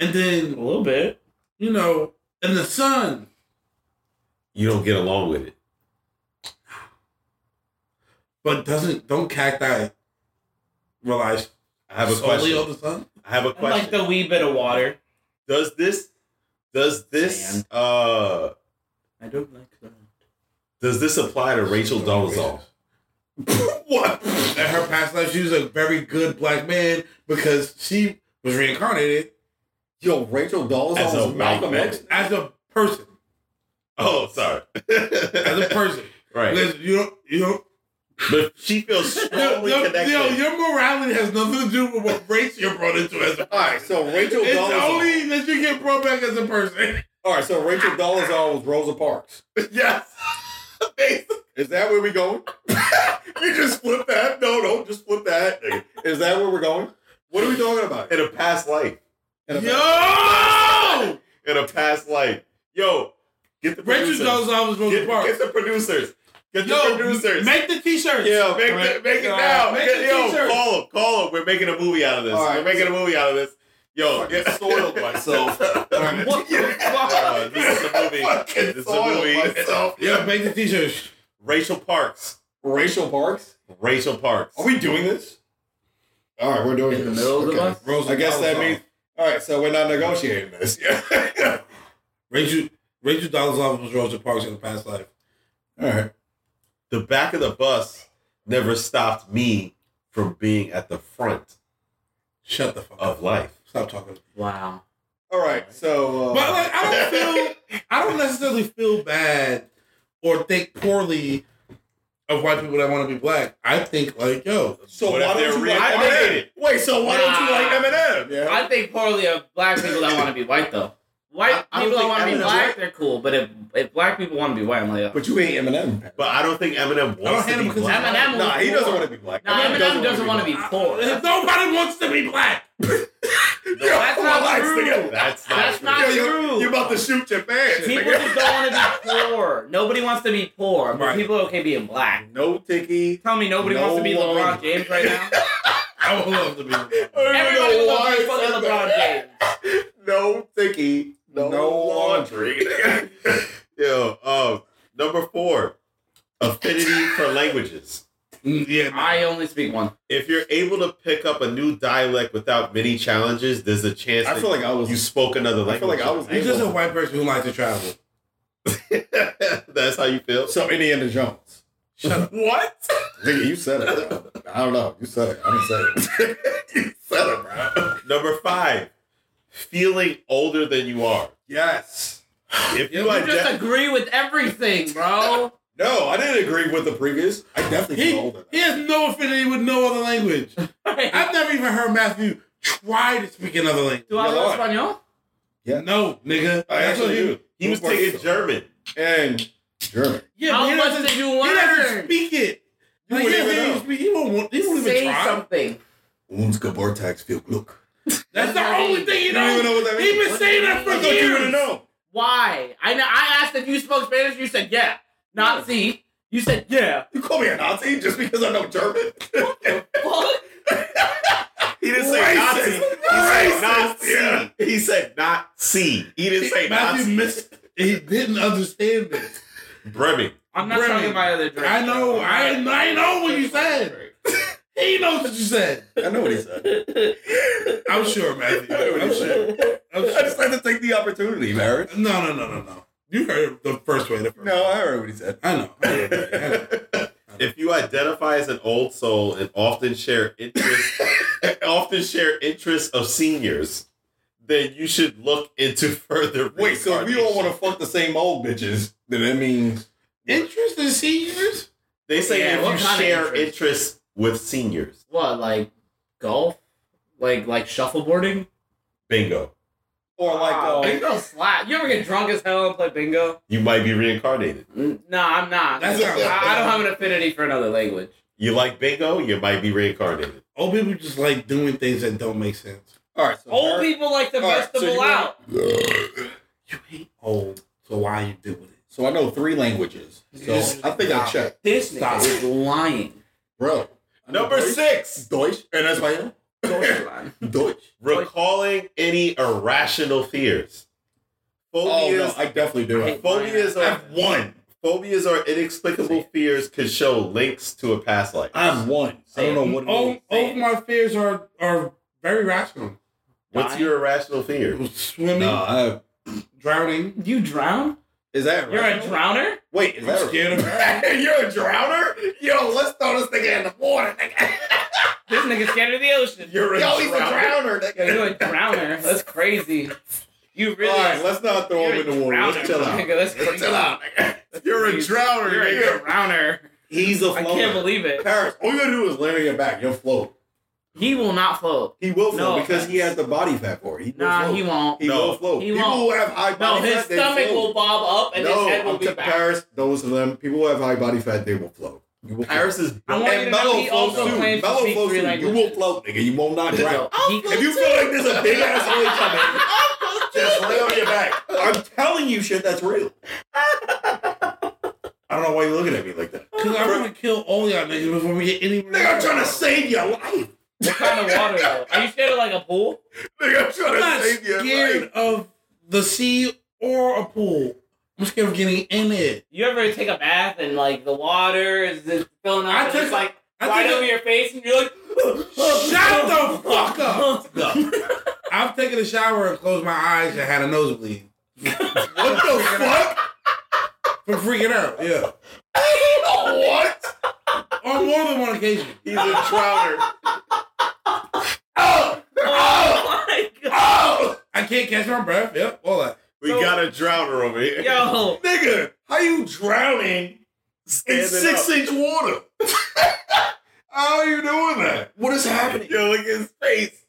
[SPEAKER 4] And
[SPEAKER 5] A
[SPEAKER 4] then
[SPEAKER 5] little bit.
[SPEAKER 4] you know, in the sun.
[SPEAKER 7] You don't get along with it.
[SPEAKER 4] But doesn't don't cacti realize
[SPEAKER 7] I have a
[SPEAKER 4] solely
[SPEAKER 7] question.
[SPEAKER 4] on the sun?
[SPEAKER 7] I have a
[SPEAKER 5] I like
[SPEAKER 7] question.
[SPEAKER 5] the wee bit of water.
[SPEAKER 7] does this, does this,
[SPEAKER 5] Sand.
[SPEAKER 7] uh,
[SPEAKER 5] I don't like that.
[SPEAKER 7] does this apply to Rachel
[SPEAKER 4] (laughs)
[SPEAKER 7] Dolezal?
[SPEAKER 6] what?
[SPEAKER 4] In her past life, she was a very good black man because she was reincarnated
[SPEAKER 6] Yo, Rachel
[SPEAKER 7] As a
[SPEAKER 6] Dolezal is
[SPEAKER 7] white
[SPEAKER 6] Malcolm
[SPEAKER 7] man.
[SPEAKER 6] X.
[SPEAKER 4] as a person.
[SPEAKER 7] Oh, sorry. (laughs)
[SPEAKER 4] As a (laughs) person,
[SPEAKER 7] right.
[SPEAKER 4] Because you don't, you don't.
[SPEAKER 7] But she feels strongly
[SPEAKER 4] your,
[SPEAKER 7] connected.
[SPEAKER 4] yo, your morality has nothing to do with what race you're brought into as a person.
[SPEAKER 6] All right, so Rachel
[SPEAKER 4] it's
[SPEAKER 6] Dolezal.
[SPEAKER 4] only that you get brought back as a person.
[SPEAKER 6] All right, so Rachel Dolezal was Rosa Parks.
[SPEAKER 7] yes.
[SPEAKER 6] Is that where we going? you just flip that. No, don't just flip that. Is that where we're going? What are we talking about?
[SPEAKER 7] In a past life.
[SPEAKER 6] And about-
[SPEAKER 4] Yo,
[SPEAKER 7] In a past life. Yo, get the
[SPEAKER 4] Rachel
[SPEAKER 7] producers.
[SPEAKER 4] Dolezal was Rosa
[SPEAKER 7] Get,
[SPEAKER 4] Parks.
[SPEAKER 7] get the producers. Get
[SPEAKER 4] Yo,
[SPEAKER 7] the producers.
[SPEAKER 4] make the t-shirts.
[SPEAKER 7] Yeah, make, the, make it
[SPEAKER 4] Uh,
[SPEAKER 7] now.
[SPEAKER 4] make
[SPEAKER 7] Get-
[SPEAKER 4] the
[SPEAKER 7] yo,
[SPEAKER 4] t-shirt.
[SPEAKER 7] call him. Call him. We're making a movie out of this.
[SPEAKER 6] All right.
[SPEAKER 7] We're making a movie out of this. Yo,
[SPEAKER 6] Fucking
[SPEAKER 7] get
[SPEAKER 6] soiled myself.
[SPEAKER 5] What the fuck?
[SPEAKER 7] Uh, this is a movie.
[SPEAKER 6] Fucking
[SPEAKER 7] This is a
[SPEAKER 6] soiled
[SPEAKER 7] movie.
[SPEAKER 6] myself.
[SPEAKER 4] Yeah, make the t-shirts.
[SPEAKER 7] Rachel Parks.
[SPEAKER 6] Rachel Parks.
[SPEAKER 7] Rachel Parks.
[SPEAKER 6] Are we doing this? All right, we're doing
[SPEAKER 5] In the
[SPEAKER 6] this.
[SPEAKER 5] middle of the
[SPEAKER 6] Okay.
[SPEAKER 5] bus?
[SPEAKER 4] Rosa
[SPEAKER 6] I guess that
[SPEAKER 4] Dolezal.
[SPEAKER 6] means. All right, so we're not negotiating this. (laughs) Yeah.
[SPEAKER 4] Rachel Rachel Dolezal was Rosa Parks in the past life.
[SPEAKER 6] All right.
[SPEAKER 7] the back of the bus never stopped me from being at the front
[SPEAKER 4] Shut the fuck
[SPEAKER 7] of
[SPEAKER 4] up.
[SPEAKER 7] life.
[SPEAKER 4] Stop talking.
[SPEAKER 5] Wow.
[SPEAKER 6] All right. So. Uh,
[SPEAKER 4] But like, I don't feel, I don't necessarily feel bad or think poorly of white people that want to be black. I think like, yo,
[SPEAKER 6] (laughs) So
[SPEAKER 7] What if
[SPEAKER 6] why
[SPEAKER 7] they're
[SPEAKER 6] don't you like
[SPEAKER 7] reincarnated?
[SPEAKER 6] Eminem? Wait, so why don't you like Eminem? Yeah.
[SPEAKER 5] I think poorly of black people that want to be white though. White
[SPEAKER 6] I- I don't
[SPEAKER 5] people
[SPEAKER 6] think
[SPEAKER 5] that want to be
[SPEAKER 6] Eminem's
[SPEAKER 5] black,
[SPEAKER 6] white.
[SPEAKER 5] they're cool. But if if black people want to be white, I'm like,
[SPEAKER 6] But you ain't Eminem.
[SPEAKER 7] But I don't think Eminem wants
[SPEAKER 4] hate
[SPEAKER 7] to
[SPEAKER 4] him
[SPEAKER 7] be
[SPEAKER 4] because
[SPEAKER 7] black.
[SPEAKER 5] Eminem was
[SPEAKER 6] Nah, he
[SPEAKER 5] poor.
[SPEAKER 6] doesn't want to be black.
[SPEAKER 5] Nah, Eminem doesn't, want to be
[SPEAKER 4] (laughs)
[SPEAKER 5] poor.
[SPEAKER 4] if
[SPEAKER 5] That's,
[SPEAKER 4] nobody wants to be black.
[SPEAKER 5] that's not true.
[SPEAKER 7] That's not.
[SPEAKER 5] That's
[SPEAKER 7] true.
[SPEAKER 5] not
[SPEAKER 6] you're,
[SPEAKER 5] true.
[SPEAKER 6] You're about to shoot your fans.
[SPEAKER 5] people
[SPEAKER 6] nigga.
[SPEAKER 5] just don't want to be poor. Nobody wants to be poor, but
[SPEAKER 4] Right.
[SPEAKER 5] people are okay being black.
[SPEAKER 6] No ticky.
[SPEAKER 5] Tell me nobody
[SPEAKER 6] No
[SPEAKER 5] wants to be
[SPEAKER 6] one-
[SPEAKER 5] LeBron James right now.
[SPEAKER 4] I would love to be. black.
[SPEAKER 5] Everybody
[SPEAKER 6] no
[SPEAKER 5] wants to be fucking LeBron James.
[SPEAKER 6] No ticky. No, laundry.
[SPEAKER 7] Yo, um, number four, affinity for languages.
[SPEAKER 4] Yeah, nah.
[SPEAKER 5] I only speak one.
[SPEAKER 7] If you're able to pick up a new dialect without many challenges, there's a
[SPEAKER 6] (laughs)
[SPEAKER 7] chance.
[SPEAKER 6] I
[SPEAKER 7] that
[SPEAKER 6] feel like I was-
[SPEAKER 7] You spoke another
[SPEAKER 6] I
[SPEAKER 7] language.
[SPEAKER 6] feel like I
[SPEAKER 7] (laughs)
[SPEAKER 6] was
[SPEAKER 4] You're just a white person who likes to travel.
[SPEAKER 7] That's how you feel.
[SPEAKER 6] So Indiana Jones.
[SPEAKER 4] Shut up.
[SPEAKER 6] What? (laughs) Nigga, you said it. Bro. I don't know. You said it. I didn't say it. (laughs) you said it, bro.
[SPEAKER 7] Number five, feeling older than you are.
[SPEAKER 6] Yes.
[SPEAKER 7] If you,
[SPEAKER 5] You
[SPEAKER 7] ident-
[SPEAKER 5] just agree with everything, bro. (laughs)
[SPEAKER 6] No, I didn't agree with the previous. I definitely
[SPEAKER 4] He,
[SPEAKER 6] feel older.
[SPEAKER 4] he has no affinity with no other language. I've never even heard Matthew try to speak another language.
[SPEAKER 5] Do I
[SPEAKER 6] You're
[SPEAKER 5] love
[SPEAKER 6] lying.
[SPEAKER 5] Espanol?
[SPEAKER 6] Yeah.
[SPEAKER 4] No, nigga.
[SPEAKER 6] I
[SPEAKER 4] That's what
[SPEAKER 6] actually
[SPEAKER 4] he-
[SPEAKER 6] do.
[SPEAKER 7] he was taking German.
[SPEAKER 6] and German.
[SPEAKER 4] Yeah,
[SPEAKER 5] How
[SPEAKER 4] but he
[SPEAKER 5] much
[SPEAKER 4] doesn't-
[SPEAKER 5] did you
[SPEAKER 4] He doesn't
[SPEAKER 5] learn?
[SPEAKER 4] speak it. Like,
[SPEAKER 6] wouldn't
[SPEAKER 4] yeah,
[SPEAKER 6] even
[SPEAKER 4] he
[SPEAKER 6] know.
[SPEAKER 4] doesn't speak- he won't want- he won't even
[SPEAKER 5] Say
[SPEAKER 4] try.
[SPEAKER 5] something.
[SPEAKER 6] Uns Geburtstags viel Glück.
[SPEAKER 4] That's the
[SPEAKER 5] Right.
[SPEAKER 4] only thing he
[SPEAKER 6] You don't even
[SPEAKER 4] knows.
[SPEAKER 6] know what that
[SPEAKER 4] He's
[SPEAKER 6] means.
[SPEAKER 4] been
[SPEAKER 5] What
[SPEAKER 4] saying
[SPEAKER 5] do you
[SPEAKER 4] that for
[SPEAKER 5] mean?
[SPEAKER 6] I thought you
[SPEAKER 4] years.
[SPEAKER 6] would have known.
[SPEAKER 5] Why? I know. I asked if you spoke Spanish. You said yeah, not see. You said yeah.
[SPEAKER 6] You call me a Nazi just because I know German?
[SPEAKER 5] What?
[SPEAKER 7] He didn't say Nazi. He said
[SPEAKER 6] Racist.
[SPEAKER 7] not
[SPEAKER 6] Yeah.
[SPEAKER 7] see. He said not see. He didn't say
[SPEAKER 4] Matthew
[SPEAKER 7] Nazi.
[SPEAKER 4] missed. He didn't understand it.
[SPEAKER 7] Bremen.
[SPEAKER 5] I'm not
[SPEAKER 4] Brennan.
[SPEAKER 5] talking about other drink.
[SPEAKER 4] I know. I I know what you said. He knows what you said.
[SPEAKER 6] I know what he said.
[SPEAKER 4] I'm sure, (laughs) Matthew. I'm sure. I'm
[SPEAKER 6] I
[SPEAKER 4] sure.
[SPEAKER 6] just had to take the opportunity, Barrett.
[SPEAKER 4] No, no, no, no, no. You heard it the first way. The first
[SPEAKER 6] No, I heard what he said.
[SPEAKER 4] I know. I know. I know.
[SPEAKER 7] If you identify as an old soul and often share interests, often share interests of seniors, then you should look into (laughs) further.
[SPEAKER 6] Wait, so we all want to fuck the same old bitches? Then that means
[SPEAKER 4] Interest in seniors?
[SPEAKER 7] They say
[SPEAKER 5] Yeah, what
[SPEAKER 7] if you
[SPEAKER 5] kind of
[SPEAKER 7] share
[SPEAKER 5] interest?
[SPEAKER 7] interests with seniors,
[SPEAKER 5] What like golf? Like like shuffleboarding?
[SPEAKER 7] bingo,
[SPEAKER 6] or like
[SPEAKER 5] Wow,
[SPEAKER 6] um,
[SPEAKER 5] bingo slap. You ever get drunk as hell and play bingo?
[SPEAKER 7] you might be reincarnated.
[SPEAKER 5] N- Nah, I'm not.
[SPEAKER 4] That's not-
[SPEAKER 5] I, I don't have an affinity for another language.
[SPEAKER 7] You like bingo, you might be reincarnated.
[SPEAKER 4] Old people just like doing things that don't make sense.
[SPEAKER 6] all right, so
[SPEAKER 5] Old
[SPEAKER 6] Barrett-
[SPEAKER 5] people like to
[SPEAKER 6] All right, so
[SPEAKER 5] vegetable
[SPEAKER 6] you wanna-
[SPEAKER 5] out.
[SPEAKER 4] You hate old, so why you doing it?
[SPEAKER 6] So I know three languages. So
[SPEAKER 4] Yes.
[SPEAKER 6] I think I checked,
[SPEAKER 5] This nigga is lying.
[SPEAKER 6] bro. I know
[SPEAKER 7] Number
[SPEAKER 6] Deutsch,
[SPEAKER 7] six,
[SPEAKER 6] Deutsch and Espanol.
[SPEAKER 5] Deutschland.
[SPEAKER 6] Deutsch.
[SPEAKER 7] recalling any irrational fears.
[SPEAKER 6] Oh no,
[SPEAKER 7] Phobias,
[SPEAKER 6] I definitely do. it.
[SPEAKER 7] phobias are
[SPEAKER 6] I've won.
[SPEAKER 7] phobias or inexplicable fears could show links to a past life.
[SPEAKER 6] I've won. I don't know what. it
[SPEAKER 4] All,
[SPEAKER 6] is.
[SPEAKER 4] all my fears are are very rational.
[SPEAKER 7] What's your irrational fear?
[SPEAKER 4] Swimming,
[SPEAKER 6] No, I,
[SPEAKER 4] drowning.
[SPEAKER 5] You drown?
[SPEAKER 6] is that
[SPEAKER 5] You're a
[SPEAKER 6] right?
[SPEAKER 5] drowner?
[SPEAKER 6] Wait, is that
[SPEAKER 4] I'm scared of
[SPEAKER 7] (laughs)
[SPEAKER 4] drowning.
[SPEAKER 6] You're a drowner? Yo, let's throw this nigga in the water. Nigga.
[SPEAKER 5] This nigga's scared of the ocean.
[SPEAKER 7] You're
[SPEAKER 6] (laughs)
[SPEAKER 7] a
[SPEAKER 6] Yo, he's a
[SPEAKER 7] drowner.
[SPEAKER 6] drowner.
[SPEAKER 5] Yeah,
[SPEAKER 6] Nigga.
[SPEAKER 5] You're a drowner. That's crazy. You really
[SPEAKER 6] All right, let's not throw
[SPEAKER 5] you're
[SPEAKER 6] him
[SPEAKER 5] a
[SPEAKER 6] in the water. Let's
[SPEAKER 5] drowner,
[SPEAKER 6] chill out.
[SPEAKER 5] nigga. That's
[SPEAKER 6] Let's
[SPEAKER 5] crazy.
[SPEAKER 6] chill out. nigga. You're a
[SPEAKER 5] He's-
[SPEAKER 6] drowner,
[SPEAKER 5] You're a
[SPEAKER 6] nigga.
[SPEAKER 5] drowner.
[SPEAKER 6] He's a
[SPEAKER 5] I
[SPEAKER 6] floater.
[SPEAKER 5] can't believe it.
[SPEAKER 6] Paris, all you gotta do is land on your back. You'll float.
[SPEAKER 5] He will not float.
[SPEAKER 6] He will float
[SPEAKER 5] No
[SPEAKER 6] because he
[SPEAKER 5] offense.
[SPEAKER 6] has the body fat for it. He will
[SPEAKER 5] Nah,
[SPEAKER 6] float.
[SPEAKER 5] he won't.
[SPEAKER 6] He
[SPEAKER 7] No.
[SPEAKER 6] will float.
[SPEAKER 5] He
[SPEAKER 6] People
[SPEAKER 5] won't.
[SPEAKER 6] who have high
[SPEAKER 5] No,
[SPEAKER 6] body
[SPEAKER 5] his
[SPEAKER 6] fat, they
[SPEAKER 5] stomach
[SPEAKER 6] float.
[SPEAKER 5] will bob up and
[SPEAKER 6] no,
[SPEAKER 5] his head will
[SPEAKER 6] I'm
[SPEAKER 5] be
[SPEAKER 6] to
[SPEAKER 5] back.
[SPEAKER 6] Paris, those of them, people who have high body fat, they will float. You will
[SPEAKER 7] Paris is
[SPEAKER 5] I want you to
[SPEAKER 6] and
[SPEAKER 5] know
[SPEAKER 6] mellow
[SPEAKER 5] he
[SPEAKER 6] floats
[SPEAKER 5] also
[SPEAKER 6] too.
[SPEAKER 5] claims to
[SPEAKER 6] Mellow
[SPEAKER 5] speak
[SPEAKER 6] floats
[SPEAKER 5] three
[SPEAKER 6] too. You
[SPEAKER 5] languages.
[SPEAKER 6] will float, nigga. You will not drown.
[SPEAKER 5] No, he-
[SPEAKER 6] If you feel like there's a big ass wave
[SPEAKER 5] (laughs)
[SPEAKER 6] coming, just lay on your back. (laughs) I'm telling you shit that's real. I don't know why you're looking at me like (laughs) that.
[SPEAKER 4] Because I want to kill all y'all niggas before we get anywhere.
[SPEAKER 6] Nigga, I'm trying to save your life.
[SPEAKER 5] what kind of water though? Are you scared of like a pool?
[SPEAKER 6] Nigga, I'm trying
[SPEAKER 4] I'm
[SPEAKER 6] to
[SPEAKER 4] not
[SPEAKER 6] save your
[SPEAKER 4] scared
[SPEAKER 6] life.
[SPEAKER 4] of the sea or a pool. I'm scared of getting in it.
[SPEAKER 5] You ever take a bath and like the water is just filling up
[SPEAKER 4] I
[SPEAKER 5] and
[SPEAKER 4] took
[SPEAKER 5] it's like
[SPEAKER 4] I
[SPEAKER 5] right
[SPEAKER 4] think
[SPEAKER 5] over your face and you're like
[SPEAKER 4] Shut the fuck up. I've taken a shower and closed my eyes and had a nosebleed
[SPEAKER 6] What the fuck?
[SPEAKER 4] for freaking out. Yeah,
[SPEAKER 6] What?
[SPEAKER 4] on more than one occasion.
[SPEAKER 7] he's a drowner.
[SPEAKER 6] Oh!
[SPEAKER 5] (laughs) (laughs) Oh my god.
[SPEAKER 6] Oh!
[SPEAKER 4] I can't catch my breath. Yep, all that.
[SPEAKER 7] We got a drowner over here.
[SPEAKER 5] Yo,
[SPEAKER 6] Nigga, how you drowning standing
[SPEAKER 3] in six
[SPEAKER 6] up.
[SPEAKER 3] inch water.
[SPEAKER 6] How are you doing that?
[SPEAKER 3] What is happening?
[SPEAKER 6] Yo, look at his face.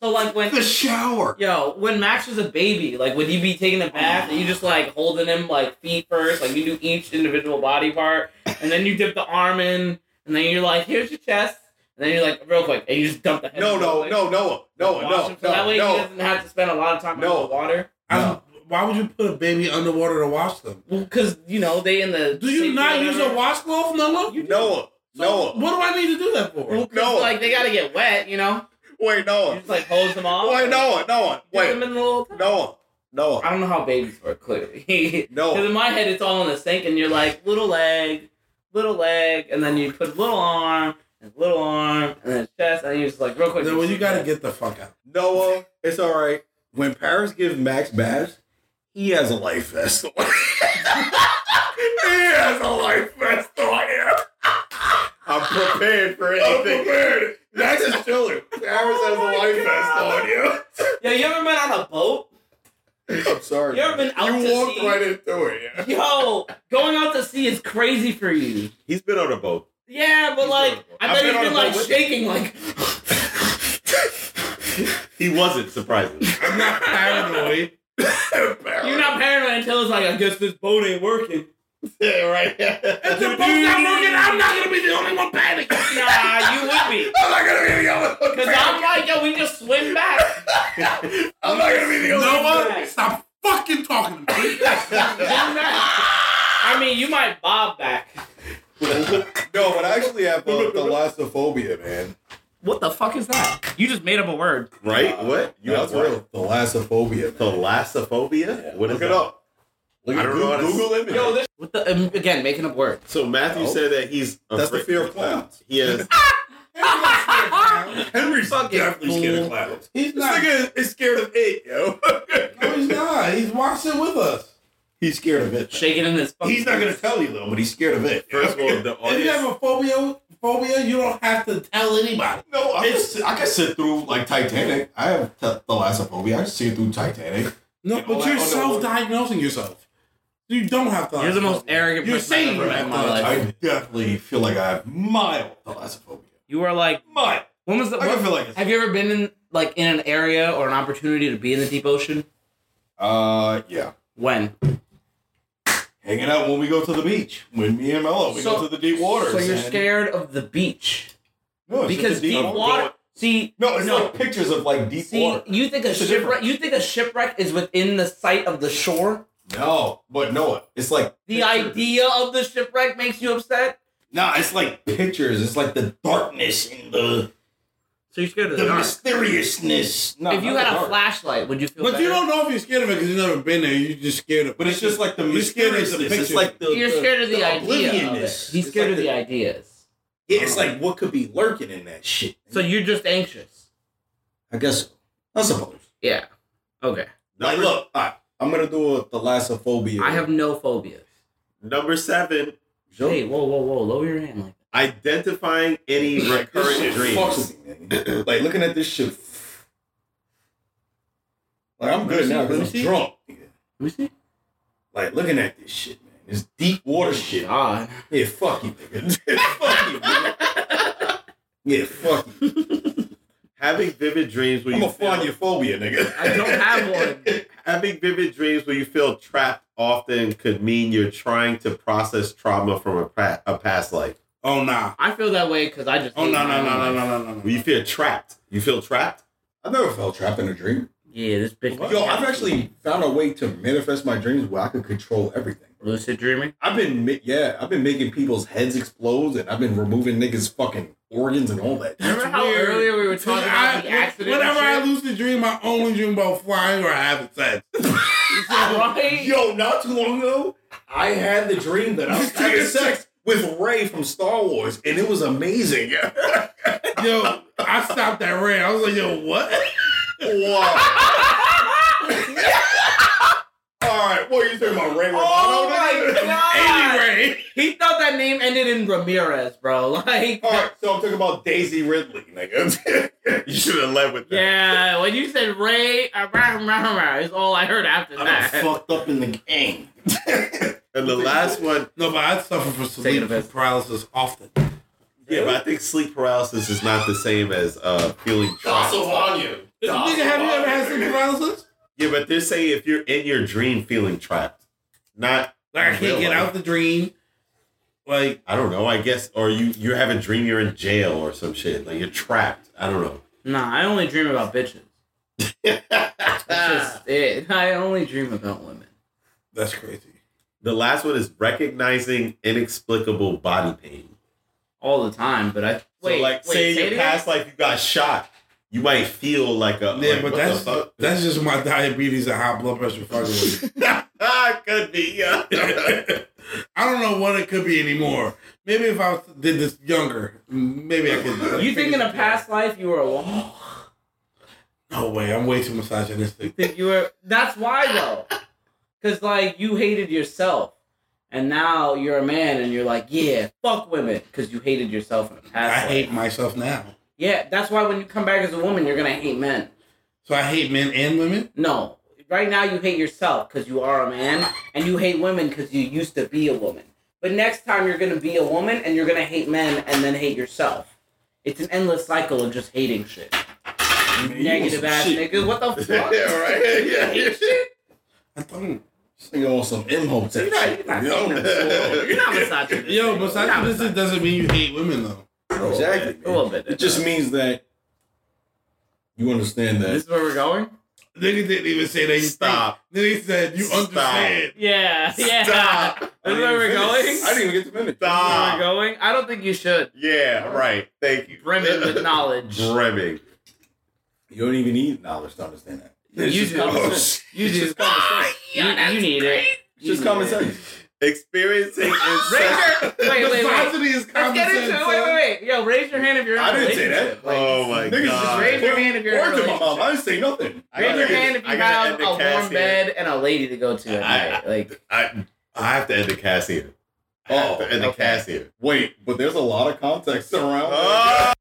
[SPEAKER 5] So like when
[SPEAKER 3] The shower.
[SPEAKER 5] Yo, when Max was a baby, like would you be taking a bath and you just like holding him like feet first, like you do each individual body part, and then you dip the arm in, and then you're like, here's your chest, and then you're like, real quick, and you just dump the head.
[SPEAKER 6] No,
[SPEAKER 5] in the
[SPEAKER 6] no,
[SPEAKER 5] water.
[SPEAKER 6] no, Oh, Noah, Noah,
[SPEAKER 5] Wash
[SPEAKER 6] no,
[SPEAKER 5] him, so that
[SPEAKER 6] no,
[SPEAKER 5] way he
[SPEAKER 6] no.
[SPEAKER 5] doesn't have to spend a lot of time
[SPEAKER 6] No.
[SPEAKER 5] on the water.
[SPEAKER 4] I, why would you put a baby underwater to wash them?
[SPEAKER 5] Well, because you know they in the.
[SPEAKER 4] Do you
[SPEAKER 5] city or
[SPEAKER 4] not use a
[SPEAKER 5] whatever.
[SPEAKER 4] washcloth, Noah?
[SPEAKER 5] You do.
[SPEAKER 6] Noah,
[SPEAKER 4] So
[SPEAKER 6] Noah,
[SPEAKER 4] What do I need to do that
[SPEAKER 5] Well,
[SPEAKER 4] for?
[SPEAKER 5] 'cause,
[SPEAKER 6] No.
[SPEAKER 5] Like they gotta get wet, you know.
[SPEAKER 6] wait,
[SPEAKER 5] You
[SPEAKER 6] Noah,
[SPEAKER 5] just like hose them off.
[SPEAKER 6] wait, Noah, Noah,
[SPEAKER 5] Dip them
[SPEAKER 6] wait,
[SPEAKER 5] in the little. tub.
[SPEAKER 6] Noah, Noah,
[SPEAKER 5] I don't know how babies work. Clearly. (laughs) Because
[SPEAKER 6] Noah.
[SPEAKER 5] in my head, it's all in the sink, and you're like, little leg, little leg, and then you put little arm, and little arm, and then chest, and you're just like, real quick.
[SPEAKER 4] Then well, you gotta get the fuck out.
[SPEAKER 6] Noah, it's all right. When Paris gives Max baths, he has a life vest on. (laughs) he has a life vest on him. I'm prepared for anything. I'm prepared. Max is chilling. Paris has a life vest on
[SPEAKER 5] Yo, you ever been on a boat?
[SPEAKER 6] you. I'm sorry.
[SPEAKER 5] You ever been out
[SPEAKER 6] You
[SPEAKER 5] to
[SPEAKER 6] walked
[SPEAKER 5] sea?
[SPEAKER 6] right into it. Yeah.
[SPEAKER 5] (laughs) Yo, going out to sea is crazy for you.
[SPEAKER 7] He's been on a boat.
[SPEAKER 5] Yeah, but like, I
[SPEAKER 7] I've
[SPEAKER 5] bet
[SPEAKER 7] been
[SPEAKER 5] you've
[SPEAKER 7] on
[SPEAKER 5] been
[SPEAKER 7] a boat
[SPEAKER 5] like
[SPEAKER 7] with-
[SPEAKER 5] shaking, like,
[SPEAKER 7] He wasn't surprisingly.
[SPEAKER 4] I'm not paranoid.
[SPEAKER 5] you're not paranoid until it's like, I guess this boat ain't working.
[SPEAKER 7] yeah, right.
[SPEAKER 4] If the boat's not working, I'm not gonna be the only one panicking.
[SPEAKER 5] Nah, you would be.
[SPEAKER 6] I'm not gonna be the only one.
[SPEAKER 5] Because I'm like, yo, we can just swim back.
[SPEAKER 6] I'm not gonna be the only one.
[SPEAKER 4] Noah, stop fucking talking to me.
[SPEAKER 6] (laughs)
[SPEAKER 5] Swim back. I mean, you might bob back.
[SPEAKER 6] (laughs) No, but I actually have uh, thalassophobia, man.
[SPEAKER 5] What the fuck is that? You just made up a word.
[SPEAKER 7] Right? What?
[SPEAKER 6] You That's
[SPEAKER 7] what?
[SPEAKER 6] real. Thalassophobia. man.
[SPEAKER 7] Thalassophobia? What
[SPEAKER 6] Look
[SPEAKER 7] is that?
[SPEAKER 6] it up. Look
[SPEAKER 7] I
[SPEAKER 6] at
[SPEAKER 7] don't
[SPEAKER 6] Google,
[SPEAKER 7] know how to-
[SPEAKER 6] Google image.
[SPEAKER 5] Yo, this, what the um, again making up words.
[SPEAKER 7] So Matthew
[SPEAKER 6] No.
[SPEAKER 7] said that he's
[SPEAKER 6] That's the fear of clowns. (laughs)
[SPEAKER 7] He has
[SPEAKER 6] Henry's
[SPEAKER 5] Fucking
[SPEAKER 6] definitely scared of
[SPEAKER 5] fool.
[SPEAKER 6] clowns.
[SPEAKER 4] He's
[SPEAKER 6] This (laughs)
[SPEAKER 4] not.
[SPEAKER 6] nigga is scared of it, yo.
[SPEAKER 4] No, he's not. He's watching with us.
[SPEAKER 6] he's scared of it.
[SPEAKER 5] Shaking in his fucking.
[SPEAKER 6] He's not gonna tell you though, but he's scared of it.
[SPEAKER 7] first
[SPEAKER 6] (laughs)
[SPEAKER 7] of all the
[SPEAKER 4] If you
[SPEAKER 7] audience.
[SPEAKER 4] have a phobia, phobia, you don't have to tell anybody.
[SPEAKER 6] No, I can, I can sit through like Titanic. I have t- thalassophobia. I can sit through Titanic.
[SPEAKER 4] No,
[SPEAKER 6] You know,
[SPEAKER 4] but
[SPEAKER 6] like,
[SPEAKER 4] you're
[SPEAKER 6] oh, no, what-
[SPEAKER 4] self-diagnosing yourself. You don't have to.
[SPEAKER 5] You're the most arrogant
[SPEAKER 4] You're
[SPEAKER 5] person I've
[SPEAKER 4] saying
[SPEAKER 5] ever
[SPEAKER 4] you
[SPEAKER 5] met
[SPEAKER 4] have
[SPEAKER 5] in my
[SPEAKER 4] to-
[SPEAKER 5] life.
[SPEAKER 6] I definitely feel like I have mild thalassophobia.
[SPEAKER 5] You are like,
[SPEAKER 6] Mild.
[SPEAKER 5] when was the?
[SPEAKER 6] I can
[SPEAKER 5] What,
[SPEAKER 6] feel like it's
[SPEAKER 5] have you ever been in like in an area or an opportunity to be in the deep ocean?
[SPEAKER 6] Uh, yeah.
[SPEAKER 5] When?
[SPEAKER 6] Hanging out when we go to the beach. When me and Mello, Oh, we
[SPEAKER 5] So-
[SPEAKER 6] go to the deep waters.
[SPEAKER 5] So you're
[SPEAKER 6] and-
[SPEAKER 5] scared of the beach
[SPEAKER 6] No, it's just
[SPEAKER 5] because
[SPEAKER 6] the
[SPEAKER 5] deep
[SPEAKER 6] I'm
[SPEAKER 5] water.
[SPEAKER 6] going-
[SPEAKER 5] See,
[SPEAKER 6] No, it's
[SPEAKER 5] No.
[SPEAKER 6] like pictures of like deep
[SPEAKER 5] see,
[SPEAKER 6] water.
[SPEAKER 5] you think a
[SPEAKER 6] It's a
[SPEAKER 5] shipwreck?
[SPEAKER 6] difference.
[SPEAKER 5] You think a shipwreck is within the sight of the shore?
[SPEAKER 6] No, but no, it's like
[SPEAKER 5] The
[SPEAKER 6] pictures.
[SPEAKER 5] idea of the shipwreck makes you upset.
[SPEAKER 6] No, it's like pictures. It's like the darkness and the
[SPEAKER 5] So you're scared of
[SPEAKER 6] the mysteriousness. No,
[SPEAKER 5] If you
[SPEAKER 6] not
[SPEAKER 5] had
[SPEAKER 6] the
[SPEAKER 5] a
[SPEAKER 6] dark.
[SPEAKER 5] flashlight, would you feel?
[SPEAKER 4] But
[SPEAKER 5] better?
[SPEAKER 4] you don't know if you're scared of it because you've never been there. You're just scared of. (laughs)
[SPEAKER 6] but it's just like the
[SPEAKER 4] You're scared of the
[SPEAKER 6] mysteriousness. It's
[SPEAKER 4] picture.
[SPEAKER 6] like the
[SPEAKER 5] You're
[SPEAKER 6] the-
[SPEAKER 5] scared of the,
[SPEAKER 6] the
[SPEAKER 5] idea. Of it.
[SPEAKER 6] obliviousness.
[SPEAKER 5] He's
[SPEAKER 6] It's
[SPEAKER 5] scared
[SPEAKER 6] like
[SPEAKER 5] of the,
[SPEAKER 6] the-
[SPEAKER 5] ideas.
[SPEAKER 6] Yeah, it's like what could be lurking in that shit.
[SPEAKER 5] So you're just anxious.
[SPEAKER 6] I guess so. I suppose.
[SPEAKER 5] Yeah. Okay.
[SPEAKER 6] Like,
[SPEAKER 7] Number-
[SPEAKER 6] look, all right, I'm gonna do a thalassophobia.
[SPEAKER 5] I have no phobias.
[SPEAKER 7] number seven,
[SPEAKER 6] Joke.
[SPEAKER 5] Hey, whoa, whoa, whoa! Lower your hand like
[SPEAKER 7] identifying
[SPEAKER 6] (laughs)
[SPEAKER 7] any
[SPEAKER 6] This
[SPEAKER 7] recurrent
[SPEAKER 6] shit
[SPEAKER 7] dreams.
[SPEAKER 6] fucks with
[SPEAKER 5] (clears throat)
[SPEAKER 6] me, man. Like looking at this shit. Like I'm good now because I'm drunk.
[SPEAKER 5] that. Let me see.
[SPEAKER 6] Like looking at this shit, man. This deep water shit.
[SPEAKER 5] Oh, God.
[SPEAKER 6] Yeah, fuck you, nigga. (laughs) fuck you, nigga. Yeah, fuck you.
[SPEAKER 7] Having vivid dreams where
[SPEAKER 6] I'm
[SPEAKER 7] you
[SPEAKER 6] gonna find your phobia, nigga.
[SPEAKER 5] I don't have one.
[SPEAKER 7] having vivid dreams where you feel trapped often could mean you're trying to process trauma from a, pa- a past life.
[SPEAKER 4] oh nah.
[SPEAKER 5] I feel that way because I just.
[SPEAKER 4] Oh
[SPEAKER 5] hate
[SPEAKER 4] no
[SPEAKER 5] my
[SPEAKER 4] no
[SPEAKER 5] own
[SPEAKER 4] no no
[SPEAKER 5] life.
[SPEAKER 4] no no no.
[SPEAKER 7] Where you feel trapped. You feel trapped?
[SPEAKER 6] (laughs) I've never felt trapped in a dream.
[SPEAKER 5] Yeah, this bitch.
[SPEAKER 6] Yo, I've actually found a way to manifest my dreams where I could control everything.
[SPEAKER 5] lucid dreaming.
[SPEAKER 6] I've been, ma- yeah, I've been making people's heads explode, and I've been removing niggas' fucking organs and all that.
[SPEAKER 5] Remember how
[SPEAKER 4] weird.
[SPEAKER 5] earlier we were
[SPEAKER 4] Because
[SPEAKER 5] talking
[SPEAKER 4] I-
[SPEAKER 5] about the accident?
[SPEAKER 4] Whenever I
[SPEAKER 5] and
[SPEAKER 4] lose the dream, I only dream about flying or having sex.
[SPEAKER 5] shit? (laughs) right?
[SPEAKER 6] Yo, not too long ago, I had the dream that I was having sex with Ray from Star Wars, and it was amazing.
[SPEAKER 4] Yo, I stopped that rant. I was like, yo, what?
[SPEAKER 6] (laughs) Wow. All right, what are you talking about, Ray Romano?
[SPEAKER 5] Oh my
[SPEAKER 6] (laughs)
[SPEAKER 5] god!
[SPEAKER 4] Anyway,
[SPEAKER 5] (laughs) He thought that name ended in Ramirez, bro. (laughs) Like.
[SPEAKER 6] All right, so I'm talking about Daisy Ridley, nigga. (laughs)
[SPEAKER 7] You should have led with that.
[SPEAKER 5] Yeah, when you said Ray, uh, rah, rah, rah, is all I heard after
[SPEAKER 6] I'm
[SPEAKER 5] that.
[SPEAKER 6] fucked up in the game.
[SPEAKER 7] And the last one,
[SPEAKER 4] No, but I suffer from
[SPEAKER 5] Taking
[SPEAKER 4] sleep
[SPEAKER 5] a piss.
[SPEAKER 4] paralysis often.
[SPEAKER 7] yeah, but I think sleep paralysis is not the same as uh, feeling trapped.
[SPEAKER 6] Castlevania.
[SPEAKER 4] Nigga, have you ever had sleep paralysis?
[SPEAKER 7] Yeah, but they're saying if you're in your dream feeling trapped, not
[SPEAKER 4] Like I can't
[SPEAKER 7] Real
[SPEAKER 4] get
[SPEAKER 7] life.
[SPEAKER 4] out the dream. Like
[SPEAKER 7] I don't know, I guess, or you you have a dream you're in jail or some shit, like you're trapped. I don't know.
[SPEAKER 5] (laughs) Nah, I only dream about bitches. That's just it. (laughs) I only dream about women.
[SPEAKER 4] that's crazy.
[SPEAKER 7] The last one is recognizing inexplicable body pain.
[SPEAKER 5] All the time, but I wait,
[SPEAKER 7] so like
[SPEAKER 5] wait,
[SPEAKER 7] say in
[SPEAKER 5] say it
[SPEAKER 7] your
[SPEAKER 5] again?
[SPEAKER 7] past life you got shot, you might feel like a
[SPEAKER 4] yeah,
[SPEAKER 7] like,
[SPEAKER 4] but
[SPEAKER 7] what
[SPEAKER 4] that's
[SPEAKER 7] the fuck?
[SPEAKER 4] that's just my (laughs) diabetes and high blood pressure fucking with me.
[SPEAKER 7] ah, (laughs) could be, yeah.
[SPEAKER 4] I don't know what it could be anymore. Maybe if I was, did this younger, maybe I
[SPEAKER 5] (laughs)
[SPEAKER 4] could.
[SPEAKER 5] You think in a past life you were a woman?
[SPEAKER 4] No way, I'm way too misogynistic.
[SPEAKER 5] Think you were? That's why though, because like you hated yourself, and now you're a man, and you're like, yeah, fuck women, because you hated yourself in the past.
[SPEAKER 4] I
[SPEAKER 5] life.
[SPEAKER 4] hate myself now,
[SPEAKER 5] Yeah, that's why when you come back as a woman, you're gonna hate men.
[SPEAKER 4] so I hate men and women.
[SPEAKER 5] No, right now you hate yourself because you are a man, and you hate women because you used to be a woman. But next time you're gonna be a woman, and you're gonna hate men, and then hate yourself. It's an endless cycle of just hating shit. (laughs) Negative ass nigga. What the
[SPEAKER 6] (laughs)
[SPEAKER 5] fuck?
[SPEAKER 6] Yeah, right. Yeah, yeah.
[SPEAKER 5] Hate shit?
[SPEAKER 4] I don't.
[SPEAKER 6] Sing on some M-Home type
[SPEAKER 5] You're not-
[SPEAKER 6] shit.
[SPEAKER 5] you're
[SPEAKER 6] (laughs)
[SPEAKER 5] not-
[SPEAKER 6] you know?
[SPEAKER 5] You're not misogynistic.
[SPEAKER 4] Yo,
[SPEAKER 5] You're not
[SPEAKER 4] misogynistic doesn't mean you hate women though.
[SPEAKER 6] (laughs) Exactly.
[SPEAKER 5] A little bit.
[SPEAKER 6] It just means that you understand
[SPEAKER 5] This
[SPEAKER 6] that.
[SPEAKER 5] is where we're going?
[SPEAKER 4] Niggas didn't even say they
[SPEAKER 7] Stop.
[SPEAKER 4] Think. Then they said you
[SPEAKER 7] Stop.
[SPEAKER 4] understand.
[SPEAKER 5] Yeah. Yeah. (laughs)
[SPEAKER 7] Stop.
[SPEAKER 5] This is where we're going? This is
[SPEAKER 6] I didn't even get to finish.
[SPEAKER 5] where we're
[SPEAKER 7] Stop.
[SPEAKER 5] going? I don't think you should.
[SPEAKER 7] Yeah, right. Thank you.
[SPEAKER 5] Brim it
[SPEAKER 7] (laughs)
[SPEAKER 5] with knowledge. (laughs)
[SPEAKER 7] Brimming.
[SPEAKER 6] You don't even need knowledge to understand that. It's
[SPEAKER 5] You
[SPEAKER 6] just,
[SPEAKER 5] do.
[SPEAKER 6] oh, shit.
[SPEAKER 5] (laughs) You just you, you need it.
[SPEAKER 6] It's just common sense.
[SPEAKER 5] (laughs)
[SPEAKER 7] Experiencing incest.
[SPEAKER 5] Raise your wait, wait, wait.
[SPEAKER 4] Misogyny is
[SPEAKER 5] Let's
[SPEAKER 4] common
[SPEAKER 5] get into
[SPEAKER 4] sense.
[SPEAKER 5] it. Wait,
[SPEAKER 4] son.
[SPEAKER 5] wait, wait. Yo, raise your hand if you're in a
[SPEAKER 6] I didn't say
[SPEAKER 5] relationship.
[SPEAKER 6] that.
[SPEAKER 7] Oh my
[SPEAKER 6] Niggas
[SPEAKER 7] god.
[SPEAKER 6] just
[SPEAKER 5] Raise your hand if you're in a
[SPEAKER 6] Or to my mom.
[SPEAKER 5] relationship.
[SPEAKER 6] I didn't say nothing.
[SPEAKER 7] I
[SPEAKER 5] Raise your
[SPEAKER 7] gotta-
[SPEAKER 5] hand if you
[SPEAKER 7] I gotta
[SPEAKER 5] have
[SPEAKER 7] end
[SPEAKER 5] a
[SPEAKER 7] the
[SPEAKER 5] warm
[SPEAKER 7] cast here.
[SPEAKER 5] bed and a lady to go to at
[SPEAKER 7] I-
[SPEAKER 5] night. Like,
[SPEAKER 7] I I have to end the cast here. I have
[SPEAKER 6] Oh,
[SPEAKER 7] to end the
[SPEAKER 5] okay.
[SPEAKER 7] cast here.
[SPEAKER 6] Wait, but there's a lot of context around.
[SPEAKER 7] Oh,